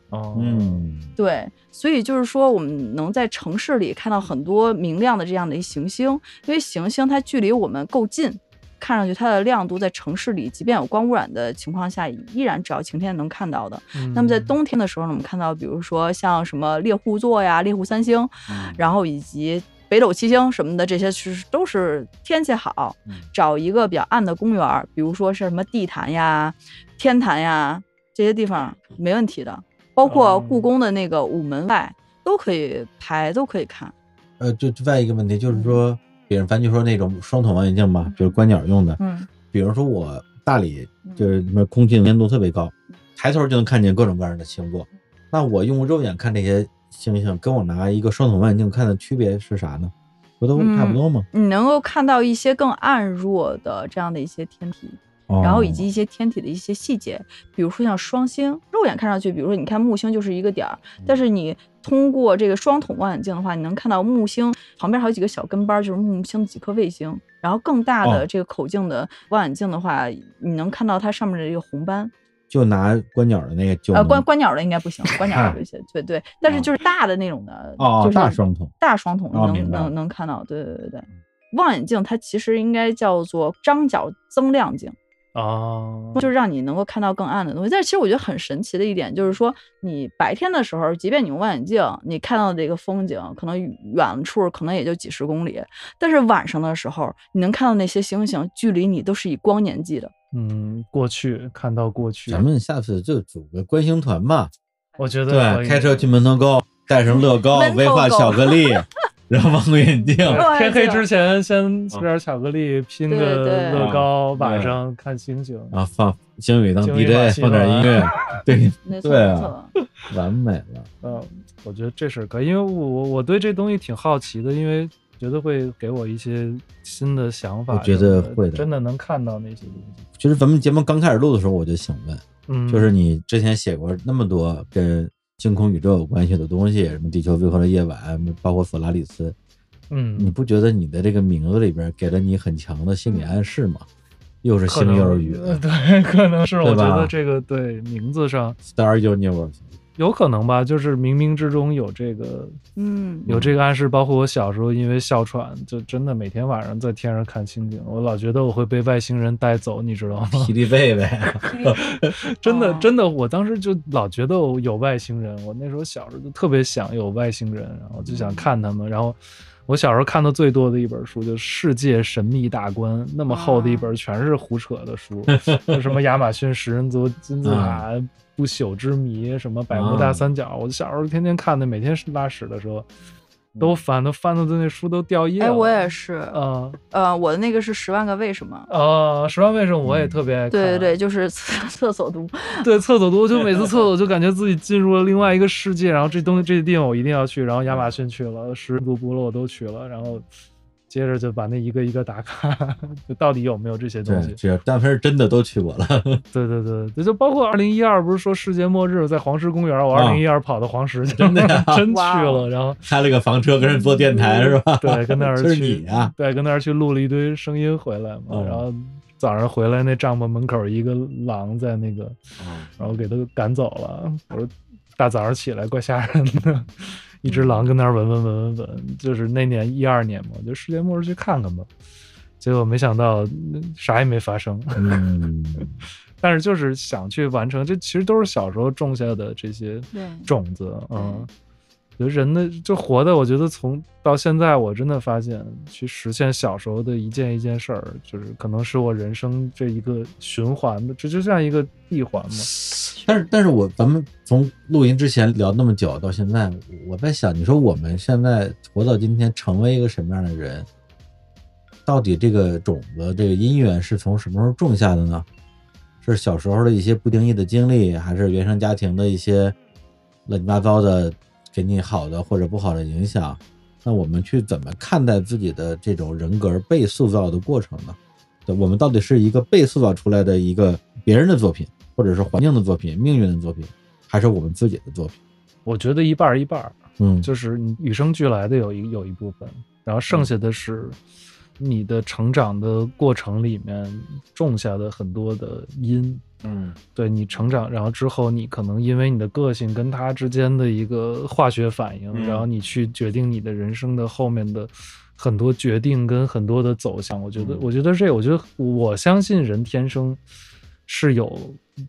Speaker 3: 哦，
Speaker 4: 嗯，
Speaker 2: 对，所以就是说，我们能在城市里看到很多明亮的这样的一行星，因为行星它距离我们够近，看上去它的亮度在城市里，即便有光污染的情况下，依然只要晴天能看到的。
Speaker 3: 嗯
Speaker 2: 那么在冬天的时候呢，我们看到，比如说像什么猎户座呀、猎户三星，
Speaker 4: 嗯
Speaker 2: 然后以及北斗七星什么的，这些其实都是天气好
Speaker 4: 嗯，
Speaker 2: 找一个比较暗的公园儿，比如说是什么地坛呀、天坛呀这些地方没问题的，包括
Speaker 3: 哦
Speaker 2: 故宫的那个午门外都可以拍，都可以看。
Speaker 4: 呃，这这外一个问题就是说，比如咱就说那种双筒望远镜吧，就是观鸟用的。
Speaker 2: 嗯，
Speaker 4: 比如说我大理就是什么空气粘度特别高，抬头就能看见各种各样的星座。那我用肉眼看这些星星，跟我拿一个双筒望远镜看的区别是啥呢？不都
Speaker 2: 嗯
Speaker 4: 差不多吗？
Speaker 2: 你能够看到一些更暗弱的这样的一些天体。
Speaker 4: 哦
Speaker 2: 然后以及一些天体的一些细节，比如说像双星，肉眼看上去，比如说你看木星就是一个点儿，
Speaker 4: 嗯
Speaker 2: 但是你通过这个双筒望远镜的话，你能看到木星旁边还有几个小跟班儿，就是木星的几颗卫星。然后更大
Speaker 4: 哦
Speaker 2: 的这个口径的望远镜的话，你能看到它上面的这个红斑。
Speaker 4: 就拿观鸟的那个就
Speaker 2: 呃，
Speaker 4: 能
Speaker 2: 观观鸟的应该不行，观鸟
Speaker 4: 啊 (laughs)
Speaker 2: 的不行，对对。但是就是大的那种的，
Speaker 4: 哦
Speaker 2: 就是
Speaker 4: 大双筒
Speaker 2: 大双筒
Speaker 4: 哦
Speaker 2: 能、
Speaker 4: 明白了
Speaker 2: 能能看到。对对对对，望远镜它其实应该叫做张角增亮镜。
Speaker 3: 哦，
Speaker 2: 就是让你能够看到更暗的东西。但是其实我觉得很神奇的一点就是说，你白天的时候，即便你用望远镜，你看到的这个风景可能远处可能也就几十公里，但是晚上的时候，你能看到那些星星，距离你都是以光年计的。
Speaker 3: 嗯，过去看到过去，
Speaker 4: 咱们下次就组个观星团吧，
Speaker 3: 我觉得可
Speaker 4: 对，
Speaker 3: 以
Speaker 4: 开车去门头沟，带上乐高、
Speaker 2: 门头沟
Speaker 4: 威化巧克
Speaker 2: (laughs)
Speaker 4: 力，然后望远镜，
Speaker 2: 对
Speaker 3: 嗯天黑
Speaker 2: 就
Speaker 3: 之前先吃点巧克力，拼
Speaker 2: 对
Speaker 3: 个
Speaker 2: 对
Speaker 3: 乐高，
Speaker 4: 嗯
Speaker 3: 晚上看星星。
Speaker 4: 然后放星宇当
Speaker 3: 星宇把
Speaker 4: DJ，
Speaker 3: 戏
Speaker 4: 放点
Speaker 3: 弄
Speaker 4: 音乐，对，
Speaker 2: 那
Speaker 4: 对啊
Speaker 2: 没错
Speaker 4: 完美了。
Speaker 3: 嗯，我觉得这是可以，因为我我我对这东西挺好奇的，因为觉得会给我一些新的想法
Speaker 4: 我
Speaker 3: 什
Speaker 4: 觉
Speaker 3: 么的。
Speaker 4: 得会的
Speaker 3: 真的能看到那些东西。
Speaker 4: 其实咱们节目刚开始录的时候，我就想问，
Speaker 3: 嗯，
Speaker 4: 就是你之前写过那么多跟星空宇宙有关系的东西，什么地球最后的夜晚，包括索拉里斯，你
Speaker 3: 嗯，
Speaker 4: 不觉得你的这个名字里边给了你很强的心理暗示吗？又是星又是宇
Speaker 3: 呃对，可能是我 (laughs)
Speaker 4: 对吧
Speaker 3: 觉得这个对名字上 (laughs)
Speaker 4: ，Star Universe，
Speaker 3: 有可能吧，就是冥冥之中有这个
Speaker 2: 嗯，
Speaker 3: 有这个暗示。包括我小时候因为哮喘，就真的每天晚上在天上看星星，我老觉得我会被外星人带走，你知道吗？
Speaker 4: 霹雳贝贝，
Speaker 3: 真的
Speaker 2: 哦
Speaker 3: 真的，我当时就老觉得我有外星人，我那时候小时候就特别想有外星人，然后就
Speaker 2: 嗯
Speaker 3: 想看他们。然后我小时候看的最多的一本书就是《世界神秘大观》，那么厚的
Speaker 2: 啊
Speaker 3: 一本全是胡扯的书，就什么亚马逊食人族、金字
Speaker 2: 嗯
Speaker 3: 塔、不朽之谜、什么百慕大
Speaker 4: 啊
Speaker 3: 三角，我小时候天天看的，每天拉屎的时候都翻，都翻到那书都掉页了。
Speaker 2: 嗯哎，我也是，
Speaker 3: 啊
Speaker 2: 呃，我的那个是《十万个为什么》。
Speaker 3: 啊，十万为什么我也特别爱看。
Speaker 2: 嗯对对对，就是厕 (laughs) 厕所读，
Speaker 3: 对，厕所多，就每次厕所就感觉自己进入了另外一个世界，然后这东西这地方我一定要去，然后亚马逊去了，十族部落我都去了，然后接着就把那一个一个打卡，就到底有没有这些东
Speaker 4: 对，
Speaker 3: 西？
Speaker 4: 只要但凡是真的都去过了， (laughs)
Speaker 3: 对对对，对就包括二零一二不是说世界末日在黄石公园，我二
Speaker 4: 啊
Speaker 3: 零一二跑到黄石去，
Speaker 4: 真的呀
Speaker 3: 真去
Speaker 2: 哇
Speaker 3: 了，
Speaker 2: 哦
Speaker 3: 然后
Speaker 4: 开了个房车跟人做电台是吧？
Speaker 3: 嗯对，跟那儿
Speaker 4: (laughs) 就是
Speaker 3: 去
Speaker 4: 你啊，
Speaker 3: 对，跟那儿去录了一堆声音回来嘛，
Speaker 4: 嗯
Speaker 3: 然后早上回来那帐篷门口一个狼在那个。然后给他赶走了。我说大早上起来怪吓人的，一只狼跟那儿闻闻闻闻闻，就是那年一二年嘛，我就世界末日去看看吧。结果没想到嗯啥也没发生， (laughs)
Speaker 4: 嗯，
Speaker 3: 但是就是想去完成，这其实都是小时候种下的这些
Speaker 2: 对
Speaker 3: 种子，嗯。觉得人的就活的，我觉得从到现在，我真的发现，去实现小时候的一件一件事儿，就是可能是我人生这一个循环的，这就像一个闭环嘛。
Speaker 4: 但是但是我咱们从录音之前聊那么久到现在，我在想，你说我们现在活到今天，成为一个什么样的人？到底这个种子，这个因缘是从什么时候种下的呢？是小时候的一些不经意的经历，还是原生家庭的一些乱七八糟的给你好的或者不好的影响？那我们去怎么看待自己的这种人格被塑造的过程呢？对，我们到底是一个被塑造出来的一个别人的作品，或者是环境的作品、命运的作品，还是我们自己的作品？
Speaker 3: 我觉得一半儿一半儿，
Speaker 4: 嗯，
Speaker 3: 就是你与生俱来的有一有一部分，然后剩下的是你的成长的过程里面种下的很多的因，
Speaker 4: 嗯
Speaker 3: 对你成长，然后之后你可能因为你的个性跟他之间的一个化学反应，
Speaker 4: 嗯
Speaker 3: 然后你去决定你的人生的后面的很多决定跟很多的走向。我觉得，
Speaker 4: 嗯
Speaker 3: 我觉得这，我觉得我相信人天生是有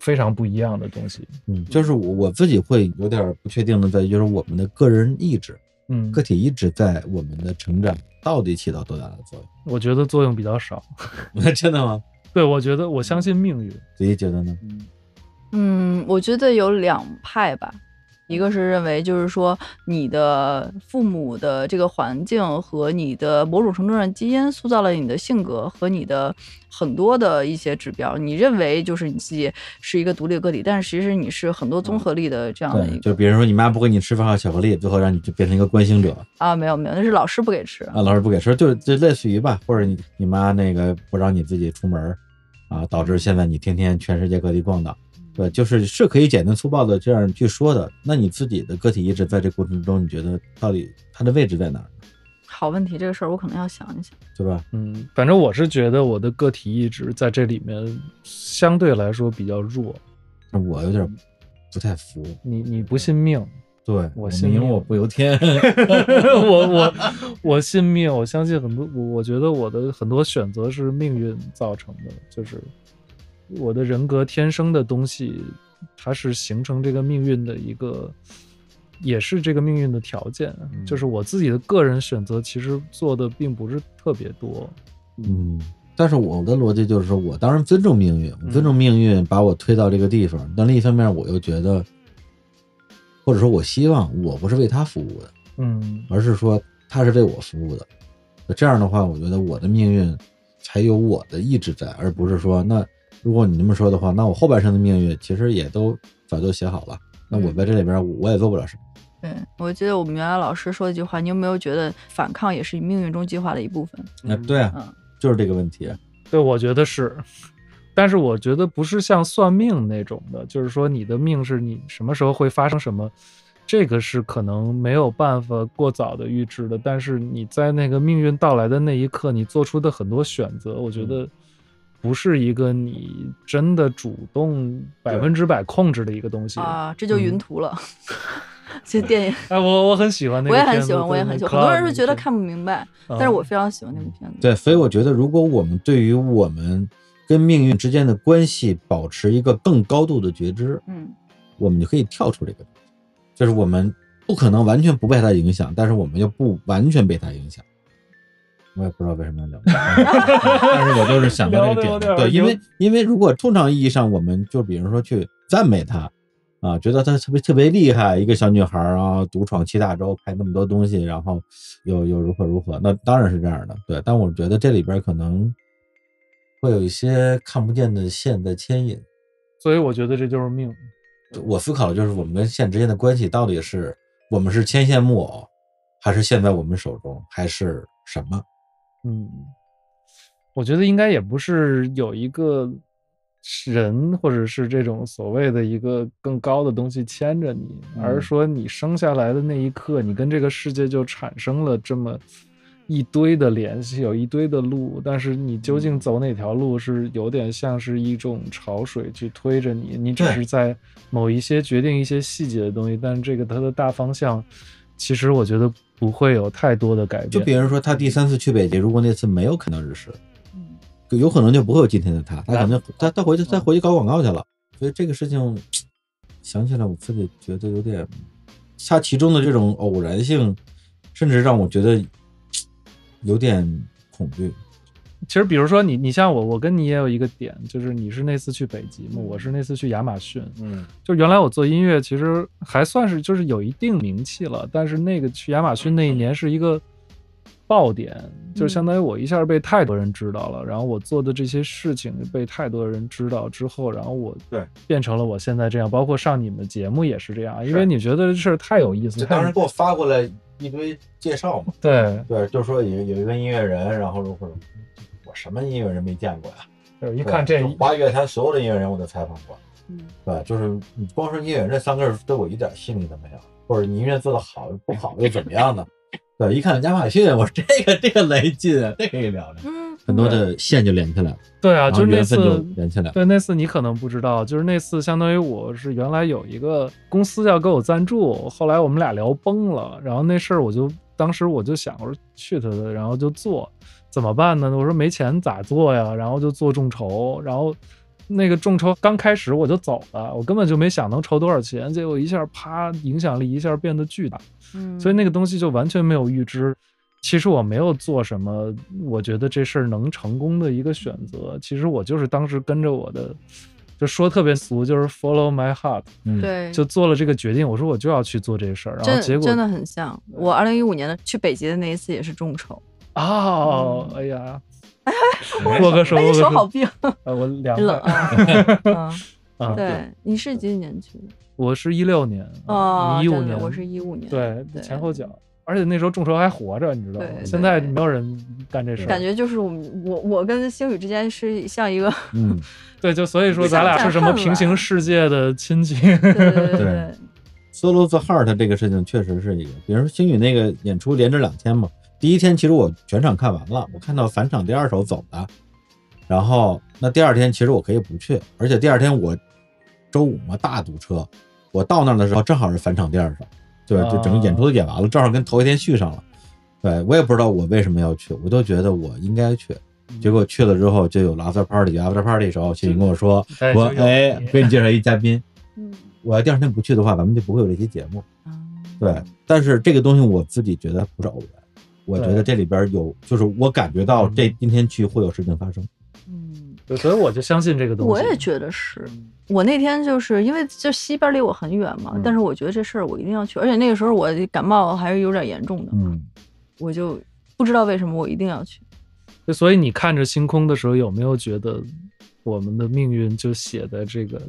Speaker 3: 非常不一样的东西。
Speaker 4: 嗯，就是我我自己会有点不确定的在于，就是我们的个人意志、
Speaker 3: 嗯，
Speaker 4: 个体意志在我们的成长到底起到多大的作
Speaker 3: 我觉得作用比较少。
Speaker 4: 用？ (laughs) 真的吗？
Speaker 3: 对，我觉得我相信命运。
Speaker 4: 子怡觉得呢？
Speaker 2: 嗯，我觉得有两派吧，一个是认为就是说你的父母的这个环境和你的某种程度上的基因塑造了你的性格和你的很多的一些指标，你认为就是你自己是一个独立的个体，但是其实你是很多综合力的这样的一
Speaker 4: 嗯对，
Speaker 2: 个、
Speaker 4: 就比如说你妈不给你吃饭和巧克力，最后让你就变成一个关心者
Speaker 2: 啊，没有没有，那是老师不给吃，
Speaker 4: 啊，老师不给吃，就是就类似于吧，或者你你妈那个不让你自己出门儿啊，导致现在你天天全世界各地逛荡。对，就是是可以简单粗暴的这样去说的。那你自己的个体意志在这过程中，你觉得到底它的位置在哪儿，
Speaker 2: 好问题，这个事儿我可能要想一想。
Speaker 4: 对吧？
Speaker 3: 嗯，反正我是觉得我的个体意志在这里面相对来说比较弱。
Speaker 4: 我有点不太服。
Speaker 3: 你你不信命， (laughs)
Speaker 4: 对，
Speaker 3: 我信
Speaker 4: 信
Speaker 3: 你
Speaker 4: 因我不由天。 (laughs)
Speaker 3: 我我我信命，我相信很多，我我觉得我的很多选择是命运造成的，就是我的人格天生的东西，它是形成这个命运的一个，也是这个命运的条件。
Speaker 4: 嗯
Speaker 3: 就是我自己的个人选择，其实做的并不是特别多。
Speaker 4: 嗯，但是我的逻辑就是说，我当然尊重命运，我尊
Speaker 3: 嗯
Speaker 4: 重命运把我推到这个地方，但另一方面，我又觉得，或者说我希望我不是为他服务的，
Speaker 3: 嗯
Speaker 4: 而是说他是为我服务的。这样的话，我觉得我的命运才有我的意志在，而不是说那如果你这么说的话，那我后半生的命运其实也都早就写好了。那我在这里边我，我也做不了什么。
Speaker 2: 对，我记得我们原来老师说的一句话，你有没有觉得反抗也是命运中计划的一部分？
Speaker 4: 那对啊
Speaker 2: 嗯，
Speaker 4: 就是这个问题。
Speaker 3: 对，我觉得是，但是我觉得不是像算命那种的，就是说你的命是你什么时候会发生什么，这个是可能没有办法过早的预知的。但是你在那个命运到来的那一刻，你做出的很多选择，我觉得不是一个你真的主动百分之百控制的一个东西。
Speaker 2: 啊，这就
Speaker 4: 嗯
Speaker 2: 云图了。 (laughs) 这电影
Speaker 3: 哎，我我很喜欢那个
Speaker 2: 我也
Speaker 3: 片子，
Speaker 2: 很喜欢，我也很喜欢。很多人是觉得看
Speaker 3: 不，
Speaker 2: 不明白，
Speaker 3: 嗯
Speaker 2: 但是我非常喜欢那部片子。
Speaker 4: 对，所以我觉得，如果我们对于我们跟命运之间的关系保持一个更高度的觉知，
Speaker 2: 嗯，
Speaker 4: 我们就可以跳出这个，就是我们不可能完全不被它影响，但是我们又不完全被它影响。我也不知道为什么要聊
Speaker 3: (laughs)
Speaker 4: 这个，但是我就是想到这个点
Speaker 3: 聊得有点
Speaker 4: 了。对，因为因为如果通常意义上，我们就比如说去赞美她啊，觉得她特别特别厉害，一个小女孩儿啊，独闯七大洲，拍那么多东西，然后又又如何如何，那当然是这样的。对，但我觉得这里边可能会有一些看不见的线在牵引。
Speaker 3: 所以我觉得这就是命。
Speaker 4: 我思考的就是我们跟线之间的关系到底是我们是牵线木偶，还是线在我们手中，还是什么？
Speaker 3: 嗯，我觉得应该也不是有一个人或者是这种所谓的一个更高的东西牵着你，而是
Speaker 4: 嗯
Speaker 3: 说你生下来的那一刻，你跟这个世界就产生了这么一堆的联系，有一堆的路，但是你究
Speaker 4: 嗯
Speaker 3: 竟走哪条路，是有点像是一种潮水去推着你，你只
Speaker 4: 对
Speaker 3: 是在某一些决定一些细节的东西，但是这个它的大方向，其实我觉得不会有太多的改变。
Speaker 4: 就比如说他第三次去北极，如果那次没有看到日食，
Speaker 2: 嗯
Speaker 4: 就有可能就不会有今天的他，他可能他他回去他回去搞广告去了。所以这个事情想起来，我自己觉得有点，它其中的这种偶然性，甚至让我觉得有点恐惧。
Speaker 3: 其实，比如说你，你像我，我跟你也有一个点，就是你是那次去北极嘛，我是那次去亚马逊。
Speaker 4: 嗯，
Speaker 3: 就原来我做音乐，其实还算是就是有一定名气了，但是那个去亚马逊那一年是一个爆点，就是相当于我一下被太多人知道了，然后我做的这些事情被太多人知道之后，然后我
Speaker 4: 对
Speaker 3: 变成了我现在这样，包括上你们的节目也是这样，因为
Speaker 4: 是
Speaker 3: 你觉得这事儿太有意思，太
Speaker 4: 给我发过来一堆介绍嘛。
Speaker 3: 对，
Speaker 4: 对，就说有有一个音乐人，然后如何如何，我什么音乐人没见过呀？
Speaker 3: 就是
Speaker 4: 一
Speaker 3: 一看这一
Speaker 4: 华语乐坛所有的音乐人我都采访过，
Speaker 2: 嗯
Speaker 4: 对，就是你光说音乐人这三个字对我一点吸引力都没有，或者你音乐做的好不好又怎么样呢？ (laughs) 对，一看亚马逊，我说这个这个雷劲啊，这可以聊聊，
Speaker 2: 嗯，
Speaker 4: 很多的线就连起来了，
Speaker 3: 对啊，
Speaker 4: 然
Speaker 3: 就
Speaker 4: 后
Speaker 3: 是那
Speaker 4: 缘分就
Speaker 3: 次
Speaker 4: 连起来了。
Speaker 3: 对，那次你可能不知道，就是那次相当于我是原来有一个公司要给我赞助，后来我们俩聊崩了，然后那事儿我就当时我就想，我说去他的，然后就做，怎么办呢？我说没钱咋做呀？然后就做众筹，然后那个众筹刚开始我就走了，我根本就没想能筹多少钱，结果一下啪，影响力一下变得巨大。
Speaker 2: 嗯，
Speaker 3: 所以那个东西就完全没有预知。其实我没有做什么，我觉得这事儿能成功的一个选择。其实我就是当时跟着我的，就说特别俗，就是 follow my heart，
Speaker 4: 嗯，
Speaker 2: 对，
Speaker 3: 就做了这个决定。我说我就要去做这事儿，然后结
Speaker 2: 真
Speaker 3: 果
Speaker 2: 真的很像。我二零一五年的去北极的那一次也是众筹，
Speaker 3: 哦，哎
Speaker 2: (laughs)
Speaker 3: 呀，
Speaker 4: 没
Speaker 3: 握个手，
Speaker 2: 嗯哎，
Speaker 3: 握
Speaker 2: 你
Speaker 3: 个
Speaker 2: 手好
Speaker 3: 手， (laughs)
Speaker 2: 冰，
Speaker 3: 呃，我凉
Speaker 2: 冷
Speaker 3: 快。 (laughs)
Speaker 2: 啊。嗯
Speaker 3: 啊，
Speaker 2: 对，你是几几年去的？
Speaker 3: 我是一六年，
Speaker 2: 哦，
Speaker 3: 一五
Speaker 2: 真的
Speaker 3: 年，
Speaker 2: 我是一五年，
Speaker 3: 对前后
Speaker 2: 对
Speaker 3: 脚，而且那时候众筹还活着，你知道吗？
Speaker 2: 对
Speaker 3: 现在
Speaker 2: 对
Speaker 3: 没有人干这事儿，
Speaker 2: 感觉就是我们我我跟星宇之间是像一个， (laughs)
Speaker 4: 嗯，
Speaker 3: 对，就所以说咱俩是什么平行世界的亲戚？
Speaker 2: 对对对
Speaker 4: 对 solo the heart 这个事情确实是一个，比如说星宇那个演出连着两天嘛，第一天其实我全场看完了，我看到返场第二首走的，然后那第二天其实我可以不去，而且第二天我周五嘛大堵车，我到那儿的时候正好是返场第二首，对，就整个演出都演完了，正好跟头一天续上了，对我也不知道我为什么要去，我就觉得我应该去。
Speaker 3: 嗯
Speaker 4: 结果去了之后就有了 after party，after party 的时候，星宇跟我说
Speaker 3: 对：“
Speaker 4: 我
Speaker 3: 就有
Speaker 4: 哎
Speaker 3: 你，
Speaker 4: 给你介绍一嘉宾，
Speaker 2: 嗯
Speaker 4: 我要第二天不去的话，咱们就不会有这期节目。”
Speaker 2: 啊
Speaker 3: 嗯
Speaker 4: 对，但是这个东西我自己觉得不是偶然，我觉得这里边有，就是我感觉到
Speaker 3: 嗯
Speaker 4: 这今天去会有事情发生。
Speaker 2: 嗯，
Speaker 3: 对所以我就相信这个东西。
Speaker 2: 我也觉得是
Speaker 3: 嗯
Speaker 2: 我那天就是因为就西边离我很远嘛，但是我觉得这事儿我一定要去，而且那个时候我感冒还是有点严重的，
Speaker 4: 嗯，
Speaker 2: 我就不知道为什么我一定要去。
Speaker 3: 就所以你看着星空的时候，有没有觉得我们的命运就写在这个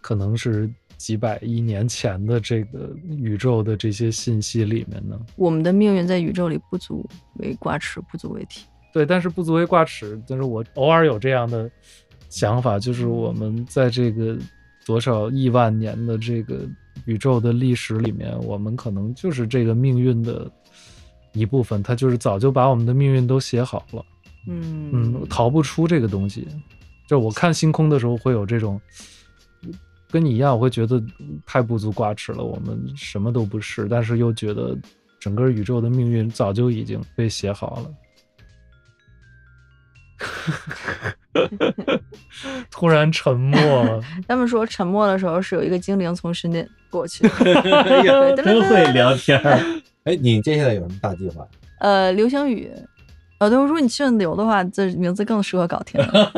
Speaker 3: 可能是几百亿年前的这个宇宙的这些信息里面呢？
Speaker 2: 我们的命运在宇宙里不足为挂齿，不足为提。
Speaker 3: 对，但是不足为挂齿。但是我偶尔有这样的想法，就是
Speaker 2: 嗯
Speaker 3: 我们在这个多少亿万年的这个宇宙的历史里面，我们可能就是这个命运的一部分，它就是早就把我们的命运都写好了。
Speaker 2: 嗯
Speaker 3: 嗯，逃不出这个东西。就我看星空的时候，会有这种，跟你一样，我会觉得太不足挂齿了，我们什么都不是，但是又觉得整个宇宙的命运早就已经被写好了。 (laughs) 突然沉默了，
Speaker 2: 他们说沉默的时候是有一个精灵从身边过去
Speaker 3: (laughs)
Speaker 2: 的。
Speaker 4: 哎呀
Speaker 2: (laughs) 对
Speaker 4: 真会聊天儿。哎，你接下来有什么大计划？
Speaker 2: 呃，流星雨，呃，对，如果你顺流的话，这名字更适合搞天了。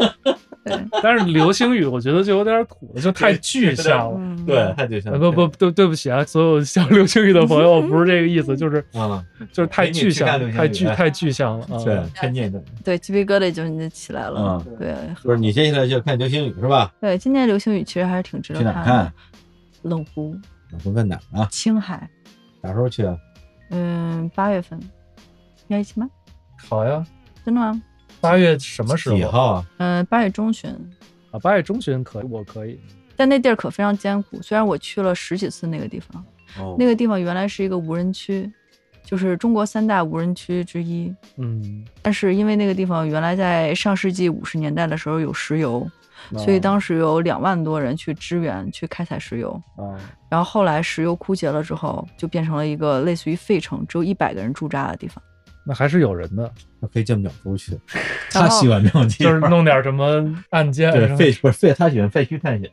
Speaker 2: 对，
Speaker 3: 但是流星雨我觉得就有点土了，就太具象了。
Speaker 2: 嗯，
Speaker 4: 对，太对象
Speaker 3: 呃不不，对对不起啊，所有想流星雨的朋友，不是这个意思，就是
Speaker 4: 啊，
Speaker 3: 就是太具象
Speaker 4: 陪你，去看
Speaker 3: 太
Speaker 4: 流
Speaker 3: 具
Speaker 4: 星雨
Speaker 3: 太具象了啊。
Speaker 4: 对，沉浸的，
Speaker 2: 对，鸡皮疙瘩就就起来了。
Speaker 4: 嗯
Speaker 2: 对，
Speaker 4: 就是你接下来就看流星雨是吧？
Speaker 2: 对，今年流星雨其实还是挺值得
Speaker 4: 去哪儿
Speaker 2: 看的
Speaker 4: 看。
Speaker 2: 冷湖、
Speaker 4: 我们问哪儿啊？
Speaker 2: 青海，
Speaker 4: 啥时候去啊？
Speaker 2: 嗯，八月份要一起吗？
Speaker 3: 好呀，
Speaker 2: 真的吗？
Speaker 3: 八月什么时
Speaker 4: 几
Speaker 3: 候
Speaker 4: 号啊？
Speaker 2: 嗯，八月中旬，
Speaker 3: 啊？八月中旬可以，我可以。
Speaker 2: 但那地儿可非常艰苦。虽然我去了十几次那个地方，
Speaker 4: 哦
Speaker 2: 那个地方原来是一个无人区，就是中国三大无人区之一。
Speaker 3: 嗯，
Speaker 2: 但是因为那个地方原来在上世纪五十年代的时候有石油，所以当时有两万多人去支援去开采石油。
Speaker 3: 啊，
Speaker 2: 然后后来石油枯竭了之后，就变成了一个类似于费城，只有一百个人驻扎的地方。
Speaker 3: 那还是有人的，
Speaker 4: 那可以叫淼
Speaker 3: (laughs)
Speaker 4: 叔去，
Speaker 2: 然
Speaker 4: 他
Speaker 2: 后
Speaker 4: 喜欢这种地
Speaker 3: 就是
Speaker 4: 方，
Speaker 3: 弄点什么案件什
Speaker 4: 对
Speaker 3: 么，
Speaker 4: 废不是废，他喜欢废墟探险。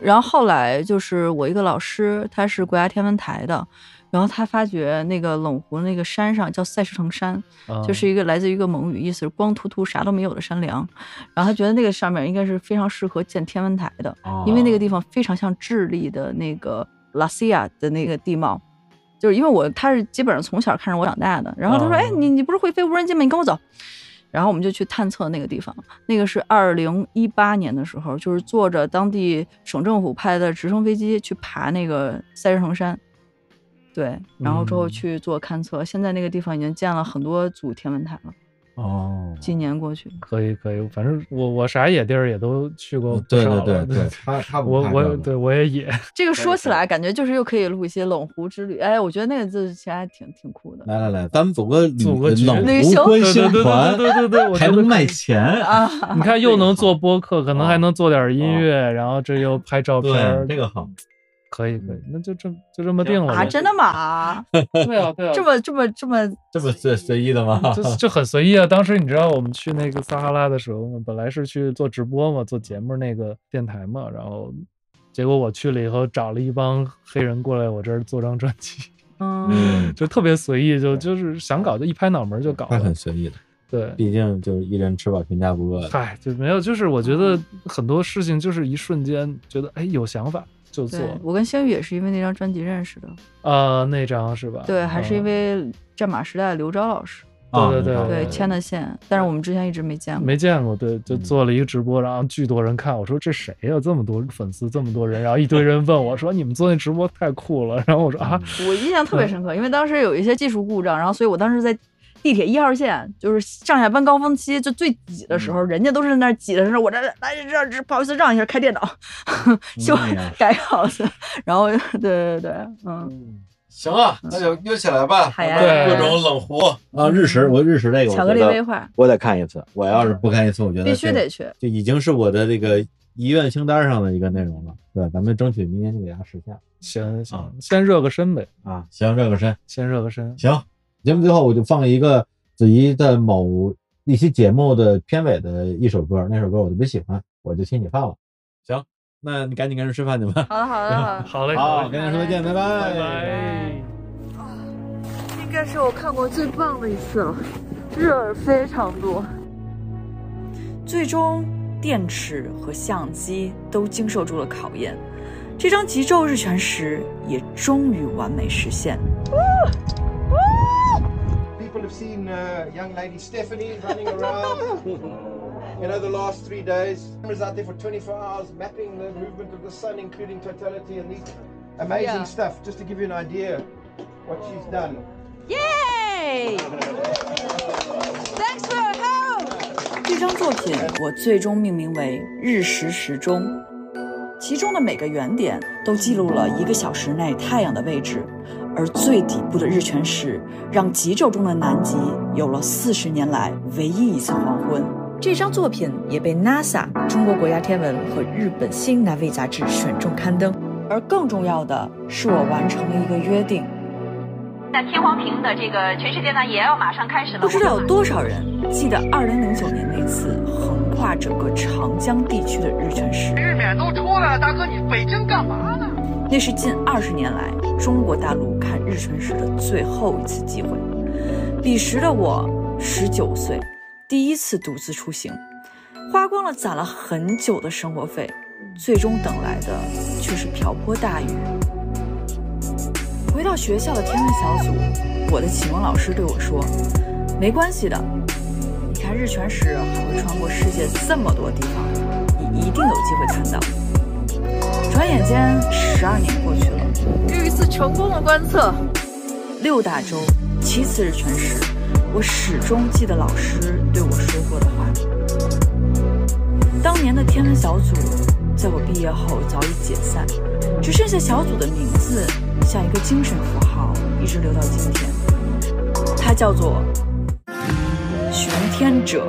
Speaker 2: 然后后来就是我一个老师，他是国家天文台的，然后他发觉那个冷湖那个山上叫塞石城山，
Speaker 3: 啊
Speaker 2: 就是一个来自于一个蒙语，意思是光秃秃啥都没有的山梁。然后他觉得那个上面应该是非常适合建天文台的，
Speaker 4: 哦
Speaker 3: 哦
Speaker 2: 因为那个地方非常像智利的那个拉西亚的那个地貌。就是因为我他是基本上从小看着我长大的，然后他说：“
Speaker 3: 哦
Speaker 2: 哎，你你不是会飞无人机吗？你跟我走。”然后我们就去探测那个地方，那个是二零一八年的时候，就是坐着当地省政府派的直升飞机去爬那个塞日城山，对，然后之后
Speaker 3: 嗯
Speaker 2: 去做勘测。现在那个地方已经建了很多组天文台了，
Speaker 4: 哦，
Speaker 2: 几年过去，
Speaker 3: 可以可以，反正我我啥野地儿也都去过不
Speaker 4: 对
Speaker 3: 少
Speaker 4: 嗯对
Speaker 3: 了，
Speaker 4: 对对，他他不
Speaker 3: 我
Speaker 4: 怕这
Speaker 3: 我
Speaker 4: 个
Speaker 3: 对我也野，
Speaker 2: 这个说起来感觉就是又可以录一些冷湖之旅，哎，我觉得那个字其实还挺挺酷的
Speaker 4: 来来来，咱们组个旅呃
Speaker 3: 组个局
Speaker 4: 冷
Speaker 2: 旅
Speaker 4: 湖
Speaker 2: 行
Speaker 4: 观
Speaker 3: 对对
Speaker 4: 星
Speaker 3: 对
Speaker 4: 团
Speaker 3: 对，对对对，我
Speaker 4: 还
Speaker 3: 觉得
Speaker 4: 能卖
Speaker 3: 可以
Speaker 4: 钱。
Speaker 2: (laughs) 啊。
Speaker 3: (laughs) 你看，又能做播客，可能
Speaker 4: 啊
Speaker 3: 还能做点音乐，然后这又拍照片儿
Speaker 4: 对，，这个嗯好，
Speaker 3: 可以可以，那就这就这么定了
Speaker 2: 啊，
Speaker 3: 呗。
Speaker 2: 真的吗？
Speaker 3: 对啊对啊，
Speaker 2: 这么这么这么，
Speaker 4: 这么随随意的吗？
Speaker 3: (laughs) 就就很随意啊。当时你知道我们去那个撒哈拉的时候，本来是去做直播嘛，做节目那个电台嘛，然后结果我去了以后，找了一帮黑人过来我这儿做张专辑，
Speaker 2: 嗯，
Speaker 3: 就特别随意，就就是想搞就一拍脑门就搞
Speaker 4: 他
Speaker 3: 了
Speaker 4: 很。随意的，
Speaker 3: 对，
Speaker 4: 毕竟就是一人吃饱全家不饿的。
Speaker 3: 嗨，就没有，就是我觉得很多事情就是一瞬间觉得哎有想法就做
Speaker 2: 对，我跟星宇也是因为那张专辑认识的，
Speaker 3: 啊，那张是吧？
Speaker 2: 对，还是因
Speaker 3: 嗯
Speaker 2: 为战马时代的刘钊老师，
Speaker 4: 啊
Speaker 3: 对对
Speaker 4: 你看
Speaker 2: 对，
Speaker 3: 嗯
Speaker 2: 牵的线，但是我们之前一直没见过，
Speaker 3: 没见过，对，就
Speaker 4: 嗯
Speaker 3: 做了一个直播，然后巨多人看。我说这谁呀、这么多粉丝，这么多人，然后一堆人问
Speaker 4: (laughs)
Speaker 3: 我说你们做那直播太酷了。然后我说啊，
Speaker 4: 嗯
Speaker 2: 我印象特别深刻，因为当时有一些技术故障，然后所以我当时在地铁一号线，就是上下班高峰期就最挤的时候，人家都是在那儿挤的时候，我这来这这这不好意思让一下，开电脑修
Speaker 4: 哎呀
Speaker 2: (laughs) 改稿子，然后 (laughs) 对对对，嗯，
Speaker 4: 行啊，那就约起来吧。
Speaker 2: 好呀
Speaker 3: 对
Speaker 4: 各种冷湖啊，日食，我日食这个，我
Speaker 2: 巧克力
Speaker 4: 觉得
Speaker 2: 威化
Speaker 4: 我得看一次。我要是不看一次，我觉得
Speaker 2: 必须
Speaker 4: 这
Speaker 2: 得去，
Speaker 4: 就已经是我的这个遗愿清单上的一个内容了。对，咱们争取明年就给它实现
Speaker 3: 行
Speaker 4: 啊
Speaker 3: 行，先热个身呗，
Speaker 4: 啊！行，热个身，
Speaker 3: 先热个身。
Speaker 4: 行。节目最后我就放一个子怡的某一期节目的片尾的一首歌，那首歌我特别喜欢，我就替你放了。行，那你赶紧跟人吃饭去吧。
Speaker 2: 好的好
Speaker 3: (laughs)
Speaker 2: 的好的。
Speaker 3: 好嘞，
Speaker 4: 好，
Speaker 3: 嘞
Speaker 4: 跟人说再见，拜拜，
Speaker 3: 拜拜。
Speaker 5: 应该是我看过最棒的一次了，热儿非常多。
Speaker 6: 最终，电池和相机都经受住了考验，这张极昼日全食也终于完美实现。
Speaker 7: People have seen uh, young lady Stephanie running around. you know, the last three days. Cameras out there for 24 hours mapping the movement of the sun, including totality and these amazing
Speaker 5: Yeah.
Speaker 7: stuff, just to give you an idea what she's done.
Speaker 5: Yay! Thanks for your help.
Speaker 6: 这张作品我最终命名为《日食时钟》。其中的每个圆点都记录了一个小时内太阳的位置，而最底部的日全食让极昼中的南极有了四十年来唯一一次黄昏。这张作品也被 NASA、中国国家天文和日本新南卫杂志选中刊登。而更重要的是，我完成了一个约定。
Speaker 8: 那天皇屏的这个全世界呢，也要马上开始了。
Speaker 6: 不知道
Speaker 8: 我
Speaker 6: 有
Speaker 8: 们
Speaker 6: 多少人记得二零零九年那次横跨整个长江地区的日全食。
Speaker 9: 日冕都出来了，大哥你北京干嘛呢？
Speaker 6: 那是近二十年来中国大陆看日全食的最后一次机会。彼时的我十九岁，第一次独自出行，花光了攒了很久的生活费，最终等来的却是瓢泼大雨。回到学校的天文小组，我的启蒙老师对我说：“没关系的，你看日全食还会穿过世界这么多地方，你一定有机会看到。”转眼间，十二年过去了，
Speaker 5: 又一次成功的观测，
Speaker 6: 六大洲，七次日全食，我始终记得老师对我说过的话。当年的天文小组，在我毕业后早已解散，只剩下小组的名字像一个精神符号，一直留到今天。它叫做“寻天者”。